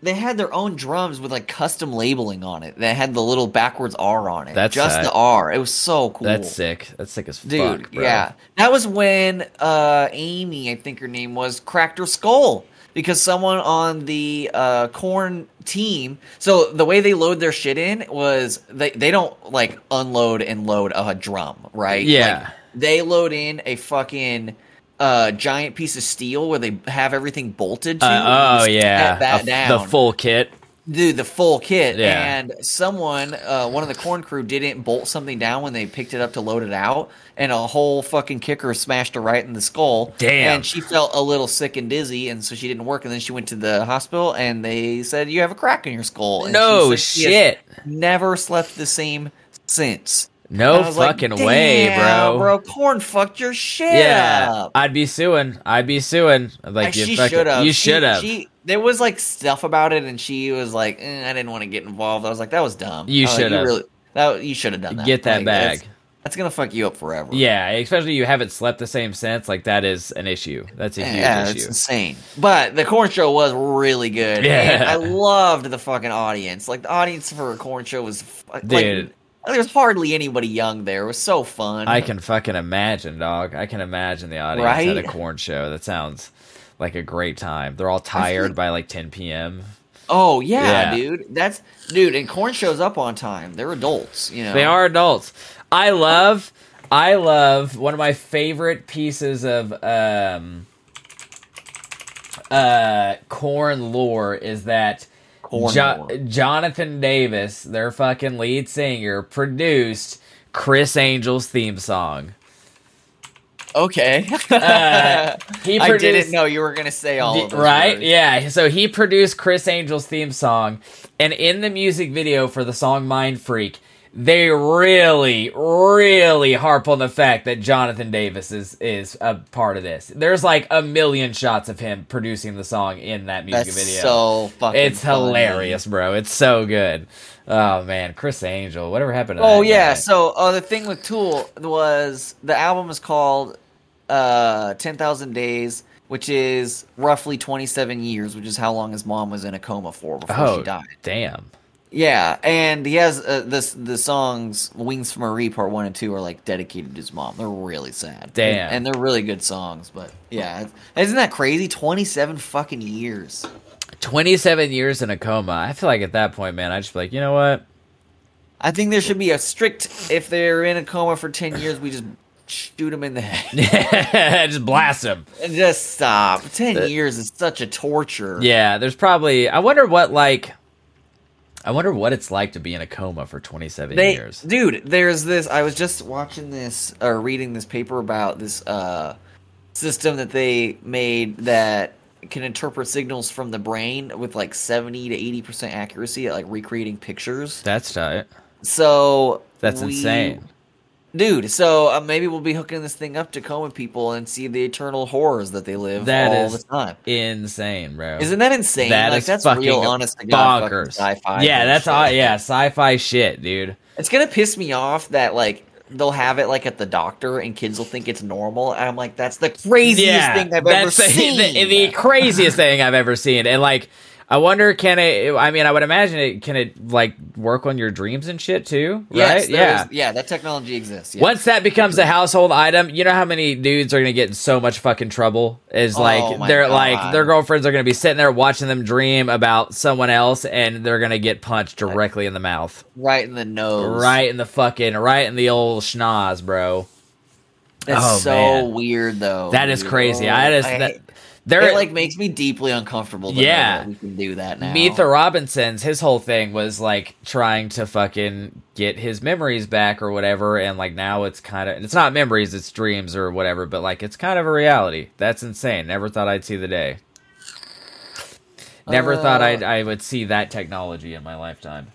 [SPEAKER 4] They had their own drums with like custom labeling on it. They had the little backwards R on it.
[SPEAKER 3] That's
[SPEAKER 4] just
[SPEAKER 3] tight.
[SPEAKER 4] the R. It was so cool.
[SPEAKER 3] that's sick. That's sick as
[SPEAKER 4] dude
[SPEAKER 3] fuck, bro.
[SPEAKER 4] yeah that was when uh amy i think her name was cracked her skull because someone on the uh corn team so the way they load their shit in was they they don't like unload and load a drum right
[SPEAKER 3] Yeah.
[SPEAKER 4] Like, they load in a fucking uh giant piece of steel where they have everything bolted to and
[SPEAKER 3] Uh, oh
[SPEAKER 4] just
[SPEAKER 3] yeah,
[SPEAKER 4] snap that
[SPEAKER 3] A-
[SPEAKER 4] down
[SPEAKER 3] the full kit.
[SPEAKER 4] dude the full kit
[SPEAKER 3] Yeah.
[SPEAKER 4] and someone uh, one of the corn crew didn't bolt something down when they picked it up to load it out and a whole fucking kicker smashed her right in the skull
[SPEAKER 3] Damn.
[SPEAKER 4] and she felt a little sick and dizzy and so she didn't work and then she went to the hospital and they said you have a crack in your skull and
[SPEAKER 3] No
[SPEAKER 4] she said she has
[SPEAKER 3] shit.
[SPEAKER 4] never slept the same since And I
[SPEAKER 3] No
[SPEAKER 4] was like,
[SPEAKER 3] Oh, fucking way, bro.
[SPEAKER 4] "Damn, bro corn fucked your shit
[SPEAKER 3] Yeah,
[SPEAKER 4] up
[SPEAKER 3] I'd be suing. I'd be suing. I'd Like
[SPEAKER 4] like
[SPEAKER 3] you
[SPEAKER 4] she
[SPEAKER 3] fucking-
[SPEAKER 4] should have.
[SPEAKER 3] You should have.
[SPEAKER 4] There was like stuff about it, and she was like, eh, "I didn't want to get involved." I was like, "That was dumb."
[SPEAKER 3] You
[SPEAKER 4] I was like,
[SPEAKER 3] should've.
[SPEAKER 4] really- that you should have done that.
[SPEAKER 3] Get that
[SPEAKER 4] Like,
[SPEAKER 3] bag.
[SPEAKER 4] that's- That's gonna fuck you up forever.
[SPEAKER 3] Yeah, especially you haven't slept the same since. Like that is an issue. That's a huge
[SPEAKER 4] Eh, Yeah, it's
[SPEAKER 3] issue.
[SPEAKER 4] insane. But the corn show was really good.
[SPEAKER 3] Yeah.
[SPEAKER 4] and I loved the fucking audience. Like the audience for a corn show was, fu- like,
[SPEAKER 3] Dude.
[SPEAKER 4] there was hardly anybody young there. It was so fun.
[SPEAKER 3] I can fucking imagine, dog. I can imagine the audience at a
[SPEAKER 4] Right?
[SPEAKER 3] corn show. That sounds like a great time. They're all tired by like 10 p.m.
[SPEAKER 4] Oh yeah,
[SPEAKER 3] Yeah.
[SPEAKER 4] dude. That's dude. And corn shows up on time. They're adults. You know
[SPEAKER 3] They are adults. I love, I love one of my favorite pieces of um, uh, corn lore is that
[SPEAKER 4] Corn
[SPEAKER 3] Jo-
[SPEAKER 4] lore.
[SPEAKER 3] Jonathan Davis, their fucking lead singer, produced Chris Angel's theme song.
[SPEAKER 4] Okay.
[SPEAKER 3] Uh, he
[SPEAKER 4] I
[SPEAKER 3] produced-
[SPEAKER 4] didn't know you were gonna say all
[SPEAKER 3] D-
[SPEAKER 4] of those
[SPEAKER 3] right?
[SPEAKER 4] words.
[SPEAKER 3] Yeah. So he produced Chris Angel's theme song, and in the music video for the song "Mind Freak," they really, really harp on the fact that Jonathan Davis is is a part of this. There's like a million shots of him producing the song in that music
[SPEAKER 4] That's
[SPEAKER 3] video.
[SPEAKER 4] so fucking.
[SPEAKER 3] it's
[SPEAKER 4] funny.
[SPEAKER 3] hilarious, bro. It's so good. Oh man, Chris Angel, whatever happened to that?
[SPEAKER 4] Oh yeah.
[SPEAKER 3] guy?
[SPEAKER 4] So uh, the thing with Tool was the album is called uh, Ten Thousand Days, which is roughly twenty seven years, which is how long his mom was in a coma for before she
[SPEAKER 3] oh
[SPEAKER 4] died.
[SPEAKER 3] damn.
[SPEAKER 4] Yeah, and he has uh, this the songs "Wings from Marie" Part One and Two are like dedicated to his mom. They're really sad,
[SPEAKER 3] Damn.
[SPEAKER 4] and, they're really good songs. But yeah, it's- isn't that crazy? Twenty seven fucking years.
[SPEAKER 3] 27 years in a coma. I feel like at that point, man, I'd just be like, you know what?
[SPEAKER 4] I think there should be a strict. If they're in a coma for ten years, we just shoot them in the head.
[SPEAKER 3] just blast him.
[SPEAKER 4] And Just stop. Ten years is such a torture.
[SPEAKER 3] Yeah, there's probably. I wonder what like. I wonder what it's like to be in a coma for 27
[SPEAKER 4] They,
[SPEAKER 3] years.
[SPEAKER 4] dude, there's this. I was just watching this or reading this paper about this uh, system that they made that can interpret signals from the brain with like 70 to 80 percent accuracy at like recreating pictures.
[SPEAKER 3] That's tight.
[SPEAKER 4] So
[SPEAKER 3] That's
[SPEAKER 4] we-
[SPEAKER 3] insane.
[SPEAKER 4] dude. So uh, maybe we'll be hooking this thing up to coma people and see the eternal horrors that they live
[SPEAKER 3] That
[SPEAKER 4] all
[SPEAKER 3] is
[SPEAKER 4] the time.
[SPEAKER 3] Insane, bro.
[SPEAKER 4] Isn't that insane?
[SPEAKER 3] That
[SPEAKER 4] like
[SPEAKER 3] is
[SPEAKER 4] that's
[SPEAKER 3] fucking
[SPEAKER 4] real, honest to God, fucking
[SPEAKER 3] bonkers.
[SPEAKER 4] sci-fi.
[SPEAKER 3] yeah, that's
[SPEAKER 4] bullshit.
[SPEAKER 3] all, yeah, sci-fi shit, dude.
[SPEAKER 4] It's gonna piss me off that like they'll have it like at the doctor and kids will think it's normal. And I'm like, that's the craziest
[SPEAKER 3] yeah,
[SPEAKER 4] thing I've ever
[SPEAKER 3] that's the-
[SPEAKER 4] seen.
[SPEAKER 3] The, the craziest thing I've ever seen, and like, I wonder, can it? I mean, I would imagine it. Can it like work on your dreams and shit too?
[SPEAKER 4] Yes,
[SPEAKER 3] right?
[SPEAKER 4] there
[SPEAKER 3] Yeah.
[SPEAKER 4] is- yeah, that technology exists. Yes.
[SPEAKER 3] Once that becomes a household item, you know how many dudes are gonna get in so much fucking trouble? Is like
[SPEAKER 4] Oh my
[SPEAKER 3] they're
[SPEAKER 4] God.
[SPEAKER 3] like their girlfriends are gonna be sitting there watching them dream about someone else and they're gonna get punched directly in the mouth.
[SPEAKER 4] right in the nose.
[SPEAKER 3] Right in the fucking right in the old schnoz, bro.
[SPEAKER 4] That's
[SPEAKER 3] Oh,
[SPEAKER 4] so
[SPEAKER 3] man.
[SPEAKER 4] weird though.
[SPEAKER 3] That is
[SPEAKER 4] dude.
[SPEAKER 3] crazy.
[SPEAKER 4] Oh,
[SPEAKER 3] I just
[SPEAKER 4] I-
[SPEAKER 3] that,
[SPEAKER 4] it
[SPEAKER 3] they're
[SPEAKER 4] like makes me deeply uncomfortable. To know
[SPEAKER 3] Yeah.
[SPEAKER 4] that we can do that now.
[SPEAKER 3] Meet the Robinsons, his whole thing was like trying to fucking get his memories back or whatever, and like now it's kind of it's not memories, it's dreams or whatever, but like it's kind of a reality. That's insane. Never thought I'd see the day. Never thought
[SPEAKER 4] Uh,
[SPEAKER 3] I'd I would see that technology in my lifetime.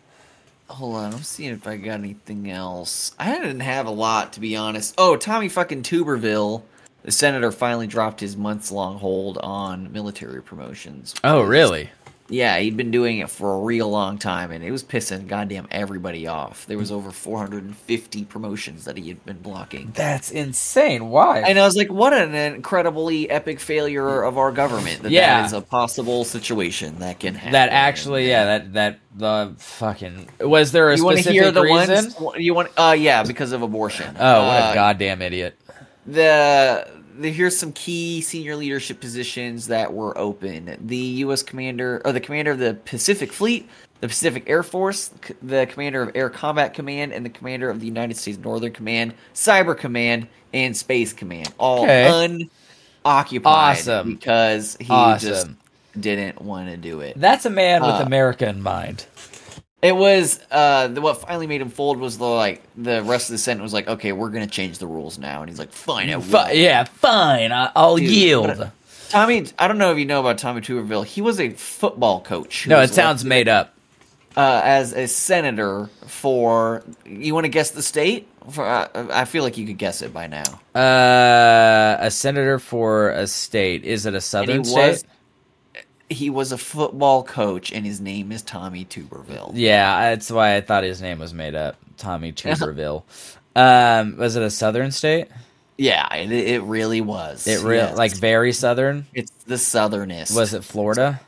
[SPEAKER 4] Hold on, I'm seeing if I got anything else. I didn't have a lot, to be honest. Oh, Tommy fucking Tuberville, the senator, finally dropped his months long hold on military promotions.
[SPEAKER 3] Oh really?
[SPEAKER 4] Yeah, he'd been doing it for a real long time, and it was pissing goddamn everybody off.
[SPEAKER 3] Mm.
[SPEAKER 4] There was over 450 promotions that he had been blocking.
[SPEAKER 3] That's insane. Why?
[SPEAKER 4] And I was like, what an incredibly epic failure of our government that
[SPEAKER 3] Yeah.
[SPEAKER 4] that is a possible situation that can happen.
[SPEAKER 3] that actually yeah, that that the fucking was there a
[SPEAKER 4] you want to
[SPEAKER 3] specific
[SPEAKER 4] hear the
[SPEAKER 3] reason?
[SPEAKER 4] ones you want? Uh, yeah, because of abortion.
[SPEAKER 3] Oh, what
[SPEAKER 4] Uh,
[SPEAKER 3] a goddamn idiot.
[SPEAKER 4] the, the here's some key senior leadership positions that were open. The U.S. commander, or the commander of the Pacific Fleet, the Pacific Air Force, c- the commander of Air Combat Command, and the commander of the United States Northern Command, Cyber Command, and Space Command. All
[SPEAKER 3] Okay.
[SPEAKER 4] unoccupied.
[SPEAKER 3] Awesome.
[SPEAKER 4] Because he just
[SPEAKER 3] Awesome.
[SPEAKER 4] didn't want to do it.
[SPEAKER 3] That's a man with
[SPEAKER 4] Uh,
[SPEAKER 3] America in mind.
[SPEAKER 4] It was uh, the, what finally made him fold was the like the rest of the Senate was like, okay, we're gonna change the rules now, and he's like, fine, I will.
[SPEAKER 3] Fi yeah, fine. I- I'll
[SPEAKER 4] Dude,
[SPEAKER 3] yield.
[SPEAKER 4] what a- Tommy, I don't know if you know about Tommy Tuberville. He was a football coach. who
[SPEAKER 3] no,
[SPEAKER 4] was
[SPEAKER 3] it sounds made up.
[SPEAKER 4] elect- uh, as a senator for. You want to guess the state? For, uh, I feel like you could guess it by now.
[SPEAKER 3] Uh, a senator for a state. Is it a
[SPEAKER 4] And he
[SPEAKER 3] southern state?
[SPEAKER 4] was. He was a football coach, and his name is Tommy Tuberville.
[SPEAKER 3] Yeah, that's why I thought his name was made up. Tommy Tuberville. Um, was it a southern state?
[SPEAKER 4] Yeah, it, it really was.
[SPEAKER 3] It real
[SPEAKER 4] yes.
[SPEAKER 3] like very southern.
[SPEAKER 4] it's the southernest.
[SPEAKER 3] Was it Florida?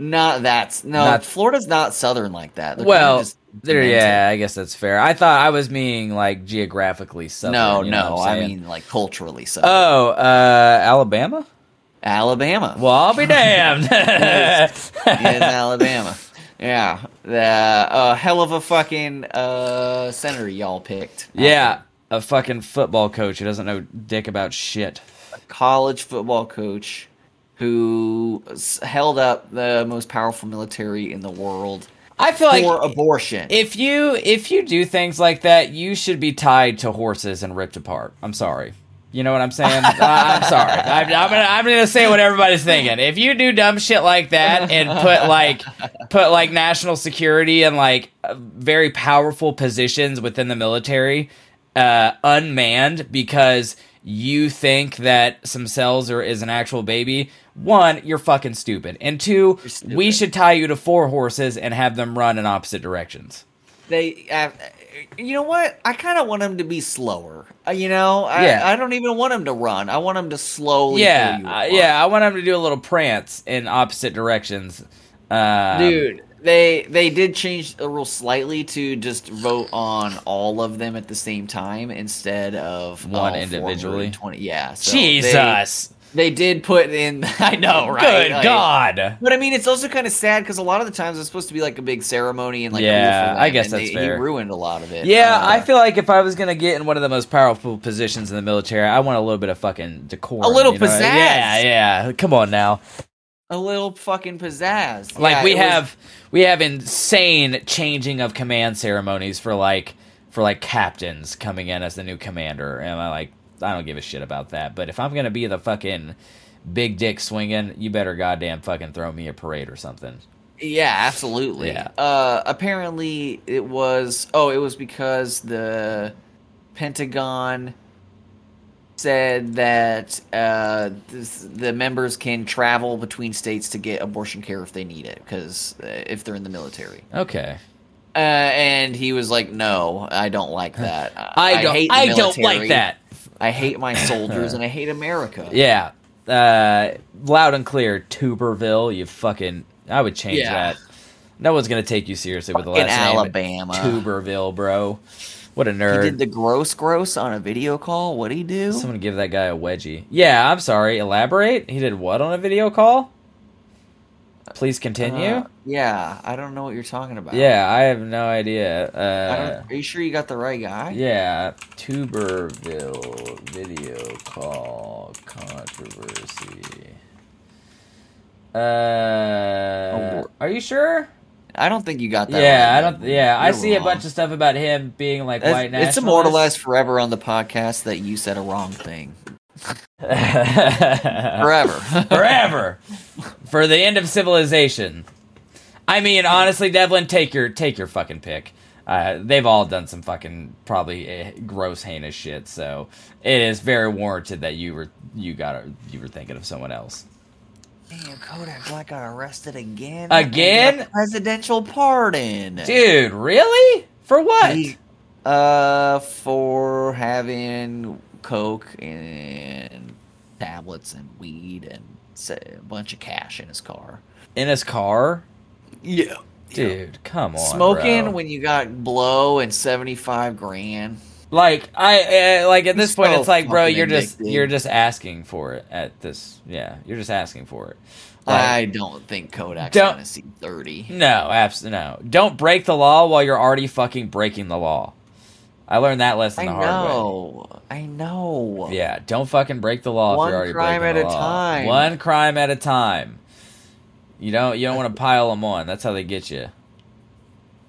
[SPEAKER 4] not that's no
[SPEAKER 3] Not-
[SPEAKER 4] Florida's not southern like that. They're kinda
[SPEAKER 3] Well,
[SPEAKER 4] just
[SPEAKER 3] there.
[SPEAKER 4] mountain.
[SPEAKER 3] Yeah, I guess that's fair. I thought I was meaning like geographically southern.
[SPEAKER 4] no,
[SPEAKER 3] you know
[SPEAKER 4] no,
[SPEAKER 3] what I'm
[SPEAKER 4] I
[SPEAKER 3] saying?
[SPEAKER 4] mean like culturally southern.
[SPEAKER 3] Oh, uh, Alabama.
[SPEAKER 4] Alabama.
[SPEAKER 3] Well, I'll be damned.
[SPEAKER 4] in Alabama. Yeah, the uh, hell of a fucking uh, senator y'all picked.
[SPEAKER 3] yeah, a fucking football coach who doesn't know dick about shit.
[SPEAKER 4] college football coach who s- held up the most powerful military in the world
[SPEAKER 3] I feel
[SPEAKER 4] for abortion.
[SPEAKER 3] if you if you do things like that, you should be tied to horses and ripped apart. I'm sorry. You know what I'm saying? uh, I'm sorry. I'm, I'm gonna I'm gonna say what everybody's thinking. If you do dumb shit like that and put like put like national security and like uh, very powerful positions within the military uh, unmanned because you think that some cells are is an actual baby. One, you're fucking stupid, and two,
[SPEAKER 4] stupid.
[SPEAKER 3] we should tie you to four horses and have them run in opposite directions.
[SPEAKER 4] they, uh, you know what? I kind of want them to be slower. Uh, you know, I,
[SPEAKER 3] Yeah.
[SPEAKER 4] I don't even want them to run. I want them to slowly.
[SPEAKER 3] yeah,
[SPEAKER 4] pull you
[SPEAKER 3] uh,
[SPEAKER 4] apart.
[SPEAKER 3] yeah. I want him to do a little prance in opposite directions. Um,
[SPEAKER 4] dude they they did change the rule slightly to just vote on all of them at the same time instead of
[SPEAKER 3] One
[SPEAKER 4] all four
[SPEAKER 3] individually?
[SPEAKER 4] and 20 yeah so they-
[SPEAKER 3] Jesus,
[SPEAKER 4] they, did put in i know right
[SPEAKER 3] good
[SPEAKER 4] Like-
[SPEAKER 3] God.
[SPEAKER 4] but i mean it's also kind of sad because a lot of the times it's supposed to be like a big ceremony and like cool
[SPEAKER 3] Yeah,
[SPEAKER 4] for them,
[SPEAKER 3] I guess
[SPEAKER 4] and
[SPEAKER 3] that's
[SPEAKER 4] they-
[SPEAKER 3] fair.
[SPEAKER 4] he ruined a lot of it
[SPEAKER 3] Yeah,
[SPEAKER 4] Uh,
[SPEAKER 3] I feel like if I was gonna get in one of the most powerful positions in the military, I want a little bit of fucking decorum.
[SPEAKER 4] A little
[SPEAKER 3] you know?
[SPEAKER 4] pizzazz.
[SPEAKER 3] Yeah, yeah. Come on now.
[SPEAKER 4] a little fucking pizzazz
[SPEAKER 3] Like
[SPEAKER 4] Yeah,
[SPEAKER 3] we
[SPEAKER 4] it was-
[SPEAKER 3] have we have insane changing of command ceremonies for like for like captains coming in as the new commander, and I like I don't give a shit about that. But if I'm gonna be the fucking big dick swinging, you better goddamn fucking throw me a parade or something.
[SPEAKER 4] Yeah, absolutely.
[SPEAKER 3] Yeah.
[SPEAKER 4] Uh, apparently, it was. Oh, it was because the Pentagon said that uh, this, the members can travel between states to get abortion care if they need it, because uh, if they're in the military.
[SPEAKER 3] Okay,
[SPEAKER 4] Uh, and he was like, "No, I don't like that.
[SPEAKER 3] I don't
[SPEAKER 4] hate the
[SPEAKER 3] I, don't like
[SPEAKER 4] military.
[SPEAKER 3] that.
[SPEAKER 4] I hate my soldiers and I hate America."
[SPEAKER 3] Yeah, uh, loud and clear, Tuberville. You fucking I would change
[SPEAKER 4] Yeah.
[SPEAKER 3] that. No one's gonna take you seriously with the
[SPEAKER 4] Fucking
[SPEAKER 3] last name
[SPEAKER 4] Alabama.
[SPEAKER 3] Tuberville, bro. What a
[SPEAKER 4] He
[SPEAKER 3] nerd.
[SPEAKER 4] did the gross, gross on a video call. What'd he do?
[SPEAKER 3] Someone give that guy a wedgie. Yeah, I'm sorry. Elaborate. He did what on a video call? Please continue.
[SPEAKER 4] Uh, yeah, I don't know what you're talking about.
[SPEAKER 3] yeah, I have no idea.
[SPEAKER 4] I
[SPEAKER 3] Uh,
[SPEAKER 4] don't, are you sure you got the right guy?
[SPEAKER 3] yeah, Tuberville video call controversy. Uh,
[SPEAKER 4] wor-
[SPEAKER 3] are you sure?
[SPEAKER 4] I don't think you got that.
[SPEAKER 3] Yeah,
[SPEAKER 4] right,
[SPEAKER 3] I don't.
[SPEAKER 4] man.
[SPEAKER 3] Yeah, I
[SPEAKER 4] You're
[SPEAKER 3] see a
[SPEAKER 4] wrong.
[SPEAKER 3] bunch of stuff about him being like
[SPEAKER 4] That's-
[SPEAKER 3] white
[SPEAKER 4] It's
[SPEAKER 3] nationalist.
[SPEAKER 4] immortalized forever on the podcast that you said a wrong thing. Forever.
[SPEAKER 3] forever for the end of civilization. I mean, honestly, Devlin, take your take your fucking pick. Uh, they've all done some fucking probably eh, gross, heinous shit. So it is very warranted that you were you got you were thinking of someone else.
[SPEAKER 4] Damn, Kodak Black got arrested again.
[SPEAKER 3] Again?
[SPEAKER 4] And got Presidential pardon.
[SPEAKER 3] Dude, really? For what?
[SPEAKER 4] He- uh, for having coke and tablets and weed and s- a bunch of cash in his car.
[SPEAKER 3] In his car?
[SPEAKER 4] Yeah.
[SPEAKER 3] Dude, come on.
[SPEAKER 4] Smoking
[SPEAKER 3] bro.
[SPEAKER 4] when you got blow and 75 grand.
[SPEAKER 3] like I uh, like at this
[SPEAKER 4] He's
[SPEAKER 3] point
[SPEAKER 4] so
[SPEAKER 3] it's like bro,
[SPEAKER 4] fucking
[SPEAKER 3] you're just
[SPEAKER 4] addicted.
[SPEAKER 3] you're just asking for it at this. Yeah, you're just asking for it. Like,
[SPEAKER 4] I don't think Kodak's
[SPEAKER 3] Don't-
[SPEAKER 4] gonna see thirty.
[SPEAKER 3] No, absolutely no. Don't break the law while you're already fucking breaking the law. I learned that lesson
[SPEAKER 4] I
[SPEAKER 3] the hard
[SPEAKER 4] know. I know.
[SPEAKER 3] way. Yeah, don't fucking break the law
[SPEAKER 4] One
[SPEAKER 3] if you're already
[SPEAKER 4] crime
[SPEAKER 3] breaking the
[SPEAKER 4] at a
[SPEAKER 3] law.
[SPEAKER 4] time.
[SPEAKER 3] One crime at a time. You don't you don't want to pile them on. That's how they get you.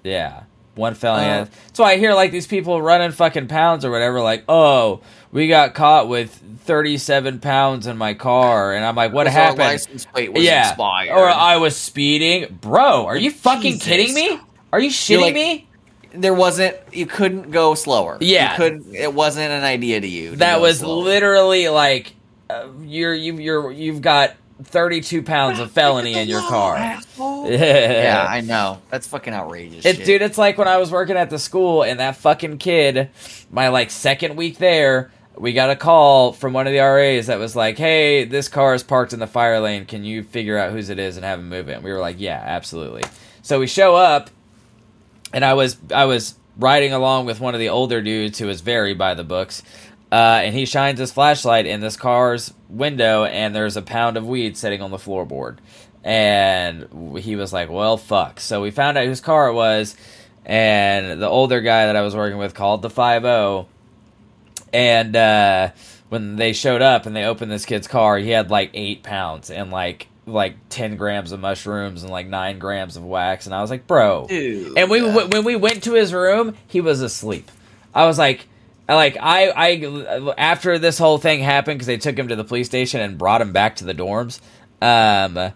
[SPEAKER 3] Yeah. One felony.
[SPEAKER 4] Uh,
[SPEAKER 3] at a- That's why I hear like these people running fucking pounds or whatever. Like, oh, we got caught with thirty-seven pounds in my car, and I'm like, what
[SPEAKER 4] Because our
[SPEAKER 3] happened?
[SPEAKER 4] license plate was expired.
[SPEAKER 3] Or uh, I was speeding. Bro, are you fucking
[SPEAKER 4] Jesus.
[SPEAKER 3] kidding me? Are you shitting
[SPEAKER 4] You're like-
[SPEAKER 3] me?
[SPEAKER 4] there wasn't you couldn't go slower.
[SPEAKER 3] Yeah.
[SPEAKER 4] You couldn't it wasn't an idea to you. to
[SPEAKER 3] That
[SPEAKER 4] go
[SPEAKER 3] was
[SPEAKER 4] slower.
[SPEAKER 3] literally like uh, you're you you're you've got 32 pounds of felony in your car.
[SPEAKER 1] bro.
[SPEAKER 4] Yeah, I know. That's fucking outrageous.
[SPEAKER 3] It,
[SPEAKER 4] shit.
[SPEAKER 3] dude, it's like when I was working at the school and that fucking kid, my like second week there, we got a call from one of the RAs that was like, "Hey, this car is parked in the fire lane. Can you figure out whose it is and have him move it?" And we were like, "Yeah, absolutely." So we show up, and I was I was riding along with one of the older dudes who is very by the books, uh, and he shines his flashlight in this car's window, and there's a pound of weed sitting on the floorboard, and he was like, "Well, fuck!" So we found out whose car it was, and the older guy that I was working with called the five zero, and uh, when they showed up and they opened this kid's car, he had like eight pounds and like like 10 grams of mushrooms and like 9 grams of wax and i was like bro
[SPEAKER 4] Dude.
[SPEAKER 3] and we when we went to his room, he was asleep. I was like, I- like I I after this whole thing happened because they took him to the police station and brought him back to the dorms. Um,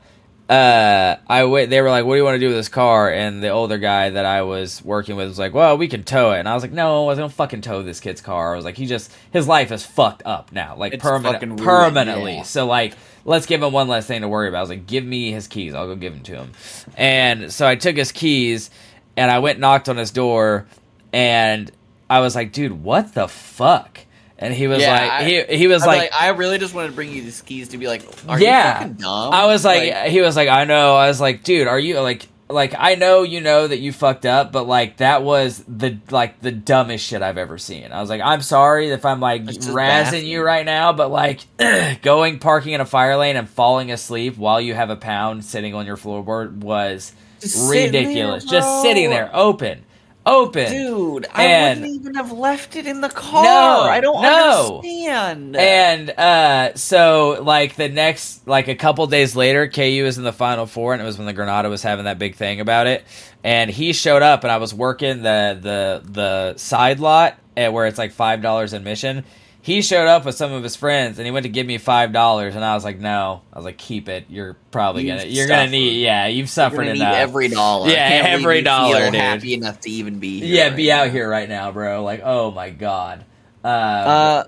[SPEAKER 3] uh, I went. They were like, "What do you want to do with this car?" And the older guy that I was working with was like, "Well, we can tow it." And I was like, "No, I was gonna fucking tow this kid's car." I was like, "He just his life is fucked up now, like
[SPEAKER 4] It's fucking
[SPEAKER 3] permanent,
[SPEAKER 4] ruined,
[SPEAKER 3] permanently."
[SPEAKER 4] yeah.
[SPEAKER 3] So like, let's give him one less thing to worry about. I was like, give me his keys. I'll go give them to him. And so I took his keys and I went and knocked on his door and I was like, dude, what the fuck? And he was
[SPEAKER 4] Yeah,
[SPEAKER 3] like,
[SPEAKER 4] I-
[SPEAKER 3] he, he was
[SPEAKER 4] I'm
[SPEAKER 3] like,
[SPEAKER 4] I really just wanted to bring you these keys to be like, are
[SPEAKER 3] yeah.
[SPEAKER 4] you fucking dumb?
[SPEAKER 3] I was like, he was like, I know. I was like, dude, are you like, like I know you know that you fucked up, but like that was the like the dumbest shit I've ever seen. I was like, I'm sorry if I'm like
[SPEAKER 4] It's just
[SPEAKER 3] razzing
[SPEAKER 4] baffling.
[SPEAKER 3] you right now, but like going parking in a fire lane and falling asleep while you have a pound sitting on your floorboard was
[SPEAKER 4] Just sitting there,
[SPEAKER 3] ridiculous. Just
[SPEAKER 4] bro.
[SPEAKER 3] sitting there, open, open.
[SPEAKER 4] dude, I
[SPEAKER 3] And-
[SPEAKER 4] wouldn't even have left it in the car.
[SPEAKER 3] No,
[SPEAKER 4] I don't
[SPEAKER 3] no.
[SPEAKER 4] understand.
[SPEAKER 3] And uh, so, like the next, like a couple days later, KU was in the Final Four, and it was when the Granada was having that big thing about it. And he showed up, and I was working the the the side lot at where it's like five dollars admission. He showed up with some of his friends, and he went to give me five dollars, and I was like, "No," I was like, "Keep it. You're probably
[SPEAKER 4] You've
[SPEAKER 3] gonna you're
[SPEAKER 4] suffered.
[SPEAKER 3] gonna need yeah, you've
[SPEAKER 4] You're
[SPEAKER 3] suffered
[SPEAKER 4] gonna need
[SPEAKER 3] enough
[SPEAKER 4] every dollar.
[SPEAKER 3] Yeah,
[SPEAKER 4] I can't believe
[SPEAKER 3] every
[SPEAKER 4] you
[SPEAKER 3] dollar,
[SPEAKER 4] feel
[SPEAKER 3] dude.
[SPEAKER 4] Happy enough to even be here.
[SPEAKER 3] yeah, be
[SPEAKER 4] right
[SPEAKER 3] out
[SPEAKER 4] now.
[SPEAKER 3] here right now, bro. Like, oh my god, uh,
[SPEAKER 4] Uh,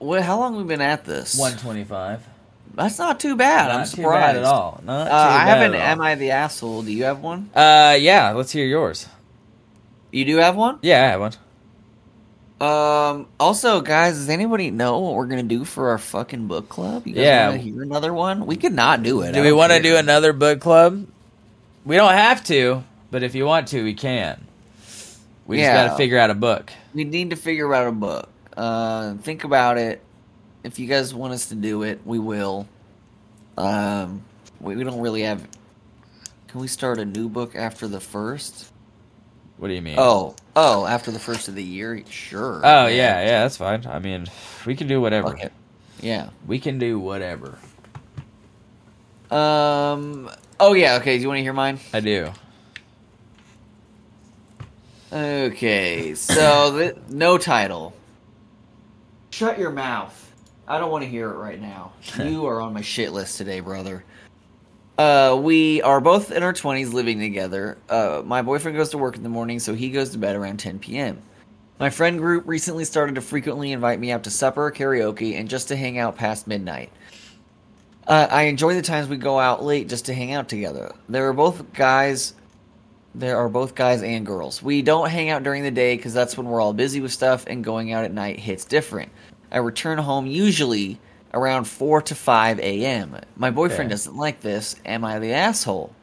[SPEAKER 4] well, how long we been at this?
[SPEAKER 3] Um, one twenty five.
[SPEAKER 4] That's not too bad. I'm
[SPEAKER 3] Not too
[SPEAKER 4] surprised
[SPEAKER 3] bad at all. Not
[SPEAKER 4] Uh,
[SPEAKER 3] too
[SPEAKER 4] I
[SPEAKER 3] bad
[SPEAKER 4] have an
[SPEAKER 3] at all.
[SPEAKER 4] Am I the Asshole? Do you have one?
[SPEAKER 3] Uh, yeah. Let's hear yours.
[SPEAKER 4] You do have one?
[SPEAKER 3] Yeah, I have one.
[SPEAKER 4] Um. Also, guys, does anybody know what we're gonna do for our fucking book club? You guys
[SPEAKER 3] Yeah.
[SPEAKER 4] wanna hear another one? We could not do it.
[SPEAKER 3] Do we want to do another book club? We don't have to, but if you want to, we can. We
[SPEAKER 4] Yeah.
[SPEAKER 3] just got to figure out a book.
[SPEAKER 4] We need to figure out a book. Uh, think about it. If you guys want us to do it, we will. Um, we, we don't really have. Can we start a new book after the first?
[SPEAKER 3] What do you mean?
[SPEAKER 4] Oh, oh, after the first of the year, sure.
[SPEAKER 3] Oh, yeah, yeah, that's fine. I mean, we can do whatever.
[SPEAKER 4] Fuck it. Yeah.
[SPEAKER 3] We can do whatever.
[SPEAKER 4] Um. Oh yeah. Okay. Do you want to hear mine?
[SPEAKER 3] I do.
[SPEAKER 4] Okay, so th- no title. Shut your mouth. I don't want to hear it right now. You are on my shit list today, brother. Uh, we are both in our 20s living together. Uh, my boyfriend goes to work in the morning, so he goes to bed around 10 p.m. My friend group recently started to frequently invite me out to supper, karaoke, and just to hang out past midnight. Uh, I enjoy the times we go out late just to hang out together. There are both guys there are both guys and girls. We don't hang out during the day because that's when we're all busy with stuff, and going out at night hits different. I return home usually around 4 to 5 a.m. My boyfriend
[SPEAKER 3] Okay.
[SPEAKER 4] doesn't like this. Am I the asshole?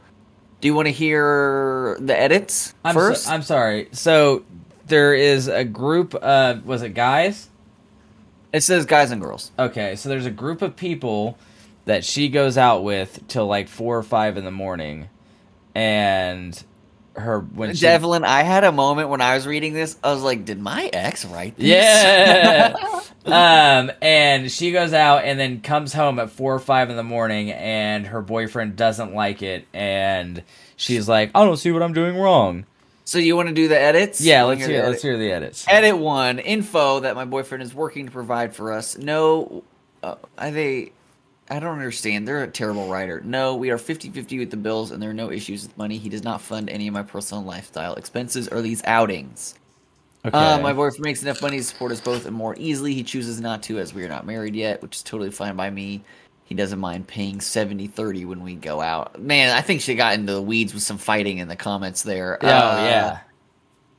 [SPEAKER 4] Do you want to hear the edits
[SPEAKER 3] I'm so-
[SPEAKER 4] 1st
[SPEAKER 3] I'm sorry. So there is a group of was it guys?
[SPEAKER 4] it says guys and girls.
[SPEAKER 3] Okay, so there's a group of people that she goes out with till like four or five in the morning, and her when she
[SPEAKER 4] Devlin, I had a moment when I was reading this. I was like, did my ex write this?
[SPEAKER 3] yeah, um, and she goes out and then comes home at four or five in the morning, and her boyfriend doesn't like it, and she's like, I don't see what I'm doing wrong.
[SPEAKER 4] so you want to do the edits?
[SPEAKER 3] Yeah,
[SPEAKER 4] You wanna
[SPEAKER 3] let's hear
[SPEAKER 4] the
[SPEAKER 3] let's
[SPEAKER 4] edit?
[SPEAKER 3] hear the edits.
[SPEAKER 4] Edit one info that my boyfriend is working to provide for us. No, uh, are they? I don't understand. They're a terrible writer. No, we are 50 50 with the bills, and there are no issues with money. He does not fund any of my personal lifestyle expenses or these outings.
[SPEAKER 3] Okay.
[SPEAKER 4] Uh, my boyfriend makes enough money to support us both and more easily. He chooses not to, as we are not married yet, which is totally fine by me. He doesn't mind paying 70 30 when we go out. Man, I think she got into the weeds with some fighting in the comments there.
[SPEAKER 3] Oh
[SPEAKER 4] Uh,
[SPEAKER 3] yeah.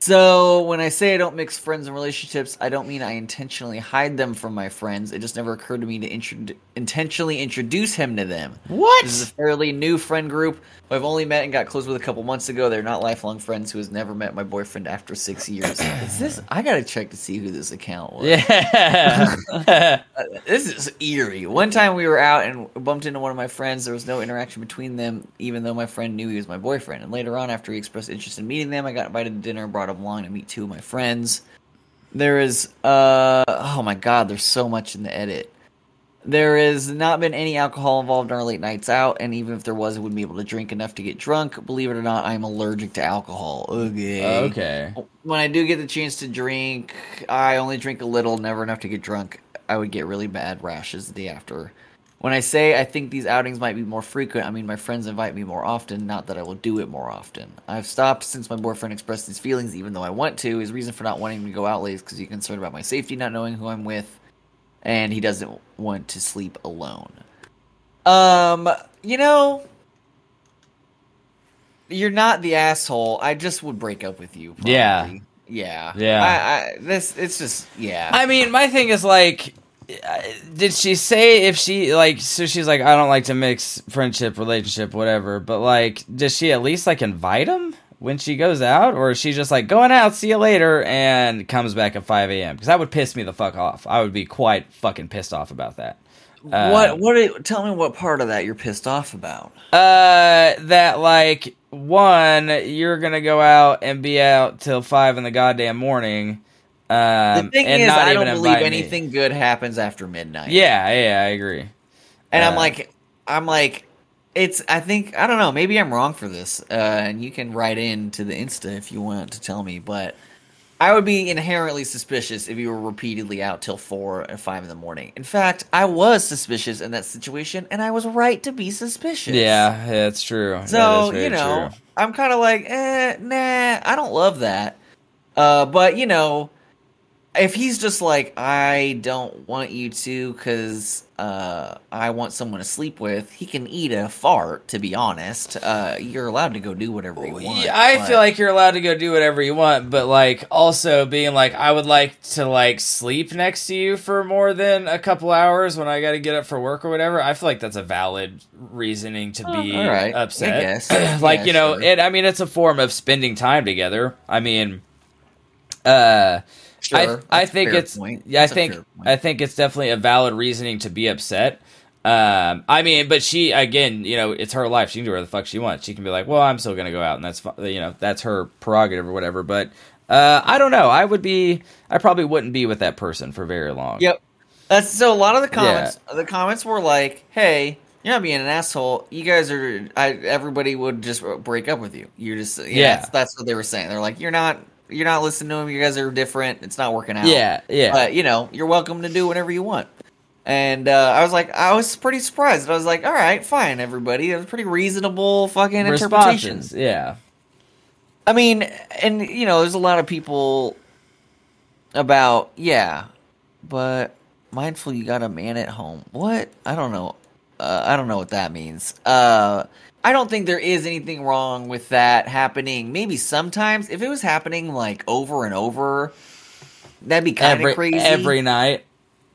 [SPEAKER 4] So when I say I don't mix friends and relationships, I don't mean I intentionally hide them from my friends. It just never occurred to me to intro- intentionally introduce him to them.
[SPEAKER 3] What?
[SPEAKER 4] This is a fairly new friend group who I've only met and got close with a couple months ago. They're not lifelong friends who has never met my boyfriend after six years. Is this? I gotta check to see who this account was.
[SPEAKER 3] Yeah.
[SPEAKER 4] This is eerie. One time we were out and bumped into one of my friends. There was no interaction between them, even though my friend knew he was my boyfriend. And later on, after he expressed interest in meeting them, I got invited to dinner and brought him along to meet two of my friends. There is, uh, oh my god, there's so much in the edit. There has not been any alcohol involved in our late nights out, and even if there was, I wouldn't be able to drink enough to get drunk. Believe it or not, I'm allergic to alcohol. Okay.
[SPEAKER 3] okay.
[SPEAKER 4] When I do get the chance to drink, I only drink a little, never enough to get drunk. I would get really bad rashes the day after. When I say I think these outings might be more frequent, I mean my friends invite me more often, not that I will do it more often. I've stopped since my boyfriend expressed his feelings, even though I want to. His reason for not wanting me to go out late is because he's concerned about my safety, not knowing who I'm with, and he doesn't want to sleep alone. Um, you know, you're not the asshole. I just would break up with you. Probably.
[SPEAKER 3] Yeah.
[SPEAKER 4] yeah,
[SPEAKER 3] Yeah.
[SPEAKER 4] I, I, this it's just yeah.
[SPEAKER 3] I mean, my thing is like, uh, did she say if she like? So she's like, I don't like to mix friendship, relationship, whatever. But like, does she at least like invite him when she goes out, or is she just like going out, see you later, and comes back at five a.m.? Because that would piss me the fuck off. I would be quite fucking pissed off about that. Uh,
[SPEAKER 4] what what? Are, tell me what part of that you're pissed off about.
[SPEAKER 3] Uh, that like one, you're gonna go out and be out till five in the goddamn morning. Um,
[SPEAKER 4] the thing
[SPEAKER 3] and
[SPEAKER 4] is,
[SPEAKER 3] not
[SPEAKER 4] I don't
[SPEAKER 3] even
[SPEAKER 4] believe
[SPEAKER 3] invite me.
[SPEAKER 4] anything good happens after midnight.
[SPEAKER 3] Yeah, yeah, I agree.
[SPEAKER 4] and I'm
[SPEAKER 3] uh,
[SPEAKER 4] like, I'm like, it's. I think I don't know. Maybe I'm wrong for this, uh, and you can write in to the Insta if you want to tell me. But I would be inherently suspicious if you were repeatedly out till four and five in the morning. In fact, I was suspicious in that situation, and I was right to be suspicious.
[SPEAKER 3] Yeah, that's true. that is
[SPEAKER 4] So
[SPEAKER 3] very
[SPEAKER 4] you know, I'm kind of like, eh, nah, I don't love that. Uh, but you know, if he's just like, I don't want you to, because uh, I want someone to sleep with, he can eat a fart. To be honest, uh, you're allowed to go do whatever you
[SPEAKER 3] true.
[SPEAKER 4] want.
[SPEAKER 3] Yeah, I
[SPEAKER 4] but-
[SPEAKER 3] feel like you're allowed to go do whatever you want, but like also being like, I would like to like sleep next to you for more than a couple hours when I got to get up for work or whatever. I feel like that's a valid reasoning to be
[SPEAKER 4] all right, I
[SPEAKER 3] upset.
[SPEAKER 4] guess.
[SPEAKER 3] like
[SPEAKER 4] Yeah,
[SPEAKER 3] you know,
[SPEAKER 4] sure.
[SPEAKER 3] it. I mean, it's a form of spending time together. I mean, uh,
[SPEAKER 4] Sure,
[SPEAKER 3] I, I
[SPEAKER 4] that's a
[SPEAKER 3] think
[SPEAKER 4] fair
[SPEAKER 3] it's
[SPEAKER 4] point.
[SPEAKER 3] yeah, I
[SPEAKER 4] That's a
[SPEAKER 3] think
[SPEAKER 4] fair point.
[SPEAKER 3] I think it's definitely a valid reasoning to be upset. Um, I mean, but she again, you know, it's her life. She can do whatever the fuck she wants. She can be like, "Well, I'm still gonna go out," and that's fi- you know, that's her prerogative or whatever. But uh, I don't know. I would be, I probably wouldn't be with that person for very long.
[SPEAKER 4] Yep. That's so. A lot of the comments, the comments were like, "Hey, you're not being an asshole. You guys are. I, everybody would just break up with you. You're just. Yeah.
[SPEAKER 3] Yeah.
[SPEAKER 4] That's, that's what they were saying. They're like, you're not. You're not listening to him. You guys are different. It's not working out.
[SPEAKER 3] Yeah, yeah.
[SPEAKER 4] But you know, you're welcome to do whatever you want. And uh, I was like, I was pretty surprised. I was like, all right, fine, everybody. That was pretty reasonable fucking interpretations.
[SPEAKER 3] Responses. Yeah.
[SPEAKER 4] I mean, and you know, there's a lot of people about yeah, but mindful you got a man at home. What? I don't know. Uh, I don't know what that means. Uh, I don't think there is anything wrong with that happening. Maybe sometimes if it was happening like over and over, that'd be kind
[SPEAKER 3] Every
[SPEAKER 4] of crazy.
[SPEAKER 3] every night.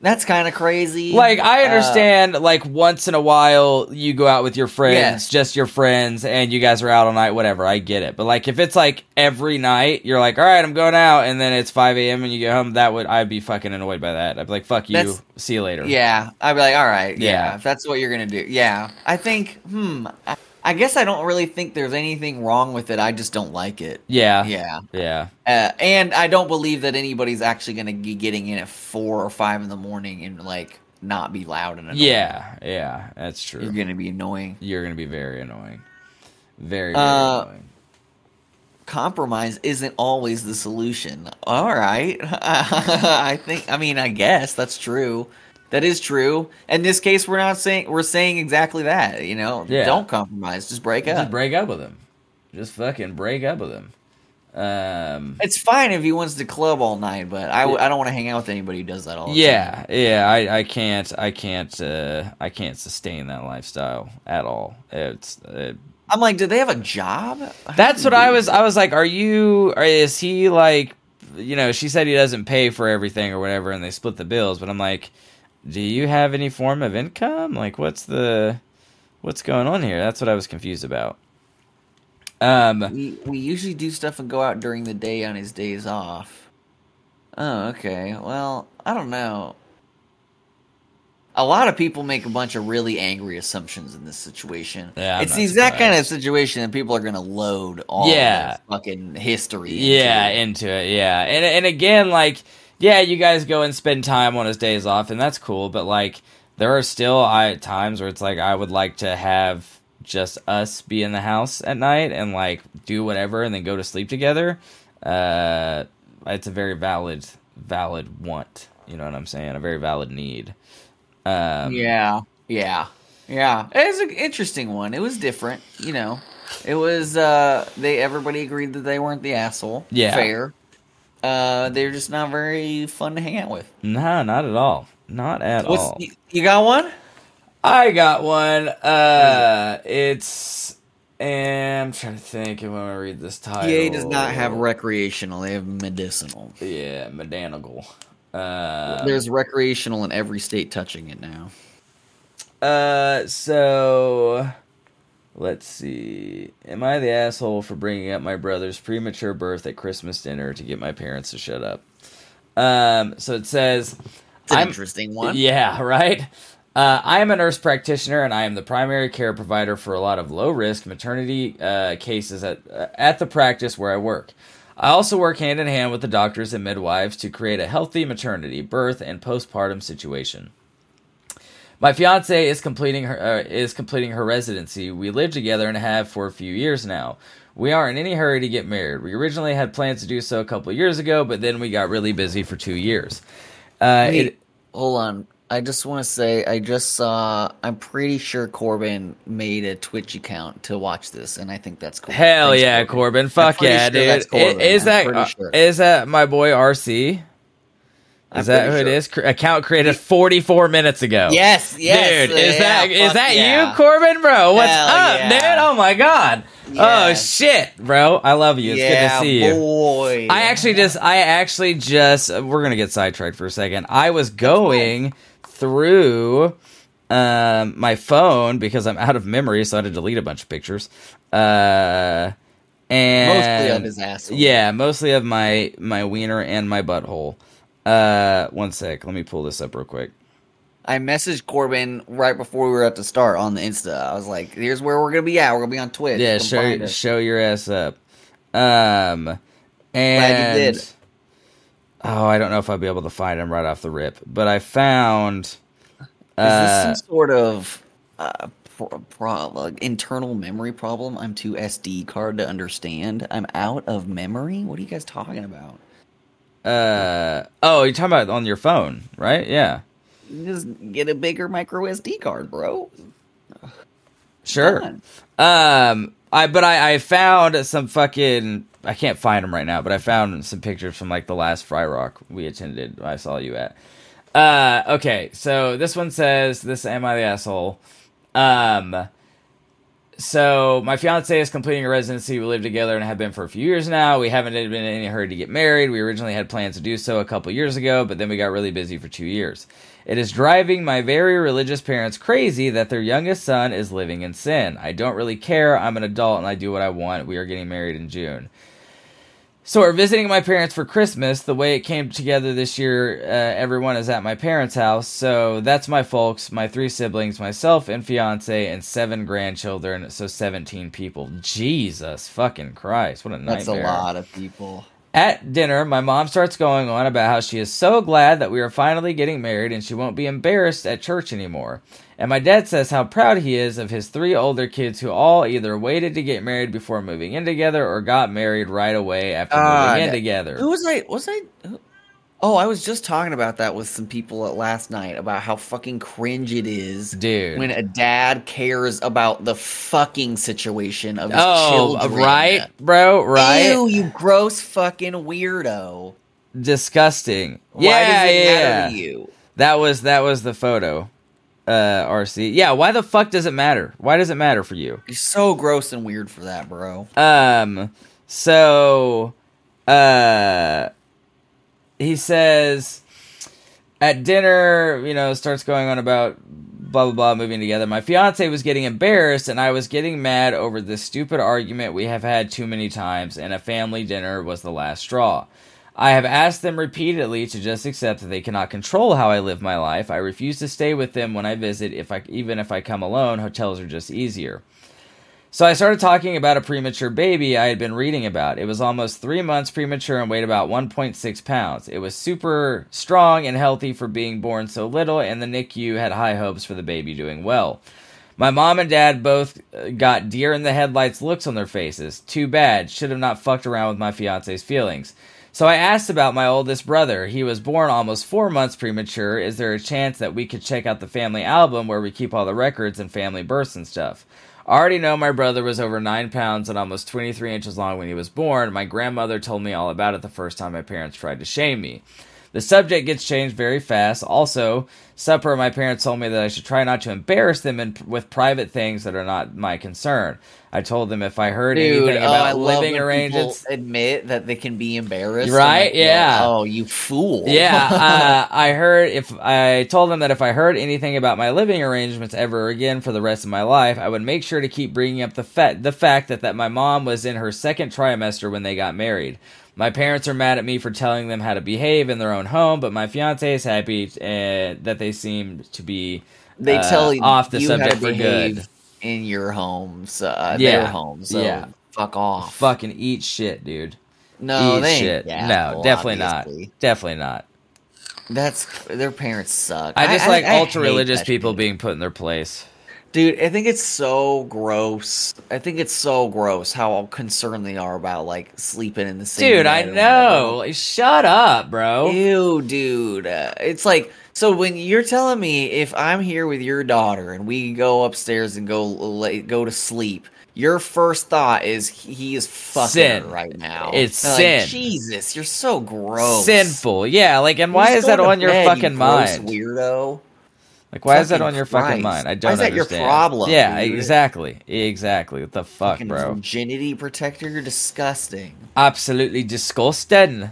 [SPEAKER 4] That's kind of crazy.
[SPEAKER 3] Like I
[SPEAKER 4] Uh,
[SPEAKER 3] understand, like once in a while you go out with your friends,
[SPEAKER 4] Yes.
[SPEAKER 3] just your friends, and you guys are out all night, whatever. I get it, but like if it's like every night, you're like, all right, I'm going out, and then it's 5 a.m. and you get home, that would I'd be fucking annoyed by that. I'd be like, fuck you,
[SPEAKER 4] That's-
[SPEAKER 3] see you later.
[SPEAKER 4] Yeah, I'd be like, all right, yeah,
[SPEAKER 3] Yeah.
[SPEAKER 4] if that's what you're gonna do, yeah. I think, hmm, I, I guess I don't really think there's anything wrong with it. I just don't like it.
[SPEAKER 3] yeah,
[SPEAKER 4] Yeah,
[SPEAKER 3] yeah.
[SPEAKER 4] uh, and I don't believe that anybody's actually gonna be getting in at four or five in the morning and like not be loud and annoying.
[SPEAKER 3] Yeah, yeah, that's true.
[SPEAKER 4] you're gonna be annoying.
[SPEAKER 3] You're gonna be very annoying, very, very
[SPEAKER 4] Uh,
[SPEAKER 3] annoying.
[SPEAKER 4] Compromise isn't always the solution. All right, I think. I mean, I guess that's true. That is true. In this case, we're not saying we're saying exactly that. You know,
[SPEAKER 3] Yeah.
[SPEAKER 4] don't compromise. Just break up.
[SPEAKER 3] Just break up with him. Just fucking break up with him. Um,
[SPEAKER 4] It's fine if he wants to club all night, but I, I don't want to hang out with anybody who does that all. the
[SPEAKER 3] yeah, yeah, I, I can't, I can't, uh, I can't sustain that lifestyle at all. It's uh,
[SPEAKER 4] time. I'm like, do they have a job?
[SPEAKER 3] that's what I was. I was like, are you? Or is he like? You know, she said he doesn't pay for everything or whatever, and they split the bills. But I'm like, do you have any form of income? Like, what's the, what's going on here? That's what I was confused about. Um,
[SPEAKER 4] We, we usually do stuff and go out during the day on his days off. Oh, okay. Well, I don't know. A lot of people make a bunch of really angry assumptions in this situation.
[SPEAKER 3] Yeah, I'm
[SPEAKER 4] it's
[SPEAKER 3] not
[SPEAKER 4] these that kind of situation that people are going to load all
[SPEAKER 3] Yeah.
[SPEAKER 4] yeah. fucking history. into
[SPEAKER 3] yeah
[SPEAKER 4] it.
[SPEAKER 3] into it yeah and and again like yeah you guys go and spend time on his days off and that's cool but like there are still I, times where it's like i would like to have just us be in the house at night and like do whatever and then go to sleep together uh it's a very valid valid want you know what i'm saying a very valid need um
[SPEAKER 4] yeah, yeah, yeah. It was an interesting one. It was different, you know. It was uh they everybody agreed that they weren't the asshole.
[SPEAKER 3] Yeah.
[SPEAKER 4] fair. Uh, they're just not very fun to hang out with.
[SPEAKER 3] no not at all not at
[SPEAKER 4] What's
[SPEAKER 3] all
[SPEAKER 4] you, you got one?
[SPEAKER 3] I got one. Uh, it's. And I'm trying to think of when I read this title.
[SPEAKER 4] EA does not have recreational; they have medicinal.
[SPEAKER 3] Yeah, Medanigal. Uh,
[SPEAKER 4] There's recreational in every state touching it now.
[SPEAKER 3] uh, so. Let's see. Am I the asshole for bringing up my brother's premature birth at Christmas dinner to get my parents to shut up? Um, so it says.
[SPEAKER 4] It's an
[SPEAKER 3] I'm-
[SPEAKER 4] interesting one.
[SPEAKER 3] Yeah, right? Uh, I am a nurse practitioner and I am the primary care provider for a lot of low risk maternity uh, cases at, uh, at the practice where I work. I also work hand in hand with the doctors and midwives to create a healthy maternity, birth, and postpartum situation. My fiance is completing her uh, is completing her residency. We live together and have for a few years now. We aren't in any hurry to get married. We originally had plans to do so a couple years ago, but then we got really busy for two years. Uh,
[SPEAKER 4] Wait,
[SPEAKER 3] it-
[SPEAKER 4] hold on. I just want to say I just saw. I'm pretty sure Corbin made a Twitch account to watch this, and I think that's cool.
[SPEAKER 3] Hell
[SPEAKER 4] Thanks,
[SPEAKER 3] yeah, Corbin! Fuck
[SPEAKER 4] I'm pretty
[SPEAKER 3] yeah,
[SPEAKER 4] sure
[SPEAKER 3] dude!
[SPEAKER 4] that's
[SPEAKER 3] I-
[SPEAKER 4] Corbin.
[SPEAKER 3] is
[SPEAKER 4] I'm
[SPEAKER 3] that
[SPEAKER 4] pretty
[SPEAKER 3] uh,
[SPEAKER 4] sure.
[SPEAKER 3] is that my boy RC? Is
[SPEAKER 4] I'm
[SPEAKER 3] that who
[SPEAKER 4] pretty
[SPEAKER 3] it
[SPEAKER 4] sure.
[SPEAKER 3] is? Cr- account created forty four minutes ago.
[SPEAKER 4] Yes, yes,
[SPEAKER 3] Oh. dude. Is
[SPEAKER 4] yeah,
[SPEAKER 3] that is
[SPEAKER 4] fuck
[SPEAKER 3] that
[SPEAKER 4] yeah.
[SPEAKER 3] you, Corbin, bro? What's
[SPEAKER 4] Hell
[SPEAKER 3] up,
[SPEAKER 4] yeah.
[SPEAKER 3] dude? Oh my god! Oh
[SPEAKER 4] Yes.
[SPEAKER 3] shit, bro! I love you. It's good to see you.
[SPEAKER 4] boy.
[SPEAKER 3] I actually just, I actually just, we're gonna get sidetracked for a second. I was going through um, my phone because I'm out of memory, so I had to delete a bunch of pictures. Uh, and
[SPEAKER 4] Mostly of his asshole.
[SPEAKER 3] Yeah, mostly of my my wiener and my butthole. Uh, one sec, let me pull this up real quick.
[SPEAKER 4] I messaged Corbin right before we were at the start on the Insta. I was like, "Here's where we're gonna be at. We're gonna be on Twitch.
[SPEAKER 3] Yeah,
[SPEAKER 4] Come
[SPEAKER 3] show
[SPEAKER 4] find us."
[SPEAKER 3] show your ass up. Um, and
[SPEAKER 4] Glad you did.
[SPEAKER 3] oh, I don't know if I'll be able to find him right off the rip, but I found.
[SPEAKER 4] Is
[SPEAKER 3] Uh,
[SPEAKER 4] this some sort of uh, pro- pro- like, internal memory problem? I'm too SD card to understand. I'm out of memory. What are you guys talking about?
[SPEAKER 3] uh, oh, you're talking about on your phone, right? Yeah,
[SPEAKER 4] You Just get a bigger micro SD card, bro.
[SPEAKER 3] sure.
[SPEAKER 4] Done.
[SPEAKER 3] Um, I but I I found some fucking I can't find them right now, but I found some pictures from like the last Fry Rock we attended. I saw you at. Uh, okay, so this one says, "This am I the asshole?" Um, so my fiance is completing a residency. We live together and have been for a few years now. We haven't been in any hurry to get married. We originally had plans to do so a couple years ago, but then we got really busy for two years. It is driving my very religious parents crazy that their youngest son is living in sin. I don't really care. I'm an adult and I do what I want. We are getting married in June. So we're visiting my parents for Christmas. The way it came together this year, uh, everyone is at my parents' house. So that's my folks, my three siblings, myself, and fiance, and seven grandchildren. So seventeen people. Jesus fucking Christ! What a nightmare.
[SPEAKER 4] That's a lot of people.
[SPEAKER 3] At dinner, my mom starts going on about how she is so glad that we are finally getting married and she won't be embarrassed at church anymore. And my dad says how proud he is of his three older kids who all either waited to get married before moving in together or got married right away after
[SPEAKER 4] Ah,
[SPEAKER 3] moving in
[SPEAKER 4] that-
[SPEAKER 3] together.
[SPEAKER 4] Who was I? Was I? who- Oh, I was just talking about that with some people at last night about how fucking cringe it is,
[SPEAKER 3] Dude.
[SPEAKER 4] when a dad cares about the fucking situation of his
[SPEAKER 3] Oh,
[SPEAKER 4] children.
[SPEAKER 3] right, bro, right.
[SPEAKER 4] Ew, you gross fucking weirdo.
[SPEAKER 3] Disgusting.
[SPEAKER 4] Why
[SPEAKER 3] yeah,
[SPEAKER 4] does it
[SPEAKER 3] yeah.
[SPEAKER 4] matter to you?
[SPEAKER 3] That was that was the photo. Uh, RC. Yeah. Why the fuck does it matter? Why does it matter for you?
[SPEAKER 4] You're so gross and weird for that, bro.
[SPEAKER 3] Um, so, uh, he says at dinner, you know, starts going on about blah blah blah moving together. My fiance was getting embarrassed, and I was getting mad over this stupid argument we have had too many times, and a family dinner was the last straw. I have asked them repeatedly to just accept that they cannot control how I live my life. I refuse to stay with them when I visit, if I even if I come alone. Hotels are just easier. So I started talking about a premature baby I had been reading about. It was almost three months premature and weighed about 1.6 pounds. It was super strong and healthy for being born so little, and the NICU had high hopes for the baby doing well. My mom and dad both uh, got deer in the headlights looks on their faces. Too bad. Should have not fucked around with my fiance's feelings. So I asked about my oldest brother. He was born almost four months premature. Is there a chance that we could check out the family album where we keep all the records and family births and stuff? I already know my brother was over 9 pounds and almost 23 inches long when he was born. My grandmother told me all about it the first time my parents tried to shame me. The subject gets changed very fast. Also, supper, my parents told me that I should try not to embarrass them in, with private things that are not my concern. I told them if I heard
[SPEAKER 4] Dude,
[SPEAKER 3] anything
[SPEAKER 4] oh, I
[SPEAKER 3] about
[SPEAKER 4] love
[SPEAKER 3] living
[SPEAKER 4] when
[SPEAKER 3] arrangements.
[SPEAKER 4] people admit that they can be embarrassed.
[SPEAKER 3] Right,
[SPEAKER 4] I'm like,
[SPEAKER 3] yeah.
[SPEAKER 4] Oh, you fool.
[SPEAKER 3] Yeah, uh, I heard if I told them that if I heard anything about my living arrangements ever again for the rest of my life, I would make sure to keep bringing up the fa- the fact that that my mom was in her second trimester when they got married. My parents are mad at me for telling them how to behave in their own home, but my fiance is happy uh, that they seem to be
[SPEAKER 4] they
[SPEAKER 3] uh,
[SPEAKER 4] tell you
[SPEAKER 3] off the
[SPEAKER 4] you
[SPEAKER 3] subject
[SPEAKER 4] how to
[SPEAKER 3] for
[SPEAKER 4] behave
[SPEAKER 3] good.
[SPEAKER 4] in your homes, uh,
[SPEAKER 3] Yeah,
[SPEAKER 4] their homes. So
[SPEAKER 3] yeah.
[SPEAKER 4] fuck off.
[SPEAKER 3] Fucking eat shit, dude.
[SPEAKER 4] no,
[SPEAKER 3] eat
[SPEAKER 4] Oh, they ain't
[SPEAKER 3] shit.
[SPEAKER 4] that
[SPEAKER 3] no,
[SPEAKER 4] cool,
[SPEAKER 3] definitely
[SPEAKER 4] obviously.
[SPEAKER 3] not. Definitely not.
[SPEAKER 4] That's their parents suck.
[SPEAKER 3] I just like
[SPEAKER 4] I hate
[SPEAKER 3] ultra religious
[SPEAKER 4] that
[SPEAKER 3] people
[SPEAKER 4] shit.
[SPEAKER 3] being put in their place.
[SPEAKER 4] Dude, I think it's so gross. I think it's so gross how concerned they are about like sleeping in the same.
[SPEAKER 3] Dude, I
[SPEAKER 4] bed or whatever.
[SPEAKER 3] know. Shut up, bro.
[SPEAKER 4] Ew, dude. Uh, it's like so when you're telling me if I'm here with your daughter and we go upstairs and go lay, go to sleep, your first thought is he is fucking
[SPEAKER 3] Sin.
[SPEAKER 4] her right now.
[SPEAKER 3] It's
[SPEAKER 4] And, like,
[SPEAKER 3] sin.
[SPEAKER 4] Jesus, you're so gross.
[SPEAKER 3] Sinful. Yeah, like, and
[SPEAKER 4] You
[SPEAKER 3] why
[SPEAKER 4] just
[SPEAKER 3] is
[SPEAKER 4] go
[SPEAKER 3] that
[SPEAKER 4] to
[SPEAKER 3] on your
[SPEAKER 4] bed, you
[SPEAKER 3] fucking
[SPEAKER 4] gross
[SPEAKER 3] mind?
[SPEAKER 4] weirdo?
[SPEAKER 3] Like, why is that
[SPEAKER 4] Fucking
[SPEAKER 3] on your fucking
[SPEAKER 4] Christ.
[SPEAKER 3] mind? I
[SPEAKER 4] Why
[SPEAKER 3] don't
[SPEAKER 4] is that your
[SPEAKER 3] understand.
[SPEAKER 4] problem,
[SPEAKER 3] Yeah,
[SPEAKER 4] dude?
[SPEAKER 3] exactly. Exactly. What the fuck,
[SPEAKER 4] Fucking
[SPEAKER 3] bro?
[SPEAKER 4] virginity protector. You're disgusting.
[SPEAKER 3] Absolutely disgusting.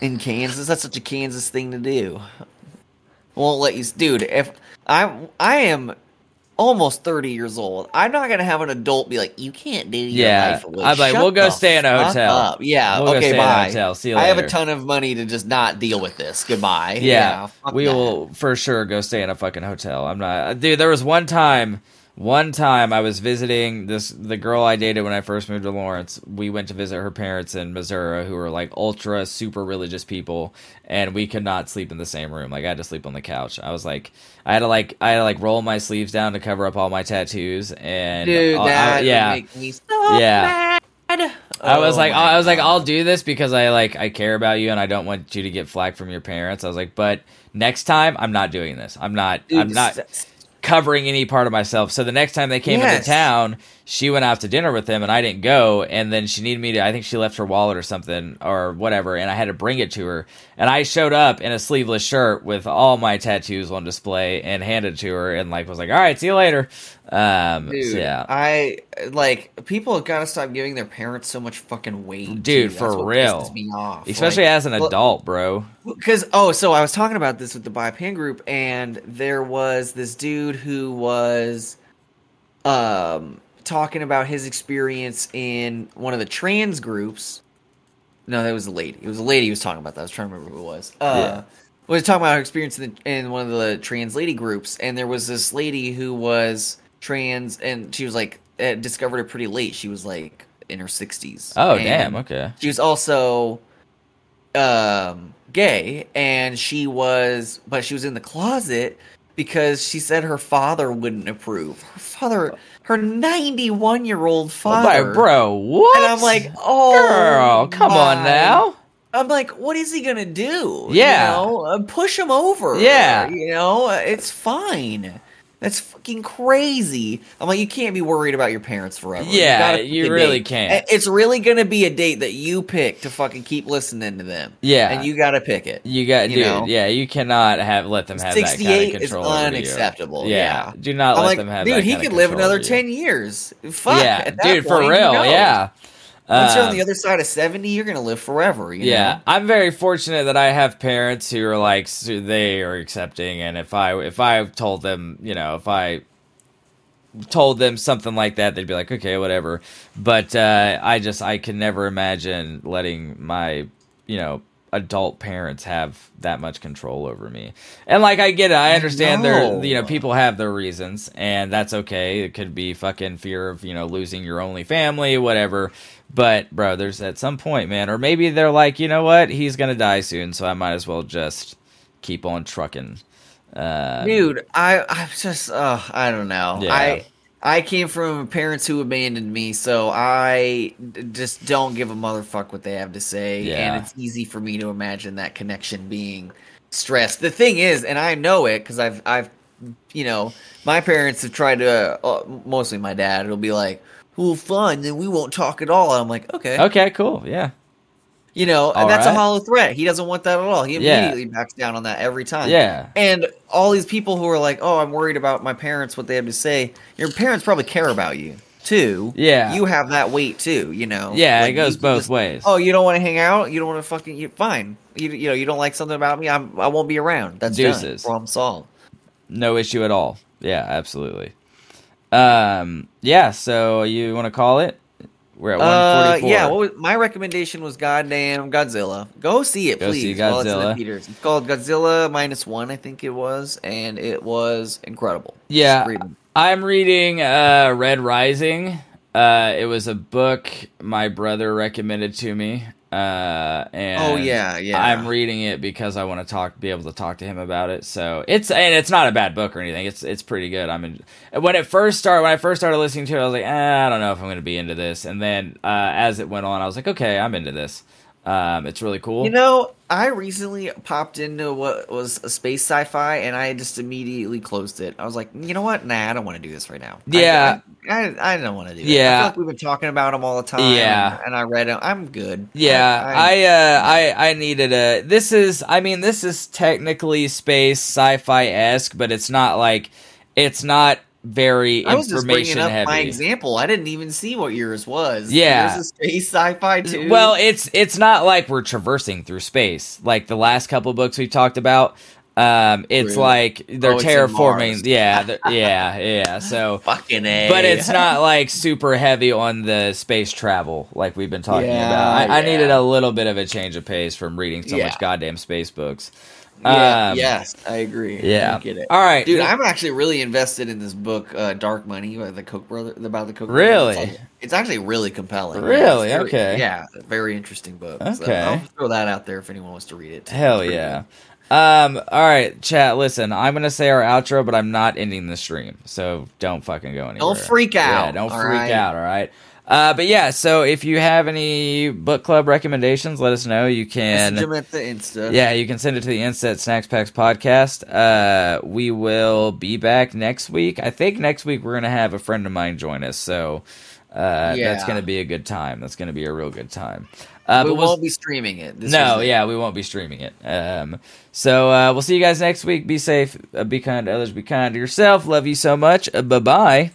[SPEAKER 4] in Kansas. That's such a Kansas thing to do. Won't let you, s- dude. If I I am almost thirty years old, I'm not gonna have an adult be like, "You can't do your
[SPEAKER 3] Yeah.
[SPEAKER 4] life away."
[SPEAKER 3] I'm like,
[SPEAKER 4] Shut
[SPEAKER 3] "We'll go
[SPEAKER 4] the
[SPEAKER 3] stay in a
[SPEAKER 4] fuck
[SPEAKER 3] hotel.
[SPEAKER 4] up." Yeah.
[SPEAKER 3] We'll go stay
[SPEAKER 4] okay.
[SPEAKER 3] in a
[SPEAKER 4] bye.
[SPEAKER 3] hotel. See you
[SPEAKER 4] I have a
[SPEAKER 3] later.
[SPEAKER 4] ton of money to just not deal with this. Goodbye.
[SPEAKER 3] Yeah,
[SPEAKER 4] fuck
[SPEAKER 3] we
[SPEAKER 4] that.
[SPEAKER 3] will for sure go stay in a fucking hotel. I'm not, dude. There was one time, one time I was visiting this the girl I dated when I first moved to Lawrence. We went to visit her parents in Missouri, who were like ultra super religious people, and we could not sleep in the same room. Like I had to sleep on the couch. I was like, I had to like, I had to like roll my sleeves down to cover up all my tattoos and
[SPEAKER 4] Dude,
[SPEAKER 3] all- I-
[SPEAKER 4] that would
[SPEAKER 3] yeah.
[SPEAKER 4] make me so
[SPEAKER 3] Yeah.
[SPEAKER 4] mad.
[SPEAKER 3] I was
[SPEAKER 4] Oh
[SPEAKER 3] like,
[SPEAKER 4] my
[SPEAKER 3] I was like,
[SPEAKER 4] God.
[SPEAKER 3] I'll do this because I like I care about you and I don't want you to get flack from your parents. I was like, but next time I'm not doing this. I'm not.
[SPEAKER 4] Dude,
[SPEAKER 3] I'm not
[SPEAKER 4] s-
[SPEAKER 3] covering any part of myself. So the next time they came
[SPEAKER 4] Yes.
[SPEAKER 3] into town, she went out to dinner with them and I didn't go. And then she needed me to. I think she left her wallet or something or whatever, and I had to bring it to her. And I showed up in a sleeveless shirt with all my tattoos on display and handed it to her and like was like, all right, see you later. Um, so
[SPEAKER 4] Dude,
[SPEAKER 3] yeah.
[SPEAKER 4] I like people have got to stop giving their parents so much fucking weight.
[SPEAKER 3] Dude,
[SPEAKER 4] too.
[SPEAKER 3] for
[SPEAKER 4] That's what
[SPEAKER 3] real.
[SPEAKER 4] pisses me off.
[SPEAKER 3] Especially as an adult, bro.
[SPEAKER 4] because oh, so I was talking about this with the Bipan group, and there was this dude who was, um, talking about his experience in one of the trans groups. No, that was a lady. It was a lady who was talking about that. I was trying to remember who it was. Uh,
[SPEAKER 3] Yeah.
[SPEAKER 4] Was talking about her experience in, the, in one of the trans lady groups, and there was this lady who was trans, and she was like uh, discovered it pretty late. She was like in her sixties.
[SPEAKER 3] Oh
[SPEAKER 4] And
[SPEAKER 3] damn. Okay.
[SPEAKER 4] she was also um gay and she was but she was in the closet because she said her father wouldn't approve. Her father her 91 year old
[SPEAKER 3] I'm like,
[SPEAKER 4] father.
[SPEAKER 3] bro, Oh, what?
[SPEAKER 4] And I'm like, oh
[SPEAKER 3] girl, come on
[SPEAKER 4] my
[SPEAKER 3] now.
[SPEAKER 4] I'm like, what is he gonna do?
[SPEAKER 3] Yeah.
[SPEAKER 4] you know? Uh, push him over.
[SPEAKER 3] Yeah.
[SPEAKER 4] you know, Uh, it's fine. That's fucking crazy. I'm like, you can't be worried about your parents forever.
[SPEAKER 3] Yeah,
[SPEAKER 4] gotta pick
[SPEAKER 3] you
[SPEAKER 4] a
[SPEAKER 3] really
[SPEAKER 4] date.
[SPEAKER 3] can't.
[SPEAKER 4] A- It's really gonna be a date that you pick to fucking keep listening to them.
[SPEAKER 3] Yeah.
[SPEAKER 4] and you gotta pick it.
[SPEAKER 3] You got,
[SPEAKER 4] You
[SPEAKER 3] dude.
[SPEAKER 4] know?
[SPEAKER 3] Yeah, you cannot have let them have that kind
[SPEAKER 4] 68
[SPEAKER 3] of
[SPEAKER 4] is
[SPEAKER 3] control. over you.
[SPEAKER 4] unacceptable, yeah.
[SPEAKER 3] do not
[SPEAKER 4] I'm
[SPEAKER 3] let
[SPEAKER 4] like,
[SPEAKER 3] them have.
[SPEAKER 4] dude,
[SPEAKER 3] that
[SPEAKER 4] he
[SPEAKER 3] kind
[SPEAKER 4] could
[SPEAKER 3] of
[SPEAKER 4] live
[SPEAKER 3] control
[SPEAKER 4] another
[SPEAKER 3] over you.
[SPEAKER 4] ten years. Fuck,
[SPEAKER 3] yeah,
[SPEAKER 4] at that
[SPEAKER 3] dude, for
[SPEAKER 4] point, you
[SPEAKER 3] real.
[SPEAKER 4] know.
[SPEAKER 3] Yeah.
[SPEAKER 4] Once you're on the
[SPEAKER 3] Um,
[SPEAKER 4] other side of seventy, you're gonna live forever. You
[SPEAKER 3] yeah,
[SPEAKER 4] know?
[SPEAKER 3] I'm very fortunate that I have parents who are like s- they are accepting, and if I if I told them, you know, if I told them something like that, they'd be like, okay, whatever. But uh, I just I can never imagine letting my you know adult parents have that much control over me. And like I get it, I understand
[SPEAKER 4] know.
[SPEAKER 3] their you know people have their reasons, and that's okay. It could be fucking fear of you know losing your only family, whatever. But bro, there's at some point, man, or maybe they're like, you know what, he's gonna die soon, so I might as well just keep on trucking. Uh,
[SPEAKER 4] dude i i'm just uh i don't know
[SPEAKER 3] Yeah.
[SPEAKER 4] i i came from parents who abandoned me so i d- just don't give a motherfuck what they have to say
[SPEAKER 3] Yeah.
[SPEAKER 4] and it's easy for me to imagine that connection being stressed the thing is and i know it because i've i've you know my parents have tried to uh, mostly my dad it'll be like well fun then we won't talk at all and i'm like okay
[SPEAKER 3] okay, cool, yeah.
[SPEAKER 4] you know,
[SPEAKER 3] All
[SPEAKER 4] and that's
[SPEAKER 3] right.
[SPEAKER 4] a hollow threat. He doesn't want that at all. He
[SPEAKER 3] Yeah.
[SPEAKER 4] immediately backs down on that every time.
[SPEAKER 3] Yeah.
[SPEAKER 4] And all these people who are like, "Oh, I'm worried about my parents, what they have to say." Your parents probably care about you too.
[SPEAKER 3] Yeah.
[SPEAKER 4] You have that weight too. You know.
[SPEAKER 3] Yeah,
[SPEAKER 4] Like,
[SPEAKER 3] it goes
[SPEAKER 4] you
[SPEAKER 3] both
[SPEAKER 4] just-
[SPEAKER 3] ways.
[SPEAKER 4] Oh, you don't want to hang out. You don't want to fucking. You fine. You, you know you don't like something about me. I'm I won't be around. That's
[SPEAKER 3] Deuces.
[SPEAKER 4] Deuces. done. Problem solved.
[SPEAKER 3] No issue at all. Yeah, absolutely. Um, yeah, so you want to call it? We're at
[SPEAKER 4] Uh,
[SPEAKER 3] 144.
[SPEAKER 4] yeah. What was, my recommendation was goddamn Godzilla. Go see it,
[SPEAKER 3] Go
[SPEAKER 4] please.
[SPEAKER 3] see
[SPEAKER 4] while it's in the
[SPEAKER 3] Godzilla.
[SPEAKER 4] theaters. It's called Godzilla minus one, I think it was, and it was incredible.
[SPEAKER 3] Yeah,
[SPEAKER 4] Just read it.
[SPEAKER 3] I'm reading uh, Red Rising. Uh, it was a book my brother recommended to me. Uh, and
[SPEAKER 4] Oh, yeah, yeah.
[SPEAKER 3] I'm reading it because I want to talk, be able to talk to him about it. So it's and it's not a bad book or anything. It's it's pretty good. I'm in, when it first started when I first started listening to it, I was like, eh, I don't know if I'm going to be into this. And then uh, as it went on, I was like, okay, I'm into this. Um, it's really cool.
[SPEAKER 4] You know, I recently popped into what was a space sci-fi, and I just immediately closed it. I was like, you know what? Nah, I don't want to do this right now. I-
[SPEAKER 3] Yeah.
[SPEAKER 4] I, I, I don't want to do. it. I
[SPEAKER 3] Yeah.
[SPEAKER 4] feel like we've been talking about them all the time.
[SPEAKER 3] Yeah.
[SPEAKER 4] and I read them. I'm good.
[SPEAKER 3] Yeah, I, uh, I I needed a. This is, I mean, this is technically space sci-fi esque, but it's not like, it's not very
[SPEAKER 4] I was just bringing
[SPEAKER 3] information
[SPEAKER 4] up my
[SPEAKER 3] heavy.
[SPEAKER 4] example. I didn't even see what yours was.
[SPEAKER 3] Yeah.
[SPEAKER 4] Yours is space sci-fi too.
[SPEAKER 3] Well, it's it's not like we're traversing through space like the last couple books we talked about. Um, it's
[SPEAKER 4] Really?
[SPEAKER 3] like they're
[SPEAKER 4] Oh, it's in
[SPEAKER 3] terraforming.
[SPEAKER 4] Mars.
[SPEAKER 3] Yeah, they're- yeah, yeah. So,
[SPEAKER 4] fucking a.
[SPEAKER 3] but it's not like super heavy on the space travel like we've been talking
[SPEAKER 4] Yeah,
[SPEAKER 3] about. I, I
[SPEAKER 4] yeah.
[SPEAKER 3] needed a little bit of a change of pace from reading so
[SPEAKER 4] Yeah.
[SPEAKER 3] much goddamn space books.
[SPEAKER 4] Yeah,
[SPEAKER 3] Um,
[SPEAKER 4] yes, I agree.
[SPEAKER 3] Yeah.
[SPEAKER 4] I get it.
[SPEAKER 3] All right,
[SPEAKER 4] dude.
[SPEAKER 3] th-
[SPEAKER 4] I'm actually really invested in this book, uh, Dark Money, by the Koch brother, about the Koch
[SPEAKER 3] Really?
[SPEAKER 4] brothers. It's, like- it's actually really compelling.
[SPEAKER 3] Really?
[SPEAKER 4] It's very-
[SPEAKER 3] Okay.
[SPEAKER 4] Yeah, a very interesting book. So
[SPEAKER 3] Okay.
[SPEAKER 4] I'll throw that out there if anyone wants to read it.
[SPEAKER 3] Hell
[SPEAKER 4] Pretty
[SPEAKER 3] yeah. Um, all right, chat. Listen, I'm gonna say our outro, but I'm not ending the stream, so don't fucking go anywhere.
[SPEAKER 4] freak out,
[SPEAKER 3] Yeah, don't
[SPEAKER 4] all
[SPEAKER 3] freak
[SPEAKER 4] right?
[SPEAKER 3] out. All right. Uh, but yeah, so if you have any book club recommendations, let us know. You
[SPEAKER 4] good.
[SPEAKER 3] can
[SPEAKER 4] Message him at the Insta.
[SPEAKER 3] Yeah, you can send it to the Inset Snacks Packs podcast. Uh, we will be back next week. I think next week we're gonna have a friend of mine join us, so uh, that's
[SPEAKER 4] Yeah.
[SPEAKER 3] gonna be a good time. That's gonna be a real good time. Uh,
[SPEAKER 4] we
[SPEAKER 3] but we'll-
[SPEAKER 4] won't be streaming it. This
[SPEAKER 3] no,
[SPEAKER 4] is-
[SPEAKER 3] yeah, we won't be streaming it. Um, so uh, we'll see you guys next week. Be safe, uh, be kind to others, be kind to yourself. Love you so much. Uh, bye bye.